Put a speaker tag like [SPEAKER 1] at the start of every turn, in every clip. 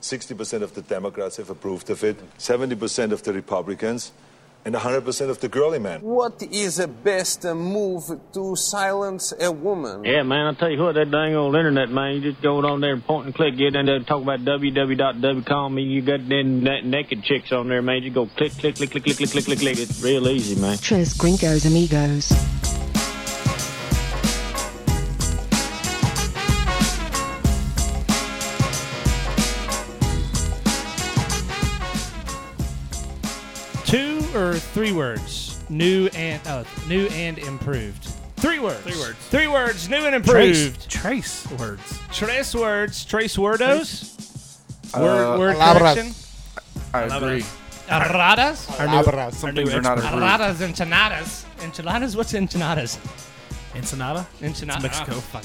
[SPEAKER 1] 60% of the Democrats have approved of it, 70% of the Republicans, and 100% of the girly men.
[SPEAKER 2] What is the best uh, move to silence a woman?
[SPEAKER 3] Yeah, man, I tell you what, that dang old internet, man, you just go on there and point and click, get in there and talk about www.com, and you got them na- naked chicks on there, man. You go click, click, click, click, click, click, click, click, click. It's real easy, man.
[SPEAKER 4] Tres Gringos Amigos.
[SPEAKER 5] Two or three words. New and oh, new and improved. Three words.
[SPEAKER 6] Three words.
[SPEAKER 5] Three words. New and
[SPEAKER 6] Trace,
[SPEAKER 5] improved.
[SPEAKER 6] trace words.
[SPEAKER 5] Trace words. Trace wordos.
[SPEAKER 7] Uh,
[SPEAKER 5] word word
[SPEAKER 7] palabras.
[SPEAKER 5] correction.
[SPEAKER 7] I agree.
[SPEAKER 5] Arradas.
[SPEAKER 7] Palabras. Some
[SPEAKER 6] our new
[SPEAKER 7] things are not
[SPEAKER 6] expert.
[SPEAKER 7] approved.
[SPEAKER 5] Arradas. Enchiladas. Enchiladas. What's enchiladas?
[SPEAKER 6] Ensenada?
[SPEAKER 5] Enchiladas.
[SPEAKER 6] It's Mexico.
[SPEAKER 5] Oh, fuck.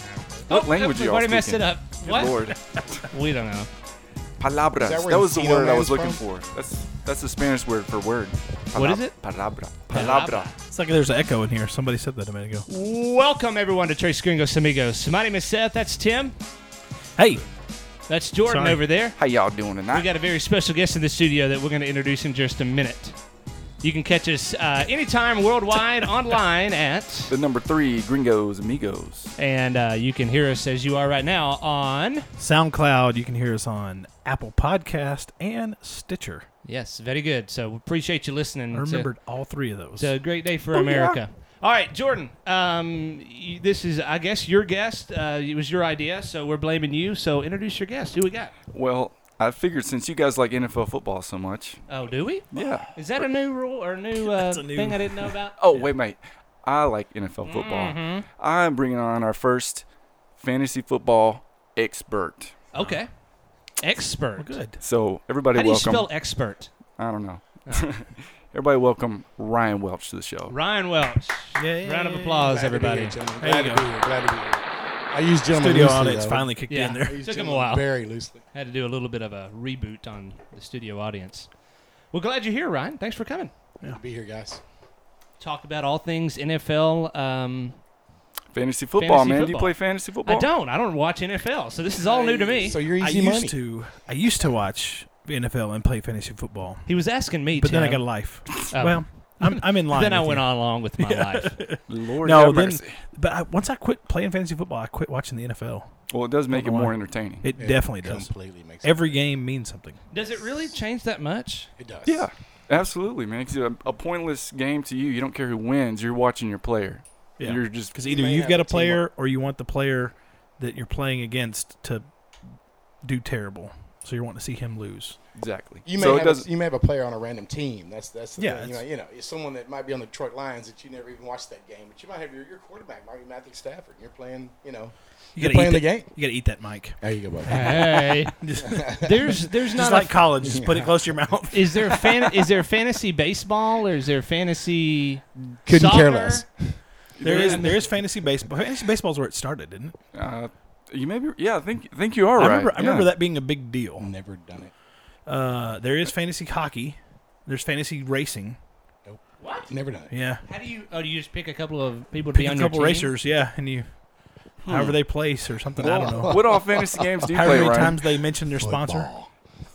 [SPEAKER 5] Oh,
[SPEAKER 7] What language are
[SPEAKER 5] we
[SPEAKER 7] y'all
[SPEAKER 5] already
[SPEAKER 7] speaking?
[SPEAKER 5] messed it up.
[SPEAKER 7] Good
[SPEAKER 5] What?
[SPEAKER 7] Lord.
[SPEAKER 5] We don't know.
[SPEAKER 7] Palabras.
[SPEAKER 2] that
[SPEAKER 7] That,
[SPEAKER 2] where
[SPEAKER 7] was the
[SPEAKER 2] Encino
[SPEAKER 7] word I
[SPEAKER 2] Man's
[SPEAKER 7] was looking
[SPEAKER 2] from?
[SPEAKER 7] for. That's that's the Spanish word for word.
[SPEAKER 5] What
[SPEAKER 7] Palab-
[SPEAKER 5] is it?
[SPEAKER 7] Palabra. Palabra.
[SPEAKER 6] It's like there's an echo in here. Somebody said that a minute ago.
[SPEAKER 5] Welcome everyone to Trace Gringos Amigos. My name is Seth. That's Tim.
[SPEAKER 6] Hey,
[SPEAKER 5] That's Jordan
[SPEAKER 6] Sorry.
[SPEAKER 5] over there.
[SPEAKER 7] How y'all doing tonight?
[SPEAKER 5] We got a very special guest in the studio that we're going to introduce in just a minute. You can catch us uh, anytime worldwide online at,
[SPEAKER 7] the number three, Gringos Amigos.
[SPEAKER 5] and uh, you can hear us as you are right now on.
[SPEAKER 6] SoundCloud, you can hear us on Apple Podcast and Stitcher.
[SPEAKER 5] Yes, very good. So we appreciate you listening.
[SPEAKER 6] I
[SPEAKER 5] It's a-
[SPEAKER 6] remembered all three of those.
[SPEAKER 5] It's a great day for America. All right, Jordan. Um, you, this is, I guess, your guest. Uh, it was your idea, so we're blaming you. So introduce your guest. Who we got?
[SPEAKER 7] Well, I figured since you guys like NFL football so much,
[SPEAKER 5] Oh, do we?
[SPEAKER 7] yeah.
[SPEAKER 5] Is that a new rule or a new, uh,
[SPEAKER 6] a new-
[SPEAKER 5] thing I didn't know about?
[SPEAKER 7] Oh wait, mate. I like NFL football.
[SPEAKER 5] Mm-hmm.
[SPEAKER 7] I'm bringing on our first fantasy football expert.
[SPEAKER 5] Okay. Expert.
[SPEAKER 6] Uh, Well, good.
[SPEAKER 7] So everybody,
[SPEAKER 5] How do you
[SPEAKER 7] welcome.
[SPEAKER 5] spell Oh. expert?
[SPEAKER 7] I don't know. everybody, welcome Ryan Welch to the show.
[SPEAKER 5] Ryan Welch.
[SPEAKER 6] Yay.
[SPEAKER 5] Round of applause,
[SPEAKER 6] Glad
[SPEAKER 5] everybody.
[SPEAKER 6] There
[SPEAKER 2] Glad
[SPEAKER 6] you go.
[SPEAKER 2] to be here. Glad to be here. I use gentlemen
[SPEAKER 6] Studio
[SPEAKER 2] loosely,
[SPEAKER 6] audience
[SPEAKER 2] though.
[SPEAKER 6] finally kicked
[SPEAKER 5] Yeah.
[SPEAKER 6] in there.
[SPEAKER 2] I use
[SPEAKER 5] Took 'em a
[SPEAKER 2] gentlemen
[SPEAKER 5] while.
[SPEAKER 2] Very loosely.
[SPEAKER 5] Had to do a little bit of a reboot on the studio audience. Well, glad you're here, Ryan. Thanks for coming.
[SPEAKER 2] Good to be here, guys.
[SPEAKER 5] Talk about all things NFL. Um,
[SPEAKER 7] Fantasy football,
[SPEAKER 5] Fantasy
[SPEAKER 7] man. Do you
[SPEAKER 5] football.
[SPEAKER 7] play fantasy football?
[SPEAKER 5] I don't. I don't watch NFL, so this is all new to me.
[SPEAKER 2] So you're
[SPEAKER 6] I
[SPEAKER 2] easy
[SPEAKER 6] used
[SPEAKER 2] money.
[SPEAKER 6] to. I used to watch the NFL and play fantasy football,
[SPEAKER 5] he was asking me,
[SPEAKER 6] but then I got
[SPEAKER 5] Tim.
[SPEAKER 6] a life.
[SPEAKER 5] Oh.
[SPEAKER 6] Well, I'm, I'm in line.
[SPEAKER 5] then I
[SPEAKER 6] with
[SPEAKER 5] went
[SPEAKER 6] you.
[SPEAKER 5] on along with my life.
[SPEAKER 7] Lord
[SPEAKER 6] No,
[SPEAKER 7] have
[SPEAKER 6] then-
[SPEAKER 7] mercy.
[SPEAKER 6] But I, once I quit playing fantasy football, I quit watching the NFL.
[SPEAKER 7] Well, it does make it
[SPEAKER 6] Don't know
[SPEAKER 7] more
[SPEAKER 6] why.
[SPEAKER 7] entertaining.
[SPEAKER 6] It definitely does.
[SPEAKER 2] Completely makes
[SPEAKER 6] Every game means something.
[SPEAKER 5] Does it really change that much?
[SPEAKER 2] It does.
[SPEAKER 7] yeah, absolutely, man. 'Cause uh, a, a pointless game to you. You don't care who wins. You're watching your player.
[SPEAKER 6] Yeah.
[SPEAKER 7] You're just
[SPEAKER 6] Because either
[SPEAKER 2] may
[SPEAKER 6] you've
[SPEAKER 2] have
[SPEAKER 6] got
[SPEAKER 2] a
[SPEAKER 6] a
[SPEAKER 2] team
[SPEAKER 6] player or you want the player that you're playing against to do terrible. So you're wanting to see him lose.
[SPEAKER 7] exactly.
[SPEAKER 2] You may
[SPEAKER 7] so it
[SPEAKER 2] have
[SPEAKER 7] does.
[SPEAKER 2] a, you may have a player on a random team. That's that's the
[SPEAKER 6] Yeah,
[SPEAKER 2] thing. You know,
[SPEAKER 6] it's-
[SPEAKER 2] you know, it's someone that might be on the Detroit Lions that you never even watched that game, but you might have your, your quarterback might be Matthew Stafford. and You're playing, you know,
[SPEAKER 6] You gotta
[SPEAKER 2] You're
[SPEAKER 6] eat
[SPEAKER 2] playing the
[SPEAKER 6] that-
[SPEAKER 2] game.
[SPEAKER 6] You got to eat that mic.
[SPEAKER 2] there you go, buddy.
[SPEAKER 5] Hey,
[SPEAKER 6] Just,
[SPEAKER 5] there's there's
[SPEAKER 6] just
[SPEAKER 5] not
[SPEAKER 6] like
[SPEAKER 5] a,
[SPEAKER 6] college, just put it close to your mouth.
[SPEAKER 5] is there fan is there fantasy baseball or is there fantasy
[SPEAKER 2] Couldn't
[SPEAKER 5] soccer?
[SPEAKER 2] care less.
[SPEAKER 6] There is there is fantasy baseball. Fantasy baseball is where it started, didn't it?
[SPEAKER 7] Uh, you maybe. Yeah, I think I think you are
[SPEAKER 6] I
[SPEAKER 7] right.
[SPEAKER 6] remember I remember
[SPEAKER 7] yeah.
[SPEAKER 6] that being a big deal.
[SPEAKER 2] Never done it.
[SPEAKER 6] Uh, there is fantasy hockey. There's fantasy racing.
[SPEAKER 2] Never done it.
[SPEAKER 6] Yeah,
[SPEAKER 5] How do you? Oh, do you just pick a couple of people to
[SPEAKER 6] pick
[SPEAKER 5] be
[SPEAKER 6] a
[SPEAKER 5] on
[SPEAKER 6] couple
[SPEAKER 5] your team?
[SPEAKER 6] racers. Yeah, and you however they place or something. I don't know.
[SPEAKER 7] What all fantasy games do you
[SPEAKER 6] However
[SPEAKER 7] play,
[SPEAKER 6] many
[SPEAKER 7] Ryan?
[SPEAKER 6] times they mention their sponsor.
[SPEAKER 2] Football.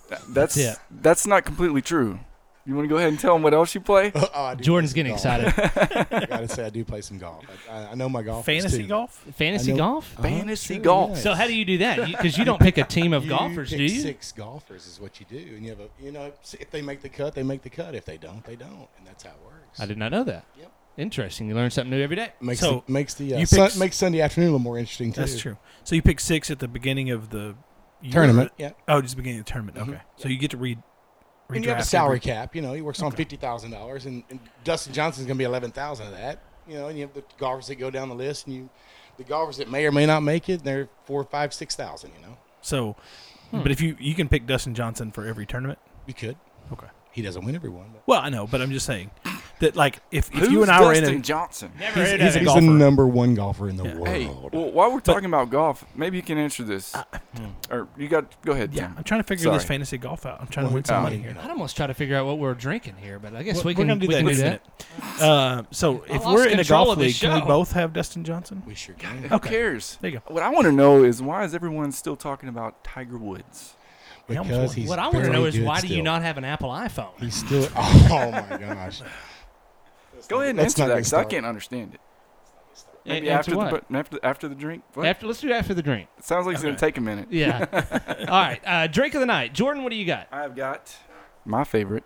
[SPEAKER 7] Th- That's
[SPEAKER 5] Yeah.
[SPEAKER 7] that's not completely true. You want to go ahead and tell them what else you play?
[SPEAKER 6] Uh-huh.
[SPEAKER 2] Oh, I do
[SPEAKER 5] Jordan's
[SPEAKER 2] play
[SPEAKER 5] getting
[SPEAKER 2] some golf.
[SPEAKER 5] excited.
[SPEAKER 2] I gotta say, I do play some golf. I, I, I know my golf.
[SPEAKER 6] Fantasy golf.
[SPEAKER 5] Fantasy
[SPEAKER 2] I know- Oh,
[SPEAKER 5] golf.
[SPEAKER 7] Fantasy golf.
[SPEAKER 5] So how do you do that? Because you, don't pick a team of
[SPEAKER 2] You
[SPEAKER 5] golfers,
[SPEAKER 2] pick
[SPEAKER 5] do you?
[SPEAKER 2] Six golfers is what you do, and you have a you know s- if they make the cut, they make the cut. If they don't, they don't, and that's how it works.
[SPEAKER 5] I did not know that.
[SPEAKER 2] Yep.
[SPEAKER 5] Interesting. You learn something new every day.
[SPEAKER 2] Makes
[SPEAKER 6] So,
[SPEAKER 2] the, makes the uh,
[SPEAKER 6] you
[SPEAKER 2] sun,
[SPEAKER 6] pick s-
[SPEAKER 2] makes Sunday afternoon a little more interesting too.
[SPEAKER 6] That's true. So you pick six at the beginning of the year.
[SPEAKER 2] Tournament, yeah.
[SPEAKER 6] Oh, just beginning of the tournament.
[SPEAKER 2] Mhm.
[SPEAKER 6] Okay. So you get to read.
[SPEAKER 2] And you have a
[SPEAKER 6] redraft
[SPEAKER 2] salary
[SPEAKER 6] every-
[SPEAKER 2] cap. You know, he works on fifty thousand dollars, and and Dustin Johnson's going to be eleven thousand of that. You know, and you have the golfers that go down the list, and you the golfers that may or may not make it. They're four, five, six thousand. You know,
[SPEAKER 6] So, but if you you can pick Dustin Johnson for every tournament.
[SPEAKER 2] you could.
[SPEAKER 6] Okay.
[SPEAKER 2] He doesn't win every one. But
[SPEAKER 6] Well, I know, but I'm just saying that like if, if
[SPEAKER 7] Who's
[SPEAKER 6] you and I
[SPEAKER 7] Dustin
[SPEAKER 6] were in a
[SPEAKER 7] Johnson?
[SPEAKER 5] Never
[SPEAKER 6] he's,
[SPEAKER 5] heard
[SPEAKER 6] he's
[SPEAKER 5] of
[SPEAKER 6] a
[SPEAKER 5] him.
[SPEAKER 2] he's the
[SPEAKER 6] golfer.
[SPEAKER 2] number one golfer in the world.
[SPEAKER 7] Hey, well, while we're talking about golf, maybe you can answer this. or you got go ahead.
[SPEAKER 6] Uh, hmm. Yeah,
[SPEAKER 7] Tim.
[SPEAKER 6] I'm trying to figure
[SPEAKER 7] Sorry.
[SPEAKER 6] this fantasy golf out. I'm trying
[SPEAKER 2] Well,
[SPEAKER 6] to win
[SPEAKER 2] uh,
[SPEAKER 6] some money here.
[SPEAKER 5] I'd almost try to figure out what we're drinking here, but I guess
[SPEAKER 6] We're-
[SPEAKER 5] we
[SPEAKER 6] we're
[SPEAKER 5] can
[SPEAKER 6] gonna do
[SPEAKER 5] we
[SPEAKER 6] that
[SPEAKER 5] can
[SPEAKER 6] next
[SPEAKER 5] that.
[SPEAKER 6] minute. Uh, so if
[SPEAKER 5] lost
[SPEAKER 6] we're in a
[SPEAKER 5] control
[SPEAKER 6] golf
[SPEAKER 5] of the
[SPEAKER 6] league, can we
[SPEAKER 5] show.
[SPEAKER 6] both have Dustin Johnson?
[SPEAKER 2] we sure can.
[SPEAKER 7] Who cares?
[SPEAKER 6] There you go.
[SPEAKER 7] What I want to know is why is everyone still talking about Tiger Woods?
[SPEAKER 6] almost
[SPEAKER 2] Because
[SPEAKER 6] won.
[SPEAKER 2] he's
[SPEAKER 8] What I want to
[SPEAKER 2] very
[SPEAKER 8] know is
[SPEAKER 2] good
[SPEAKER 8] why do you
[SPEAKER 2] still.
[SPEAKER 8] not have an Apple iPhone?
[SPEAKER 2] He's still. Oh my gosh.
[SPEAKER 7] Go ahead and
[SPEAKER 2] That's
[SPEAKER 7] answer
[SPEAKER 2] not
[SPEAKER 7] that
[SPEAKER 2] gonna
[SPEAKER 7] 'cause I
[SPEAKER 2] start.
[SPEAKER 7] can't understand it.
[SPEAKER 5] A-
[SPEAKER 7] Maybe
[SPEAKER 5] answer
[SPEAKER 7] after
[SPEAKER 5] what?
[SPEAKER 7] the bu- after after the drink. What?
[SPEAKER 5] After, let's do after the drink.
[SPEAKER 7] it sounds like it's gonna take a minute.
[SPEAKER 5] Yeah. All right. Uh, drink of the night. Jordan, what do you got?
[SPEAKER 7] I've got my favorite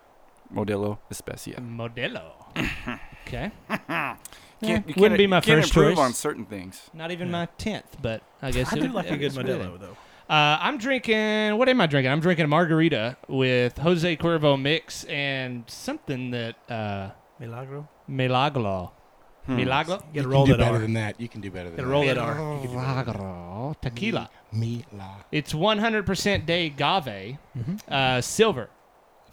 [SPEAKER 5] Mm.
[SPEAKER 7] Modelo Especia.
[SPEAKER 5] Modelo. okay.
[SPEAKER 7] You can't, you
[SPEAKER 5] wouldn't
[SPEAKER 7] can't-
[SPEAKER 5] be my
[SPEAKER 7] you can't
[SPEAKER 5] first
[SPEAKER 7] improve
[SPEAKER 5] choice.
[SPEAKER 7] on certain things.
[SPEAKER 8] Not even my tenth, but I guess
[SPEAKER 6] I
[SPEAKER 8] it
[SPEAKER 6] do
[SPEAKER 8] would-
[SPEAKER 6] like
[SPEAKER 8] yeah,
[SPEAKER 6] a good
[SPEAKER 8] it's
[SPEAKER 6] Modelo though.
[SPEAKER 5] Uh, I'm drinking. What am I drinking? I'm drinking a margarita with Jose Cuervo mix and something that uh,
[SPEAKER 6] Milagro.
[SPEAKER 5] Milagro. Milagro.
[SPEAKER 6] You
[SPEAKER 2] You
[SPEAKER 6] gotta
[SPEAKER 2] can
[SPEAKER 6] roll
[SPEAKER 2] do
[SPEAKER 6] that
[SPEAKER 2] better
[SPEAKER 6] R.
[SPEAKER 2] than that. You can do better than
[SPEAKER 6] Gotta
[SPEAKER 2] that.
[SPEAKER 6] roll that R.
[SPEAKER 5] Milagro tequila.
[SPEAKER 2] Me la.
[SPEAKER 5] It's 100% de agave, uh, silver,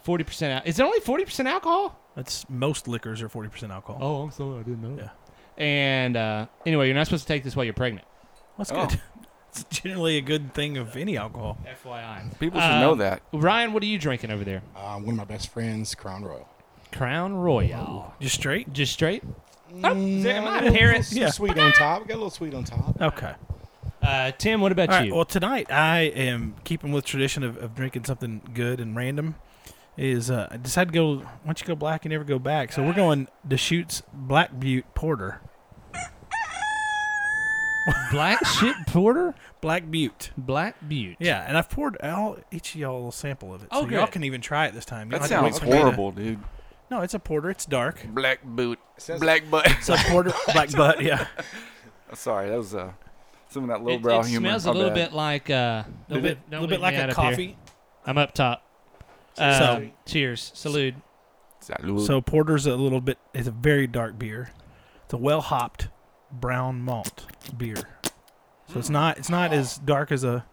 [SPEAKER 5] 40% al- Is it only 40% alcohol?
[SPEAKER 6] That's most liquors are forty percent alcohol.
[SPEAKER 5] Oh, I'm sorry, I didn't know.
[SPEAKER 6] Yeah.
[SPEAKER 5] And uh, anyway, you're not supposed to take this while you're pregnant.
[SPEAKER 6] That's
[SPEAKER 7] Oh.
[SPEAKER 6] good. it's generally a good thing of any alcohol.
[SPEAKER 5] FYI.
[SPEAKER 7] People should know
[SPEAKER 5] Um,
[SPEAKER 7] that.
[SPEAKER 5] Ryan, what are you drinking over there?
[SPEAKER 2] Uh, one of my best friends, Crown Royal.
[SPEAKER 5] Crown Royal.
[SPEAKER 6] Just straight.
[SPEAKER 5] Just straight? Oh, is that my parents?
[SPEAKER 6] Yeah.
[SPEAKER 2] Sweet on top. Got a little sweet on top.
[SPEAKER 6] Okay.
[SPEAKER 5] Uh, Tim, what about
[SPEAKER 6] All right.
[SPEAKER 5] you?
[SPEAKER 6] Well, tonight I am keeping with tradition of, of drinking something good and random. Is uh, I decided to go once you go black, you never go back. So we're going Deschutes Black Butte Porter.
[SPEAKER 5] Black Shit Porter?
[SPEAKER 6] Black Butte.
[SPEAKER 5] Black Butte.
[SPEAKER 6] Yeah, and I've poured all each of y'all a little sample of it.
[SPEAKER 5] Oh,
[SPEAKER 6] so y'all
[SPEAKER 5] good.
[SPEAKER 6] can even try it this time. You
[SPEAKER 7] That
[SPEAKER 6] don't have
[SPEAKER 7] sounds
[SPEAKER 6] to wait for me to-
[SPEAKER 7] horrible, dude.
[SPEAKER 6] no, it's a porter. It's dark.
[SPEAKER 7] Black boot,
[SPEAKER 2] says-
[SPEAKER 7] black butt.
[SPEAKER 6] It's a porter, black butt. Yeah.
[SPEAKER 7] Sorry, that was uh, some of that
[SPEAKER 5] It,
[SPEAKER 7] lowbrow
[SPEAKER 5] it
[SPEAKER 7] humor.
[SPEAKER 5] smells
[SPEAKER 7] My
[SPEAKER 5] a little
[SPEAKER 7] bad.
[SPEAKER 5] bit like uh,
[SPEAKER 6] A little bit,
[SPEAKER 5] don't
[SPEAKER 6] little bit
[SPEAKER 5] leave me out
[SPEAKER 6] like a
[SPEAKER 5] up here.
[SPEAKER 6] coffee.
[SPEAKER 5] I'm up top.
[SPEAKER 6] So-
[SPEAKER 5] Um, cheers. Salute.
[SPEAKER 7] Salud.
[SPEAKER 6] So porter's a little bit. It's a very dark beer. It's a well hopped brown malt beer. So it's not it's not as dark as a,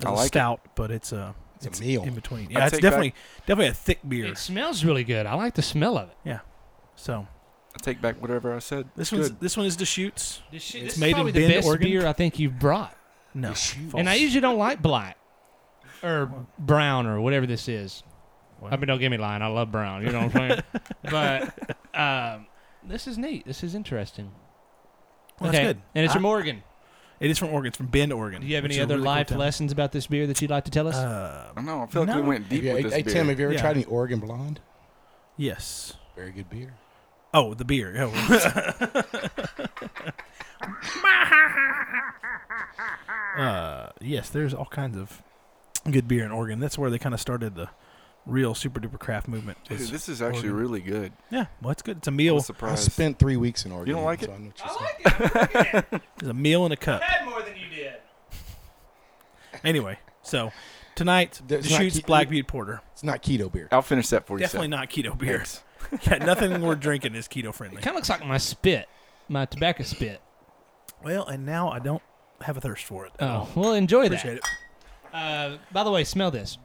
[SPEAKER 6] as
[SPEAKER 7] I
[SPEAKER 6] a
[SPEAKER 7] like it.
[SPEAKER 6] stout, but it's a
[SPEAKER 2] It's, a meal.
[SPEAKER 6] in between. Yeah, it's
[SPEAKER 7] take back-
[SPEAKER 6] definitely definitely a thick beer.
[SPEAKER 5] It smells really good. I like the smell of it.
[SPEAKER 6] so
[SPEAKER 7] I take back whatever I said.
[SPEAKER 6] this
[SPEAKER 7] Good.
[SPEAKER 6] one's this one is Deschutes.
[SPEAKER 5] This, shit,
[SPEAKER 6] It's
[SPEAKER 5] this
[SPEAKER 6] made
[SPEAKER 5] is
[SPEAKER 6] in
[SPEAKER 5] probably
[SPEAKER 6] Bend,
[SPEAKER 5] the best
[SPEAKER 6] Oregon.
[SPEAKER 5] beer I think you've brought.
[SPEAKER 6] No, false.
[SPEAKER 5] And I usually don't like black or brown or whatever this is. I mean, don't get me lying. I love brown. You know what I'm saying? but um, this is neat. This is interesting.
[SPEAKER 6] Well, that's good.
[SPEAKER 5] And it's
[SPEAKER 6] I-
[SPEAKER 5] from Oregon.
[SPEAKER 6] it is from Oregon. It's from Bend, Oregon.
[SPEAKER 5] Do you have
[SPEAKER 6] which
[SPEAKER 5] any
[SPEAKER 6] is a
[SPEAKER 5] other
[SPEAKER 6] really cool
[SPEAKER 5] life
[SPEAKER 6] town.
[SPEAKER 5] lessons about this beer that you'd like to tell us?
[SPEAKER 6] Uh,
[SPEAKER 7] I don't know. I feel like
[SPEAKER 6] No.
[SPEAKER 7] we went deep
[SPEAKER 2] Have you-
[SPEAKER 7] with
[SPEAKER 2] hey,
[SPEAKER 7] this
[SPEAKER 2] hey,
[SPEAKER 7] beer.
[SPEAKER 2] Tim, have you ever
[SPEAKER 6] Yeah.
[SPEAKER 2] tried any Oregon Blonde?
[SPEAKER 6] yes.
[SPEAKER 2] Very good beer.
[SPEAKER 6] Oh, the beer. Oh. uh, yes, there's all kinds of good beer in Oregon. That's where they kind of started the real super duper craft movement.
[SPEAKER 7] Dude,
[SPEAKER 6] was
[SPEAKER 7] this is actually
[SPEAKER 6] Oregon.
[SPEAKER 7] really good.
[SPEAKER 6] yeah. Well, it's good. It's a
[SPEAKER 7] I'm
[SPEAKER 6] meal.
[SPEAKER 2] I
[SPEAKER 7] surprised.
[SPEAKER 2] spent three weeks in Oregon.
[SPEAKER 7] don't like it?
[SPEAKER 2] so I know what you're saying.
[SPEAKER 6] It's a meal in a cup.
[SPEAKER 5] had more than you did.
[SPEAKER 6] Anyway, so tonight
[SPEAKER 2] That's not
[SPEAKER 6] shoots
[SPEAKER 2] keto-
[SPEAKER 6] Black Butte Porter.
[SPEAKER 2] It's not keto beer.
[SPEAKER 7] I'll finish that for you.
[SPEAKER 6] Definitely
[SPEAKER 7] Seth.
[SPEAKER 6] not keto beer. yeah, nothing we're drinking is keto friendly.
[SPEAKER 5] It kind of looks like my spit, my tobacco spit.
[SPEAKER 6] Well, and now I don't have a thirst for it. at all.
[SPEAKER 5] Oh, well, enjoy that.
[SPEAKER 6] appreciate it.
[SPEAKER 5] Uh, by the way, smell this.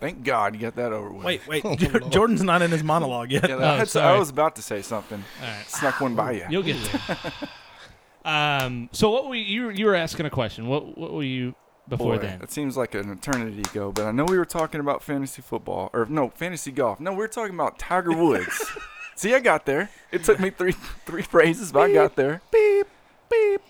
[SPEAKER 7] Thank God you got that over with.
[SPEAKER 6] Wait, wait. Jor- Jordan's not in his monologue yet.
[SPEAKER 7] Yeah,
[SPEAKER 5] Oh,
[SPEAKER 7] that, that's- I
[SPEAKER 5] sorry.
[SPEAKER 7] was about to say something. Snuck one by you.
[SPEAKER 5] You'll get there. um, so what were you you were asking a question? What what were you before
[SPEAKER 7] Boy,
[SPEAKER 5] then?
[SPEAKER 7] That seems like an eternity ago, but I know we were talking about fantasy football, or no, fantasy golf. No, we were talking about Tiger Woods. See, I got there. It took me three three phrases, but I got there. Beep, beep.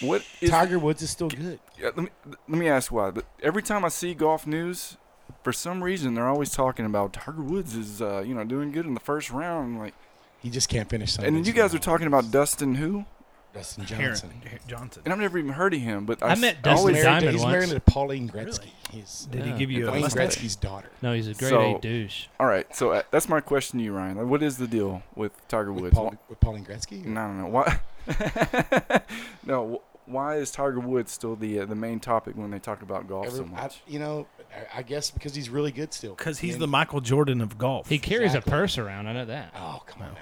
[SPEAKER 7] What is?
[SPEAKER 2] Tiger Woods is still good.
[SPEAKER 7] yeah, let me let me ask why. But every time I see golf news, for some reason they're always talking about Tiger Woods is uh, you know doing good in the first round. Like,
[SPEAKER 2] He just can't finish something.
[SPEAKER 7] and then you guys are talking about Dustin who,
[SPEAKER 2] Dustin
[SPEAKER 6] Aaron-
[SPEAKER 2] Johnson.
[SPEAKER 6] Johnson.
[SPEAKER 7] and I've never even heard of him. But I,
[SPEAKER 5] I
[SPEAKER 7] s-
[SPEAKER 5] met
[SPEAKER 7] I
[SPEAKER 5] Dustin
[SPEAKER 7] always-
[SPEAKER 5] Mar-
[SPEAKER 2] Married to,
[SPEAKER 5] Diamond
[SPEAKER 2] he's
[SPEAKER 5] once.
[SPEAKER 2] married to Pauline Gretzky. He's
[SPEAKER 6] Did
[SPEAKER 5] Yeah.
[SPEAKER 6] he give you a
[SPEAKER 2] Wayne
[SPEAKER 6] mustache?
[SPEAKER 2] Gretzky's daughter.
[SPEAKER 5] No, he's a great
[SPEAKER 7] So-
[SPEAKER 5] A douche.
[SPEAKER 7] All right, so uh, that's my question to you, Ryan. Like, what is the deal with Tiger
[SPEAKER 2] With,
[SPEAKER 7] Woods?
[SPEAKER 2] Paul, with Pauline Gretzky?
[SPEAKER 7] No, no, no. Why? no, wh- why is Tiger Woods still the uh, the main topic when they talk about golf
[SPEAKER 2] Every-
[SPEAKER 7] so
[SPEAKER 2] I,
[SPEAKER 7] much?
[SPEAKER 2] you know, I, I guess because he's really good still.
[SPEAKER 6] Because he's
[SPEAKER 2] And-
[SPEAKER 6] the Michael Jordan of golf.
[SPEAKER 5] He carries
[SPEAKER 2] Exactly.
[SPEAKER 5] a purse around. I know that.
[SPEAKER 2] Oh, come on now.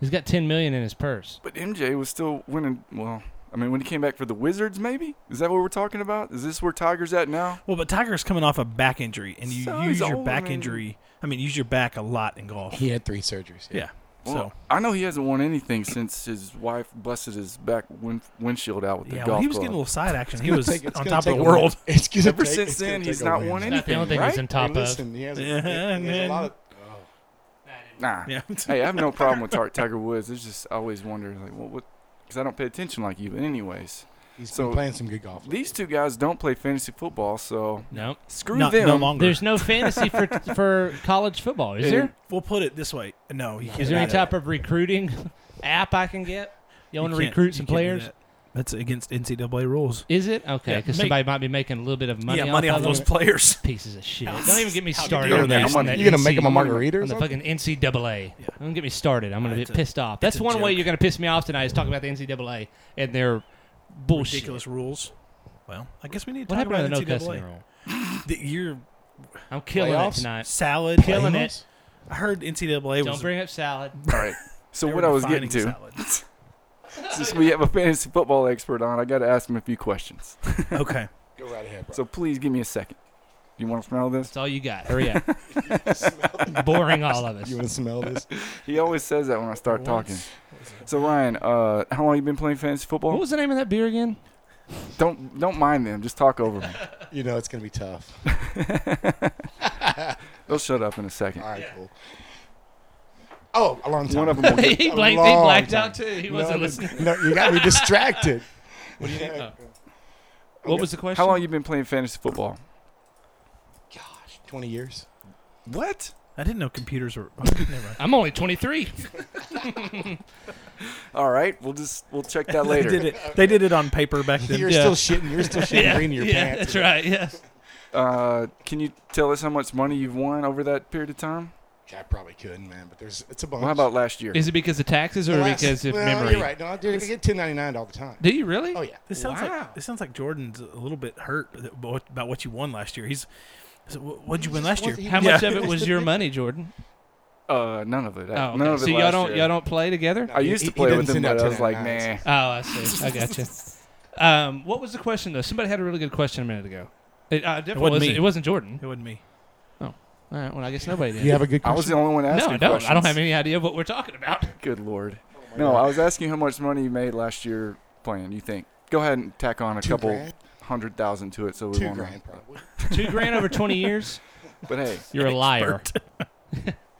[SPEAKER 5] He's got ten million in his purse.
[SPEAKER 7] But MJ was still winning. Well, I mean, when he came back for the Wizards, maybe is that what we're talking about? Is this where Tiger's at now?
[SPEAKER 6] well, but Tiger's coming off a back injury, and you
[SPEAKER 7] So
[SPEAKER 6] use
[SPEAKER 7] he's
[SPEAKER 6] your
[SPEAKER 7] old,
[SPEAKER 6] back
[SPEAKER 7] I mean-
[SPEAKER 6] injury. I mean, use your back a lot in golf.
[SPEAKER 2] He had three surgeries.
[SPEAKER 6] Yeah.
[SPEAKER 7] Well, I know he hasn't won anything since his wife busted his back win- windshield out with
[SPEAKER 6] so, yeah,
[SPEAKER 7] the
[SPEAKER 6] well,
[SPEAKER 7] golf
[SPEAKER 6] he was
[SPEAKER 7] club.
[SPEAKER 6] getting a little side action. He
[SPEAKER 2] Gonna
[SPEAKER 6] was
[SPEAKER 2] take- it's
[SPEAKER 6] on
[SPEAKER 2] gonna
[SPEAKER 6] top of
[SPEAKER 2] take
[SPEAKER 6] the
[SPEAKER 2] a win.
[SPEAKER 6] world.
[SPEAKER 2] It's gonna
[SPEAKER 7] Ever
[SPEAKER 2] take-
[SPEAKER 7] since
[SPEAKER 2] it's gonna
[SPEAKER 7] then,
[SPEAKER 2] take
[SPEAKER 7] he's
[SPEAKER 2] a
[SPEAKER 7] not
[SPEAKER 2] win.
[SPEAKER 7] won
[SPEAKER 2] Hey,
[SPEAKER 5] Not the only
[SPEAKER 7] anything,
[SPEAKER 5] thing he's
[SPEAKER 7] right?
[SPEAKER 5] on top of.
[SPEAKER 2] listen, he has,
[SPEAKER 6] Yeah,
[SPEAKER 2] he has a
[SPEAKER 6] man.
[SPEAKER 2] lot of.
[SPEAKER 7] Nah.
[SPEAKER 6] Yeah.
[SPEAKER 7] hey, I have no problem with Tar- Tiger Woods. It's just I always wonder, like, what, what? Because I don't pay attention like you. But anyways,
[SPEAKER 2] He's
[SPEAKER 7] So-
[SPEAKER 2] been playing some good golf.
[SPEAKER 7] These two guys don't play fantasy football, so
[SPEAKER 5] No.
[SPEAKER 7] screw
[SPEAKER 6] Not-
[SPEAKER 7] them.
[SPEAKER 6] no longer.
[SPEAKER 5] There's no fantasy for for college football, is
[SPEAKER 7] And
[SPEAKER 5] there?
[SPEAKER 6] We'll put it this way. No, you can't
[SPEAKER 5] Is there any
[SPEAKER 6] do
[SPEAKER 5] type
[SPEAKER 6] that.
[SPEAKER 5] of recruiting app I can get? You want to
[SPEAKER 6] can't-
[SPEAKER 5] recruit
[SPEAKER 6] you
[SPEAKER 5] some
[SPEAKER 6] can't do
[SPEAKER 5] players?
[SPEAKER 6] that. That's against NCAA rules.
[SPEAKER 5] Is it okay?
[SPEAKER 6] Yeah,
[SPEAKER 5] Because
[SPEAKER 6] make-
[SPEAKER 5] somebody might be making a little bit of money.
[SPEAKER 6] yeah, money
[SPEAKER 5] off,
[SPEAKER 6] off
[SPEAKER 5] of
[SPEAKER 6] those
[SPEAKER 5] them.
[SPEAKER 6] players.
[SPEAKER 5] pieces of shit. Don't even get me started
[SPEAKER 7] dare
[SPEAKER 5] on
[SPEAKER 7] they?
[SPEAKER 5] that.
[SPEAKER 7] I'm on
[SPEAKER 5] that
[SPEAKER 2] You're gonna make him a
[SPEAKER 5] NCAA
[SPEAKER 2] margarita or
[SPEAKER 5] on the
[SPEAKER 2] something?
[SPEAKER 5] fucking NCAA.
[SPEAKER 6] Yeah.
[SPEAKER 5] Don't get me started. I'm gonna
[SPEAKER 6] It's
[SPEAKER 5] get
[SPEAKER 6] a-
[SPEAKER 5] pissed off. That's
[SPEAKER 6] it's a
[SPEAKER 5] one way
[SPEAKER 6] joke.
[SPEAKER 5] you're gonna piss me off tonight is talking about the NCAA and their bullshit.
[SPEAKER 6] Ridiculous rules. Well, I guess we need to
[SPEAKER 5] What
[SPEAKER 6] talk
[SPEAKER 5] happened to the no
[SPEAKER 6] about
[SPEAKER 5] cussing
[SPEAKER 6] NCAA.
[SPEAKER 5] rule?
[SPEAKER 6] The- You're
[SPEAKER 5] I'm killing
[SPEAKER 2] Playoffs?
[SPEAKER 5] it tonight.
[SPEAKER 6] salad.
[SPEAKER 5] Killing
[SPEAKER 6] I-
[SPEAKER 5] it.
[SPEAKER 6] I heard NCAA
[SPEAKER 5] Don't
[SPEAKER 6] was
[SPEAKER 5] bring up salad.
[SPEAKER 7] All right. So
[SPEAKER 6] they
[SPEAKER 7] what
[SPEAKER 6] were
[SPEAKER 7] I was
[SPEAKER 6] defining
[SPEAKER 7] getting to,
[SPEAKER 6] salad.
[SPEAKER 7] since we have a fantasy football expert on, I got to ask him a few questions.
[SPEAKER 6] okay.
[SPEAKER 2] Go right ahead, bro.
[SPEAKER 7] So please give me a second. You want to smell this?
[SPEAKER 5] That's all you got. Hurry up. Boring all of us.
[SPEAKER 2] you want to smell this?
[SPEAKER 7] He always says that when I start
[SPEAKER 6] Once.
[SPEAKER 7] talking. So Ryan, uh, how long you been playing fantasy
[SPEAKER 5] What
[SPEAKER 7] football?
[SPEAKER 5] was the name of that beer again?
[SPEAKER 7] Don't don't mind them. Just talk over me.
[SPEAKER 2] You know it's gonna be tough.
[SPEAKER 7] They'll shut up in a second.
[SPEAKER 2] All right, cool. Oh, a long time.
[SPEAKER 7] One of them will get.
[SPEAKER 5] he
[SPEAKER 2] A
[SPEAKER 5] blanked. He
[SPEAKER 2] long
[SPEAKER 5] blacked
[SPEAKER 2] time.
[SPEAKER 5] out too. He
[SPEAKER 2] No,
[SPEAKER 5] wasn't
[SPEAKER 2] I didn't-
[SPEAKER 5] listening.
[SPEAKER 2] No, you got me distracted.
[SPEAKER 5] What, do you think? what was the question?
[SPEAKER 7] How long you been playing fantasy football?
[SPEAKER 2] Gosh, 20 years.
[SPEAKER 7] What?
[SPEAKER 6] I didn't know computers were. Okay, never mind.
[SPEAKER 5] I'm only 23.
[SPEAKER 7] All right. We'll just we'll check that
[SPEAKER 6] they
[SPEAKER 7] later.
[SPEAKER 6] did it. They did it on paper back then.
[SPEAKER 2] You're
[SPEAKER 5] Yeah.
[SPEAKER 2] still shitting. You're still shitting green in your
[SPEAKER 5] yeah,
[SPEAKER 2] pants.
[SPEAKER 5] That's right. Yes.
[SPEAKER 7] Uh, can you tell us how much money you've won over that period of time?
[SPEAKER 2] I probably couldn't, man. But there's it's a bunch.
[SPEAKER 7] Well, how about last year?
[SPEAKER 5] Is it because of taxes or
[SPEAKER 2] Alas,
[SPEAKER 5] because of
[SPEAKER 2] well,
[SPEAKER 5] memory?
[SPEAKER 2] You're right. No, I, did, I get 10.99 all the time.
[SPEAKER 5] Do you really?
[SPEAKER 2] Oh yeah.
[SPEAKER 6] This sounds
[SPEAKER 5] Wow.
[SPEAKER 6] like this sounds like Jordan's a little bit hurt that- about what- about what you won last year. He's, so wh- what'd you win last year?
[SPEAKER 2] wants- he
[SPEAKER 5] How
[SPEAKER 2] Yeah.
[SPEAKER 5] much of it was your money, Jordan?
[SPEAKER 7] Uh, none of it.
[SPEAKER 5] Oh,
[SPEAKER 7] None
[SPEAKER 5] okay.
[SPEAKER 7] of it
[SPEAKER 5] so y'all
[SPEAKER 7] last
[SPEAKER 5] don't
[SPEAKER 7] year.
[SPEAKER 5] y'all don't play together?
[SPEAKER 7] I used
[SPEAKER 2] He-
[SPEAKER 7] to
[SPEAKER 2] he
[SPEAKER 7] play
[SPEAKER 2] doesn't
[SPEAKER 7] with him,
[SPEAKER 2] send out
[SPEAKER 7] but I was like,
[SPEAKER 2] 1099s.
[SPEAKER 7] nah.
[SPEAKER 5] Oh, I see. I got you. Um, what was the question though? Somebody had a really good question a minute ago. It, uh, definitely
[SPEAKER 6] wasn't
[SPEAKER 5] wasn't,
[SPEAKER 6] me.
[SPEAKER 5] it wasn't Jordan.
[SPEAKER 6] It wasn't me.
[SPEAKER 5] All right, well, I guess nobody did.
[SPEAKER 2] You have a good
[SPEAKER 7] I
[SPEAKER 2] question.
[SPEAKER 7] was the only one
[SPEAKER 5] no,
[SPEAKER 7] asking
[SPEAKER 5] I don't. I don't
[SPEAKER 7] questions.
[SPEAKER 5] have any idea what we're talking about.
[SPEAKER 7] Good lord. no, I was asking how much money you made last year playing. You think? Go ahead and tack on a
[SPEAKER 2] Two
[SPEAKER 7] couple
[SPEAKER 2] grand?
[SPEAKER 7] hundred thousand to it, so we
[SPEAKER 2] Two
[SPEAKER 7] won't.
[SPEAKER 2] grand probably.
[SPEAKER 5] Two grand over 20 years?
[SPEAKER 7] But hey,
[SPEAKER 5] You're a liar.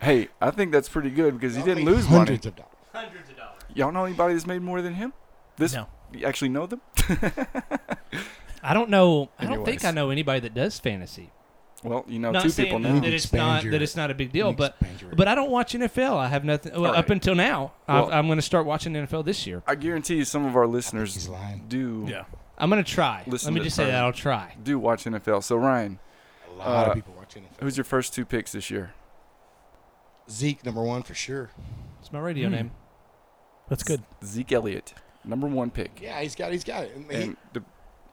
[SPEAKER 7] hey, I think that's pretty good because he
[SPEAKER 2] Probably
[SPEAKER 7] didn't lose
[SPEAKER 2] hundreds
[SPEAKER 7] money.
[SPEAKER 2] of dollars.
[SPEAKER 5] Hundreds of dollars.
[SPEAKER 7] Y'all know anybody that's made more than him? This
[SPEAKER 6] No.
[SPEAKER 7] you actually know them?
[SPEAKER 5] I don't know. I don't
[SPEAKER 7] Anyways.
[SPEAKER 5] think I know anybody that does fantasy.
[SPEAKER 7] Well, you know
[SPEAKER 5] not
[SPEAKER 7] two
[SPEAKER 5] saying
[SPEAKER 7] people
[SPEAKER 5] that,
[SPEAKER 7] now.
[SPEAKER 5] that it's
[SPEAKER 2] Expand
[SPEAKER 5] not
[SPEAKER 2] your-
[SPEAKER 5] that it's not a big deal, but
[SPEAKER 2] Expand your-
[SPEAKER 5] but I don't watch NFL. I have nothing well,
[SPEAKER 7] All
[SPEAKER 5] up
[SPEAKER 7] right.
[SPEAKER 5] until now.
[SPEAKER 7] Well-
[SPEAKER 5] i I'm going to start watching NFL this year.
[SPEAKER 7] I guarantee you, some of our
[SPEAKER 2] He's
[SPEAKER 7] listeners
[SPEAKER 2] lying.
[SPEAKER 7] do
[SPEAKER 6] Yeah.
[SPEAKER 5] I'm going to try.
[SPEAKER 7] Listen
[SPEAKER 5] Let
[SPEAKER 7] to
[SPEAKER 5] me just
[SPEAKER 7] the
[SPEAKER 5] say that
[SPEAKER 7] term.
[SPEAKER 5] I'll try.
[SPEAKER 7] do watch NFL. So Ryan,
[SPEAKER 2] A lot
[SPEAKER 7] Uh,
[SPEAKER 2] of people watching it.
[SPEAKER 7] who's your first two picks this year?
[SPEAKER 2] Zeke number one for sure.
[SPEAKER 5] It's my radio
[SPEAKER 6] Hmm.
[SPEAKER 5] name.
[SPEAKER 6] That's good.
[SPEAKER 7] Zeke Elliott, number one pick.
[SPEAKER 2] Yeah, he's got he's got it. And he-
[SPEAKER 7] And the,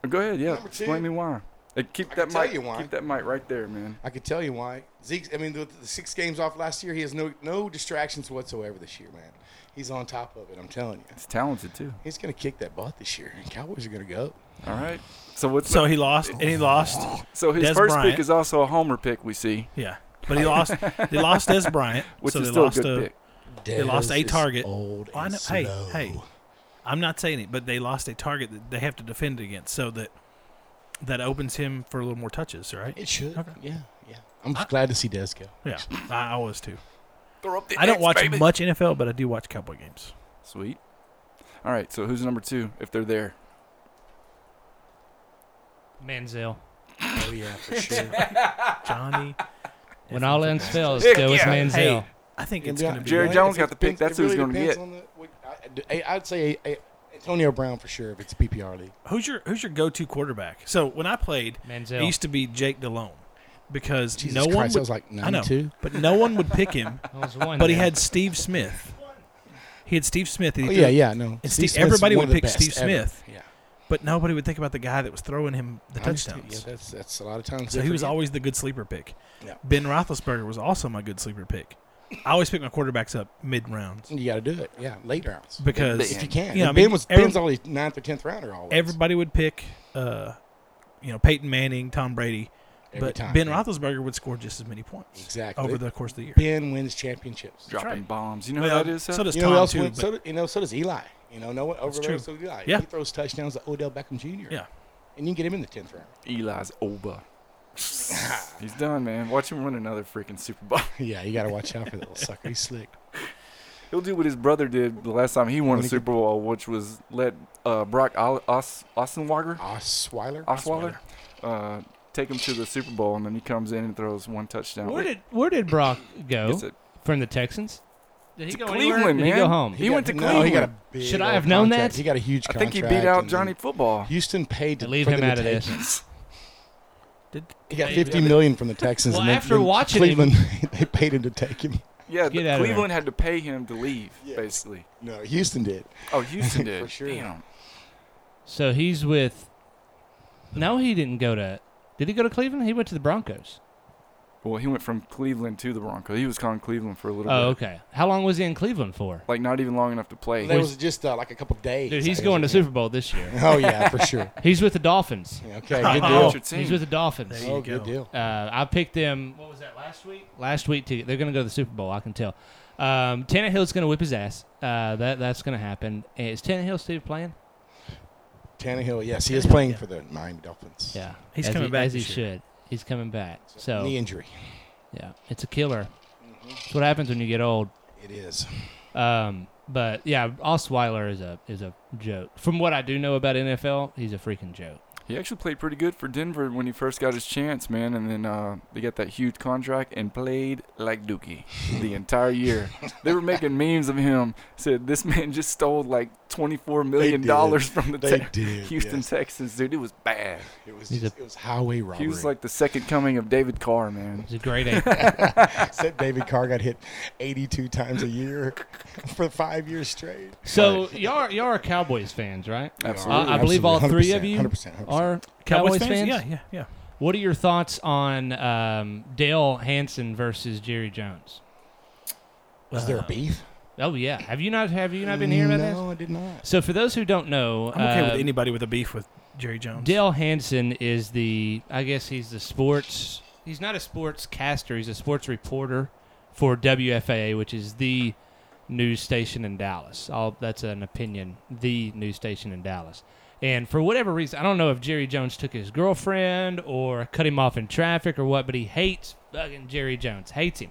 [SPEAKER 7] uh, go ahead, yeah.
[SPEAKER 2] Number two.
[SPEAKER 7] Explain me why. Uh, keep
[SPEAKER 2] I
[SPEAKER 7] that
[SPEAKER 2] can tell
[SPEAKER 7] mic.
[SPEAKER 2] you why.
[SPEAKER 7] Keep that mic right there, man.
[SPEAKER 2] I could tell you why. Zeke. I mean, the, the six games off last year, he has no no distractions whatsoever this year, man. He's on top of it. I'm telling you.
[SPEAKER 7] It's talented too.
[SPEAKER 2] He's gonna kick that butt this year, and Cowboys are gonna go.
[SPEAKER 7] All right. So what's
[SPEAKER 6] So he lost, and he lost.
[SPEAKER 7] so his
[SPEAKER 6] Des
[SPEAKER 7] first
[SPEAKER 6] Bryant.
[SPEAKER 7] pick is also a homer pick we see,
[SPEAKER 6] Yeah, but he lost. They lost Des Bryant,
[SPEAKER 7] which
[SPEAKER 6] so
[SPEAKER 7] is
[SPEAKER 6] they
[SPEAKER 7] still a
[SPEAKER 6] lost
[SPEAKER 7] good pick.
[SPEAKER 2] They
[SPEAKER 6] lost a target.
[SPEAKER 2] Old
[SPEAKER 6] Well, I
[SPEAKER 2] and
[SPEAKER 6] know- hey,
[SPEAKER 2] slow.
[SPEAKER 6] hey. I'm not saying it, but they lost a target that they have to defend against, so that that opens him for a little more touches, right?
[SPEAKER 2] It should.
[SPEAKER 6] Okay.
[SPEAKER 2] Yeah, yeah. I'm glad to see Desco.
[SPEAKER 6] Yeah, I always do.
[SPEAKER 7] Throw up the
[SPEAKER 6] I don't
[SPEAKER 7] X,
[SPEAKER 6] watch
[SPEAKER 7] baby.
[SPEAKER 6] much NFL, but I do watch Cowboy games.
[SPEAKER 7] Sweet. All right. So who's number two if they're there?
[SPEAKER 5] Manziel.
[SPEAKER 2] Oh yeah, for sure.
[SPEAKER 6] Johnny.
[SPEAKER 5] When all else fails,
[SPEAKER 7] Heck
[SPEAKER 5] go with
[SPEAKER 7] yeah.
[SPEAKER 5] Manziel.
[SPEAKER 6] Hey, I think it's
[SPEAKER 2] Yeah,
[SPEAKER 6] going to be.
[SPEAKER 7] Jerry
[SPEAKER 2] right.
[SPEAKER 7] Jones
[SPEAKER 2] It
[SPEAKER 7] got the pick.
[SPEAKER 2] depends-
[SPEAKER 7] That's
[SPEAKER 2] it
[SPEAKER 7] who's
[SPEAKER 2] really
[SPEAKER 7] gonna
[SPEAKER 2] depends
[SPEAKER 7] get.
[SPEAKER 2] on the- what- I, I- I'd say a, a- Antonio Brown for sure if it's PPR league.
[SPEAKER 6] Who's your Who's your go to quarterback? So when I played,
[SPEAKER 5] Manziel.
[SPEAKER 6] it used to be Jake DeLone because
[SPEAKER 2] Jesus
[SPEAKER 6] no one
[SPEAKER 2] Christ,
[SPEAKER 6] would,
[SPEAKER 2] that was like
[SPEAKER 6] I know,
[SPEAKER 2] 92.
[SPEAKER 6] but no one would pick him.
[SPEAKER 5] That was one
[SPEAKER 6] but he
[SPEAKER 5] there.
[SPEAKER 6] had Steve Smith. He had Steve Smith. and
[SPEAKER 2] Oh,
[SPEAKER 6] he
[SPEAKER 2] yeah,
[SPEAKER 6] threw-
[SPEAKER 2] yeah, no.
[SPEAKER 6] And Steve,
[SPEAKER 2] Steve Smith's
[SPEAKER 6] everybody
[SPEAKER 2] one
[SPEAKER 6] would
[SPEAKER 2] of the
[SPEAKER 6] pick Steve
[SPEAKER 2] best ever.
[SPEAKER 6] Smith,
[SPEAKER 2] Yeah,
[SPEAKER 6] but nobody would think about the guy that was throwing him the
[SPEAKER 2] I understand.
[SPEAKER 6] touchdowns.
[SPEAKER 2] Yeah, that's that's a lot of times.
[SPEAKER 6] so he
[SPEAKER 2] they
[SPEAKER 6] was
[SPEAKER 2] forget.
[SPEAKER 6] always the good sleeper pick.
[SPEAKER 2] Yeah.
[SPEAKER 6] Ben Roethlisberger was also my good sleeper pick. I always pick my quarterbacks up mid rounds
[SPEAKER 2] You got to do it. Yeah, late rounds
[SPEAKER 6] because
[SPEAKER 2] if you can.
[SPEAKER 6] You know, I
[SPEAKER 2] ben
[SPEAKER 6] mean,
[SPEAKER 2] was
[SPEAKER 6] every-
[SPEAKER 2] Ben's always ninth or tenth rounder always.
[SPEAKER 6] everybody would pick, uh, you know, Peyton Manning, Tom Brady,
[SPEAKER 2] Every
[SPEAKER 6] but
[SPEAKER 2] time,
[SPEAKER 6] Ben
[SPEAKER 2] yeah.
[SPEAKER 6] Roethlisberger would score just as many points
[SPEAKER 2] Exactly.
[SPEAKER 6] over the course of the year.
[SPEAKER 2] Ben wins championships.
[SPEAKER 7] Dropping
[SPEAKER 6] right.
[SPEAKER 7] bombs. You know
[SPEAKER 6] Well,
[SPEAKER 7] who that is?
[SPEAKER 6] so
[SPEAKER 7] Seth?
[SPEAKER 6] does
[SPEAKER 2] You know
[SPEAKER 6] Tom
[SPEAKER 2] who else
[SPEAKER 6] too.
[SPEAKER 2] wins?
[SPEAKER 6] but-
[SPEAKER 2] So do, you know, so does Eli. You know, no one over
[SPEAKER 6] true.
[SPEAKER 2] so does Eli.
[SPEAKER 6] Yeah.
[SPEAKER 2] He throws touchdowns to Odell Beckham Jr.
[SPEAKER 6] yeah,
[SPEAKER 2] And you can get him in the tenth round.
[SPEAKER 7] Eli's over. He's done, man. Watch him win another freaking Super Bowl.
[SPEAKER 2] Yeah, you got to watch out for that little sucker. He's slick.
[SPEAKER 7] He'll do what his brother did the last time he won a
[SPEAKER 6] When he
[SPEAKER 7] Super Bowl, which was let uh, Brock Ol- Os- Osweiler
[SPEAKER 2] Osweiler.
[SPEAKER 7] Osweiler uh, take him to the Super Bowl, and then he comes in and throws one touchdown.
[SPEAKER 5] Where did where did Brock go
[SPEAKER 7] Gets it.
[SPEAKER 5] from the Texans? Did he
[SPEAKER 7] to
[SPEAKER 5] go anywhere?
[SPEAKER 7] Cleveland,
[SPEAKER 5] Did
[SPEAKER 7] man.
[SPEAKER 5] he go home?
[SPEAKER 7] He, went to
[SPEAKER 2] got-
[SPEAKER 7] Cleveland.
[SPEAKER 2] No, he got a big
[SPEAKER 5] Should I
[SPEAKER 2] old
[SPEAKER 5] have known
[SPEAKER 2] contract.
[SPEAKER 5] that?
[SPEAKER 2] He got a huge
[SPEAKER 7] I
[SPEAKER 2] contract.
[SPEAKER 7] think he beat out
[SPEAKER 2] and
[SPEAKER 7] Johnny Football.
[SPEAKER 2] Houston paid to
[SPEAKER 5] Leave
[SPEAKER 2] for
[SPEAKER 5] him
[SPEAKER 2] them
[SPEAKER 5] out
[SPEAKER 2] to
[SPEAKER 5] of
[SPEAKER 2] take
[SPEAKER 5] this.
[SPEAKER 2] him.
[SPEAKER 6] Did
[SPEAKER 2] He got
[SPEAKER 5] Yeah,
[SPEAKER 2] fifty
[SPEAKER 5] yeah.
[SPEAKER 2] million from the Texans.
[SPEAKER 5] Well,
[SPEAKER 2] and then-
[SPEAKER 5] after
[SPEAKER 2] then
[SPEAKER 5] watching him-
[SPEAKER 2] Cleveland, they paid him to take him.
[SPEAKER 7] Yeah,
[SPEAKER 5] Get out
[SPEAKER 7] the-
[SPEAKER 5] of there.
[SPEAKER 7] Cleveland had to pay him to leave,
[SPEAKER 2] Yes.
[SPEAKER 7] basically.
[SPEAKER 2] No, Houston did.
[SPEAKER 7] Oh, Houston did.
[SPEAKER 2] For sure.
[SPEAKER 7] Damn.
[SPEAKER 5] So he's with. No, he didn't go to. Did he go to Cleveland? He went to the Broncos.
[SPEAKER 7] Well, he went from Cleveland to the Broncos. He was calling Cleveland for a little
[SPEAKER 5] Oh,
[SPEAKER 7] bit.
[SPEAKER 5] okay. How long was he in Cleveland for?
[SPEAKER 7] Like not even long enough to play.
[SPEAKER 2] That was just uh, like a couple days.
[SPEAKER 5] Dude, he's going to Super Bowl this year.
[SPEAKER 2] Oh yeah, for sure.
[SPEAKER 5] He's with the Dolphins.
[SPEAKER 2] Okay, good
[SPEAKER 7] That's
[SPEAKER 2] deal.
[SPEAKER 7] your team.
[SPEAKER 5] He's with the Dolphins.
[SPEAKER 6] There
[SPEAKER 2] Oh,
[SPEAKER 6] you go.
[SPEAKER 2] good deal.
[SPEAKER 5] Uh, I picked them. What was that last week? Last week to they're going to go to the Super Bowl. I can tell. Um, Tannehill's going to whip his ass. Uh, that that's going to happen. Is Tannehill still playing?
[SPEAKER 2] Tannehill, yes, he is playing for the Miami Dolphins.
[SPEAKER 5] Yeah,
[SPEAKER 6] He's
[SPEAKER 5] As
[SPEAKER 6] coming
[SPEAKER 5] he,
[SPEAKER 6] back
[SPEAKER 5] as he
[SPEAKER 6] this year.
[SPEAKER 5] should. He's coming back. So
[SPEAKER 2] knee injury.
[SPEAKER 5] yeah, it's a killer.
[SPEAKER 6] Mm-hmm.
[SPEAKER 5] It's what happens when you get old.
[SPEAKER 2] It is.
[SPEAKER 5] Um, but yeah, Osweiler is a is a joke. From what I do know about NFL, he's a freaking joke.
[SPEAKER 7] He actually played pretty good for Denver when he first got his chance, man. And then uh, they got that huge contract and played like Dookie the entire year. They were making memes of him. Said this man just stole like twenty-four million
[SPEAKER 2] did.
[SPEAKER 7] dollars from the
[SPEAKER 2] They
[SPEAKER 7] Te-
[SPEAKER 2] did.
[SPEAKER 7] Houston
[SPEAKER 2] yes.
[SPEAKER 7] Texans, dude. It was bad.
[SPEAKER 2] It was
[SPEAKER 5] He's
[SPEAKER 2] just, it was highway robbery.
[SPEAKER 7] He was like the second coming of David Carr, man.
[SPEAKER 5] He's a great athlete.
[SPEAKER 2] said David Carr got hit 82 times a year for five years straight.
[SPEAKER 5] so y'all are, y'all are Cowboys fans, right?
[SPEAKER 7] Absolutely.
[SPEAKER 5] I believe all three of you
[SPEAKER 2] 100%, 100%.
[SPEAKER 5] Are
[SPEAKER 6] Cowboys,
[SPEAKER 5] Cowboys, fans?
[SPEAKER 6] Yeah, yeah, yeah.
[SPEAKER 5] What are your thoughts on um, Dale Hansen versus Jerry Jones?
[SPEAKER 2] was there a beef?
[SPEAKER 5] Oh yeah, have you not have you not been hearing about
[SPEAKER 2] No, I did not.
[SPEAKER 5] this? So for those who don't know,
[SPEAKER 6] I'm okay
[SPEAKER 5] um,
[SPEAKER 6] with anybody with a beef with Jerry Jones.
[SPEAKER 5] Dale Hansen is the, I guess he's the sports. He's not a sports caster. He's a sports reporter for WFAA, which is the news station in Dallas. All that's an opinion. The news station in Dallas. And for whatever reason, I don't know if Jerry Jones took his girlfriend or cut him off in traffic or what, but he hates fucking Jerry Jones. Hates him.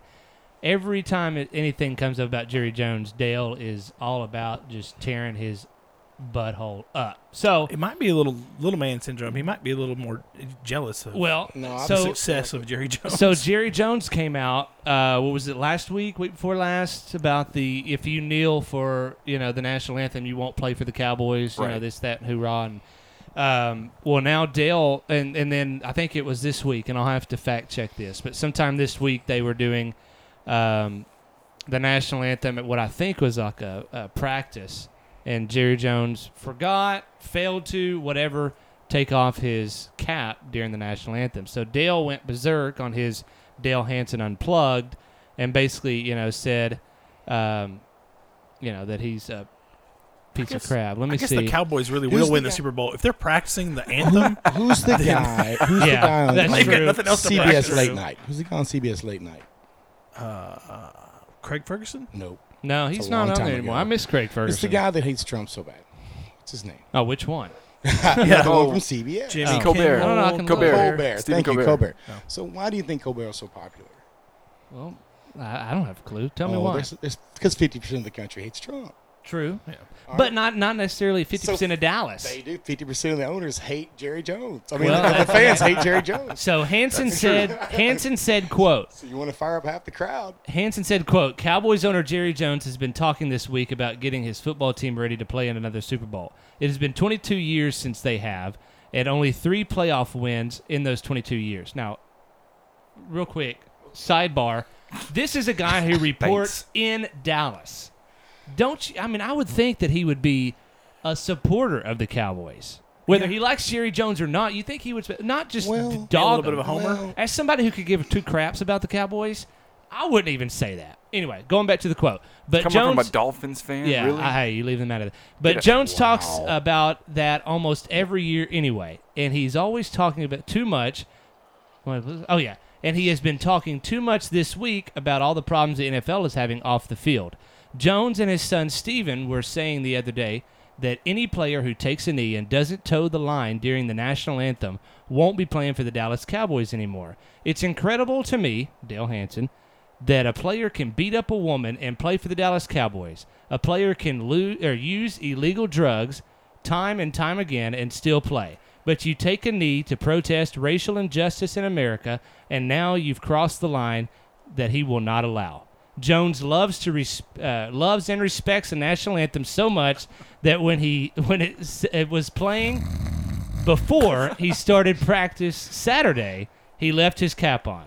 [SPEAKER 5] Every time it- anything comes up about Jerry Jones, Dale is all about just tearing his butthole up. So
[SPEAKER 6] It might be a little little man syndrome. He might be a little more jealous of
[SPEAKER 5] well,
[SPEAKER 2] No,
[SPEAKER 6] the
[SPEAKER 2] I'm
[SPEAKER 5] so
[SPEAKER 6] success of Jerry Jones.
[SPEAKER 5] so Jerry Jones came out. Uh, what was it last week? Week before last about the if you kneel for you know the national anthem, you won't play for the Cowboys. You know
[SPEAKER 7] Right.
[SPEAKER 5] this, that, and hoorah. And, um, well, now Dale, and and then I think it was this week, and I'll have to fact check this, but sometime this week they were doing um, the national anthem at what I think was like a, a practice, and Jerry Jones forgot, failed to, whatever, take off his cap during the national anthem. So Dale went berserk on his Dale Hansen Unplugged and basically, you know, said, um, you know, that he's a piece
[SPEAKER 6] guess-
[SPEAKER 5] of crap. Let me
[SPEAKER 6] I guess
[SPEAKER 5] see.
[SPEAKER 6] the Cowboys really
[SPEAKER 2] Who's
[SPEAKER 6] will
[SPEAKER 2] the
[SPEAKER 6] win the
[SPEAKER 2] guy-
[SPEAKER 6] Super Bowl if they're practicing the anthem.
[SPEAKER 2] Who's the guy? Who's the
[SPEAKER 5] Yeah,
[SPEAKER 2] guy on
[SPEAKER 5] that's
[SPEAKER 2] late
[SPEAKER 6] they've got
[SPEAKER 5] true.
[SPEAKER 6] nothing else to practice.
[SPEAKER 2] CBS late night? Who's the guy on CBS late night?
[SPEAKER 6] Craig Ferguson.
[SPEAKER 2] Nope.
[SPEAKER 5] no, he's
[SPEAKER 2] a
[SPEAKER 5] not
[SPEAKER 2] long
[SPEAKER 5] on
[SPEAKER 2] time
[SPEAKER 5] there anymore.
[SPEAKER 2] ago.
[SPEAKER 5] I miss Craig Ferguson.
[SPEAKER 2] It's the guy that hates Trump so bad. What's his name?
[SPEAKER 5] Oh, which one?
[SPEAKER 2] The
[SPEAKER 7] Oh.
[SPEAKER 2] one from CBS.
[SPEAKER 6] Jimmy
[SPEAKER 5] Oh.
[SPEAKER 7] Colbert.
[SPEAKER 5] I don't know. I
[SPEAKER 6] Kimmel.
[SPEAKER 5] can
[SPEAKER 7] Colbert.
[SPEAKER 5] look.
[SPEAKER 2] Colbert.
[SPEAKER 7] Stephen
[SPEAKER 2] Thank you,
[SPEAKER 7] Colbert.
[SPEAKER 2] Colbert.
[SPEAKER 5] Oh.
[SPEAKER 2] So why do you think Colbert is so popular?
[SPEAKER 5] Well, I, I don't have a clue. Tell me
[SPEAKER 2] Oh,
[SPEAKER 5] why.
[SPEAKER 2] there's- there's- Because 50% of the country hates Trump.
[SPEAKER 5] True. But not not necessarily 50%
[SPEAKER 2] So
[SPEAKER 5] of Dallas.
[SPEAKER 2] They do. 50% of the owners hate Jerry Jones. I mean,
[SPEAKER 5] Well,
[SPEAKER 2] the
[SPEAKER 5] that's-
[SPEAKER 2] fans hate Jerry Jones.
[SPEAKER 5] So Hansen said Hansen said quote
[SPEAKER 2] So you want to fire up half the crowd.
[SPEAKER 5] Hansen said, quote, Cowboys owner Jerry Jones has been talking this week about getting his football team ready to play in another Super Bowl. It has been 22 years since they have, and only three playoff wins in those 22 years. Now, real quick, sidebar. This is a guy who reports in Dallas. Don't you? I mean, I would think that he would be a supporter of the Cowboys. Whether he likes Jerry Jones or not, you think he would sp- not just
[SPEAKER 2] Well,
[SPEAKER 5] dog
[SPEAKER 6] Be a little bit
[SPEAKER 5] him.
[SPEAKER 6] of a homer.
[SPEAKER 2] Well,
[SPEAKER 5] As somebody who could give two craps about the Cowboys, I wouldn't even say that. Anyway, going back to the quote, but
[SPEAKER 7] Coming
[SPEAKER 5] Jones,
[SPEAKER 7] from a Dolphins fan,
[SPEAKER 5] yeah,
[SPEAKER 7] really?
[SPEAKER 5] I- hey, you leave them out of it. But
[SPEAKER 7] Yeah.
[SPEAKER 5] Jones talks about that almost every year anyway, and he's always talking about too much. What was- Oh yeah, and he has been talking too much this week about all the problems the NFL is having off the field. Jones and his son Steven were saying the other day that any player who takes a knee and doesn't toe the line during the national anthem won't be playing for the Dallas Cowboys anymore. It's incredible to me, Dale Hansen, that a player can beat up a woman and play for the Dallas Cowboys. A player can lose or use illegal drugs time and time again and still play. But you take a knee to protest racial injustice in America, and now you've crossed the line that he will not allow. Jones loves to res- uh, loves and respects the national anthem so much that when he when it, s- it was playing before he started practice Saturday, he left his cap on.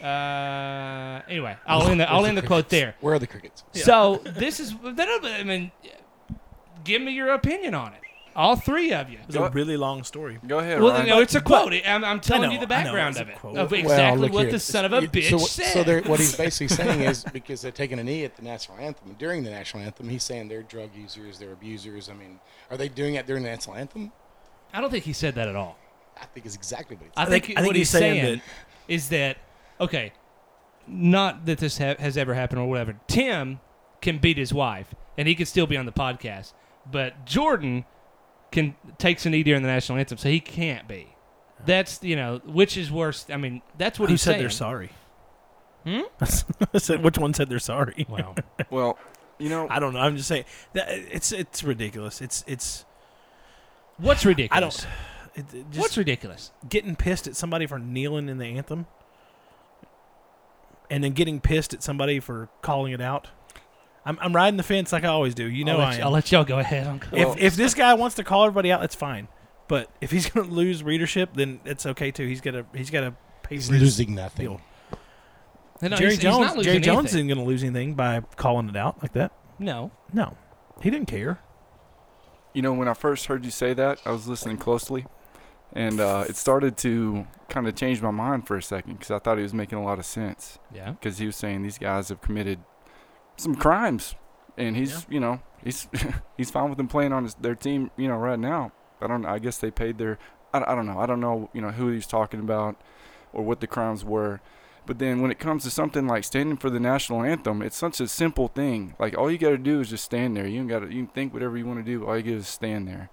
[SPEAKER 5] Uh, anyway, I'll end the, I'll end the quote there.
[SPEAKER 2] Where are the crickets?
[SPEAKER 5] So this is I mean, give me your opinion on it, all three of you.
[SPEAKER 6] It was a really long story.
[SPEAKER 7] Go ahead,
[SPEAKER 5] Well,
[SPEAKER 7] Ryan.
[SPEAKER 5] no, it's a quote. I'm, I'm telling
[SPEAKER 6] know,
[SPEAKER 5] you the
[SPEAKER 6] I know,
[SPEAKER 5] background
[SPEAKER 6] it's a
[SPEAKER 5] of it,
[SPEAKER 6] quote.
[SPEAKER 5] of
[SPEAKER 6] Well,
[SPEAKER 5] exactly
[SPEAKER 2] look
[SPEAKER 5] what
[SPEAKER 2] here.
[SPEAKER 5] the son of a
[SPEAKER 2] It-
[SPEAKER 5] bitch
[SPEAKER 2] so, what-
[SPEAKER 5] said.
[SPEAKER 2] So they're- what he's basically saying is because they're taking a knee at the national anthem during the national anthem, he's saying they're drug users, they're abusers. I mean, are they doing it during the national anthem?
[SPEAKER 5] I don't think he said that at all.
[SPEAKER 2] I think is exactly what he's.
[SPEAKER 5] I
[SPEAKER 6] think-
[SPEAKER 5] think,
[SPEAKER 6] I think
[SPEAKER 5] what
[SPEAKER 6] he's
[SPEAKER 5] he's,
[SPEAKER 6] saying
[SPEAKER 5] saying, is that okay, not that this ha- has ever happened or whatever. Tim can beat his wife, and he could still be on the podcast, but Jordan can takes an E during the national anthem, so he can't be. That's you know which is worse. I mean, that's what
[SPEAKER 6] Who
[SPEAKER 5] he's
[SPEAKER 6] said
[SPEAKER 5] saying. Hmm?
[SPEAKER 6] they're sorry? I said, which one said they're sorry?
[SPEAKER 5] Wow.
[SPEAKER 7] well, you know,
[SPEAKER 6] I don't know. I'm just saying that uh, it's it's ridiculous. It's it's
[SPEAKER 5] What's ridiculous?
[SPEAKER 6] I don't. It, it just
[SPEAKER 5] What's ridiculous?
[SPEAKER 6] getting pissed at somebody for kneeling in the anthem, and then getting pissed at somebody for calling it out. I'm I'm riding the fence like I always do. You know
[SPEAKER 5] I'll,
[SPEAKER 6] I
[SPEAKER 5] let,
[SPEAKER 6] am.
[SPEAKER 5] will let y'all go ahead. I'm-
[SPEAKER 7] Well-
[SPEAKER 6] if if this guy wants to call everybody out, that's fine. But if he's gonna lose readership, then it's okay too. He's gotta he's gotta pay
[SPEAKER 2] He's
[SPEAKER 6] for his
[SPEAKER 2] losing nothing.
[SPEAKER 6] deal.
[SPEAKER 5] No, no,
[SPEAKER 6] Jerry
[SPEAKER 5] he's- he's
[SPEAKER 6] Jones
[SPEAKER 5] not losing
[SPEAKER 6] Jerry Jones
[SPEAKER 5] anything.
[SPEAKER 6] isn't gonna lose anything by calling it out like that.
[SPEAKER 5] No.
[SPEAKER 6] No, he didn't care.
[SPEAKER 7] you know, when I first heard you say that, I was listening closely, and uh, it started to kind of change my mind for a second because I thought he was making a lot of sense
[SPEAKER 5] Yeah.
[SPEAKER 7] because he was saying these guys have committed some crimes, and he's you know he's he's fine with them playing on his, their team you know right now. I don't. I guess they paid their. I, I don't know. I don't know. You know who he's talking about or what the crimes were. But then when it comes to something like standing for the national anthem, it's such a simple thing. Like all you got to do is just stand there. You ain't got to. You can think whatever you want to do. All you do is stand there.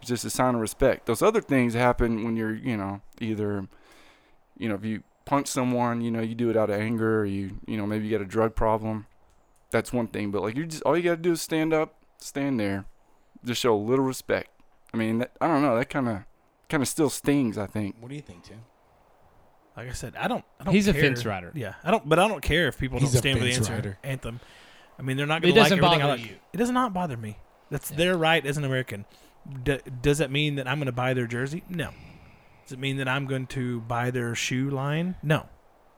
[SPEAKER 7] It's just a sign of respect. Those other things happen when you're, you know, either, you know, if you punch someone, you know, you do it out of anger, or you, you know, maybe you got a drug problem. That's one thing. But like you just all you got to do is stand up, stand there, just show a little respect. I mean, that, I don't know. That kind of, kind of still stings. I think.
[SPEAKER 2] What do you think, Tim?
[SPEAKER 6] Like I said, I don't. I don't
[SPEAKER 5] He's a
[SPEAKER 6] care.
[SPEAKER 5] fence rider.
[SPEAKER 6] Yeah, I don't. But I don't care if people
[SPEAKER 2] He's
[SPEAKER 6] don't
[SPEAKER 2] a
[SPEAKER 6] stand for the
[SPEAKER 2] fence
[SPEAKER 6] answer,
[SPEAKER 2] rider.
[SPEAKER 6] anthem. I mean, they're not
[SPEAKER 5] It
[SPEAKER 6] going to like
[SPEAKER 5] doesn't
[SPEAKER 6] everything. I
[SPEAKER 5] bother
[SPEAKER 6] like.
[SPEAKER 5] you.
[SPEAKER 6] It does not bother me. That's their right as an American. D- does that mean that I'm going to buy their jersey? No. Does it mean that I'm going to buy their shoe line? No,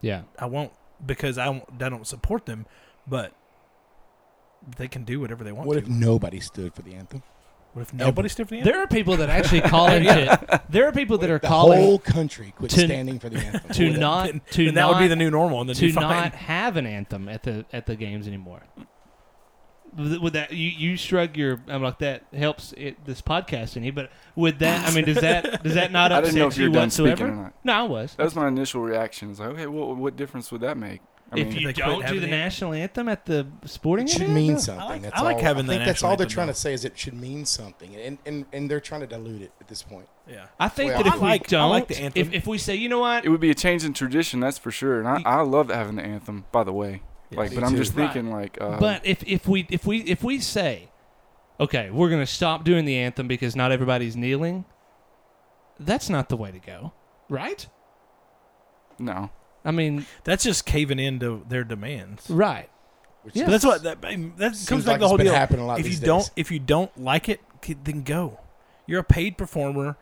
[SPEAKER 5] Yeah.
[SPEAKER 6] I won't because I won't, I don't support them. But they can do whatever they want.
[SPEAKER 2] What
[SPEAKER 6] to.
[SPEAKER 2] if nobody stood for the anthem?
[SPEAKER 6] what if nobody stood for the anthem?
[SPEAKER 5] There are people that actually call into. There are people that are
[SPEAKER 2] The
[SPEAKER 5] calling
[SPEAKER 2] whole country quit
[SPEAKER 5] to-
[SPEAKER 2] standing for the anthem.
[SPEAKER 5] to
[SPEAKER 2] Well,
[SPEAKER 5] not
[SPEAKER 6] Then-
[SPEAKER 5] to
[SPEAKER 6] then
[SPEAKER 5] not
[SPEAKER 6] that would be the new normal. And then
[SPEAKER 5] to
[SPEAKER 6] you find-
[SPEAKER 5] not have an anthem at the at the games anymore. Th- Would that you, you shrug your I'm like that helps it, this podcast any? But would that I mean does that does that not
[SPEAKER 7] I
[SPEAKER 5] upset
[SPEAKER 7] didn't know if you were done speaking
[SPEAKER 5] whatsoever?
[SPEAKER 7] or not.
[SPEAKER 5] No, I was.
[SPEAKER 7] That was my initial reaction. It's like, okay, what what difference would that make? I
[SPEAKER 5] if
[SPEAKER 7] mean,
[SPEAKER 5] you
[SPEAKER 6] They quit
[SPEAKER 5] don't do
[SPEAKER 6] having
[SPEAKER 5] the
[SPEAKER 6] it.
[SPEAKER 5] national anthem at the sporting
[SPEAKER 2] It should
[SPEAKER 5] event,
[SPEAKER 2] mean
[SPEAKER 5] no.
[SPEAKER 2] something.
[SPEAKER 6] like-
[SPEAKER 2] that's
[SPEAKER 6] I like
[SPEAKER 2] all.
[SPEAKER 6] having
[SPEAKER 2] I
[SPEAKER 6] the
[SPEAKER 2] think that's
[SPEAKER 6] national
[SPEAKER 2] all they're
[SPEAKER 6] anthem,
[SPEAKER 2] trying
[SPEAKER 6] though.
[SPEAKER 2] to say is it should mean something, and and, and they're trying to dilute it at this point.
[SPEAKER 6] yeah.
[SPEAKER 5] I think
[SPEAKER 2] Well,
[SPEAKER 5] that
[SPEAKER 2] I
[SPEAKER 5] if
[SPEAKER 6] like-
[SPEAKER 5] we
[SPEAKER 6] I
[SPEAKER 5] don't,
[SPEAKER 6] like the anthem.
[SPEAKER 5] if if we say you know what,
[SPEAKER 7] it would be a change in tradition, that's for sure. And I, I love having the anthem, by the way. like,
[SPEAKER 2] me
[SPEAKER 7] but I'm
[SPEAKER 2] too.
[SPEAKER 7] just
[SPEAKER 5] Right.
[SPEAKER 7] thinking, like, uh,
[SPEAKER 5] but if if we if we if we say, okay, we're gonna stop doing the anthem because not everybody's kneeling, that's not the way to go, right?
[SPEAKER 7] no,
[SPEAKER 5] I mean,
[SPEAKER 6] That's just caving into their demands.
[SPEAKER 5] right?
[SPEAKER 2] Which
[SPEAKER 5] Yeah.
[SPEAKER 6] But that's what that I mean, that comes back to
[SPEAKER 2] like
[SPEAKER 6] the
[SPEAKER 2] it's
[SPEAKER 6] whole
[SPEAKER 2] been
[SPEAKER 6] deal.
[SPEAKER 2] happening a lot
[SPEAKER 6] if you
[SPEAKER 2] these days.
[SPEAKER 6] don't, if you don't like it, k- then go. You're a paid performer.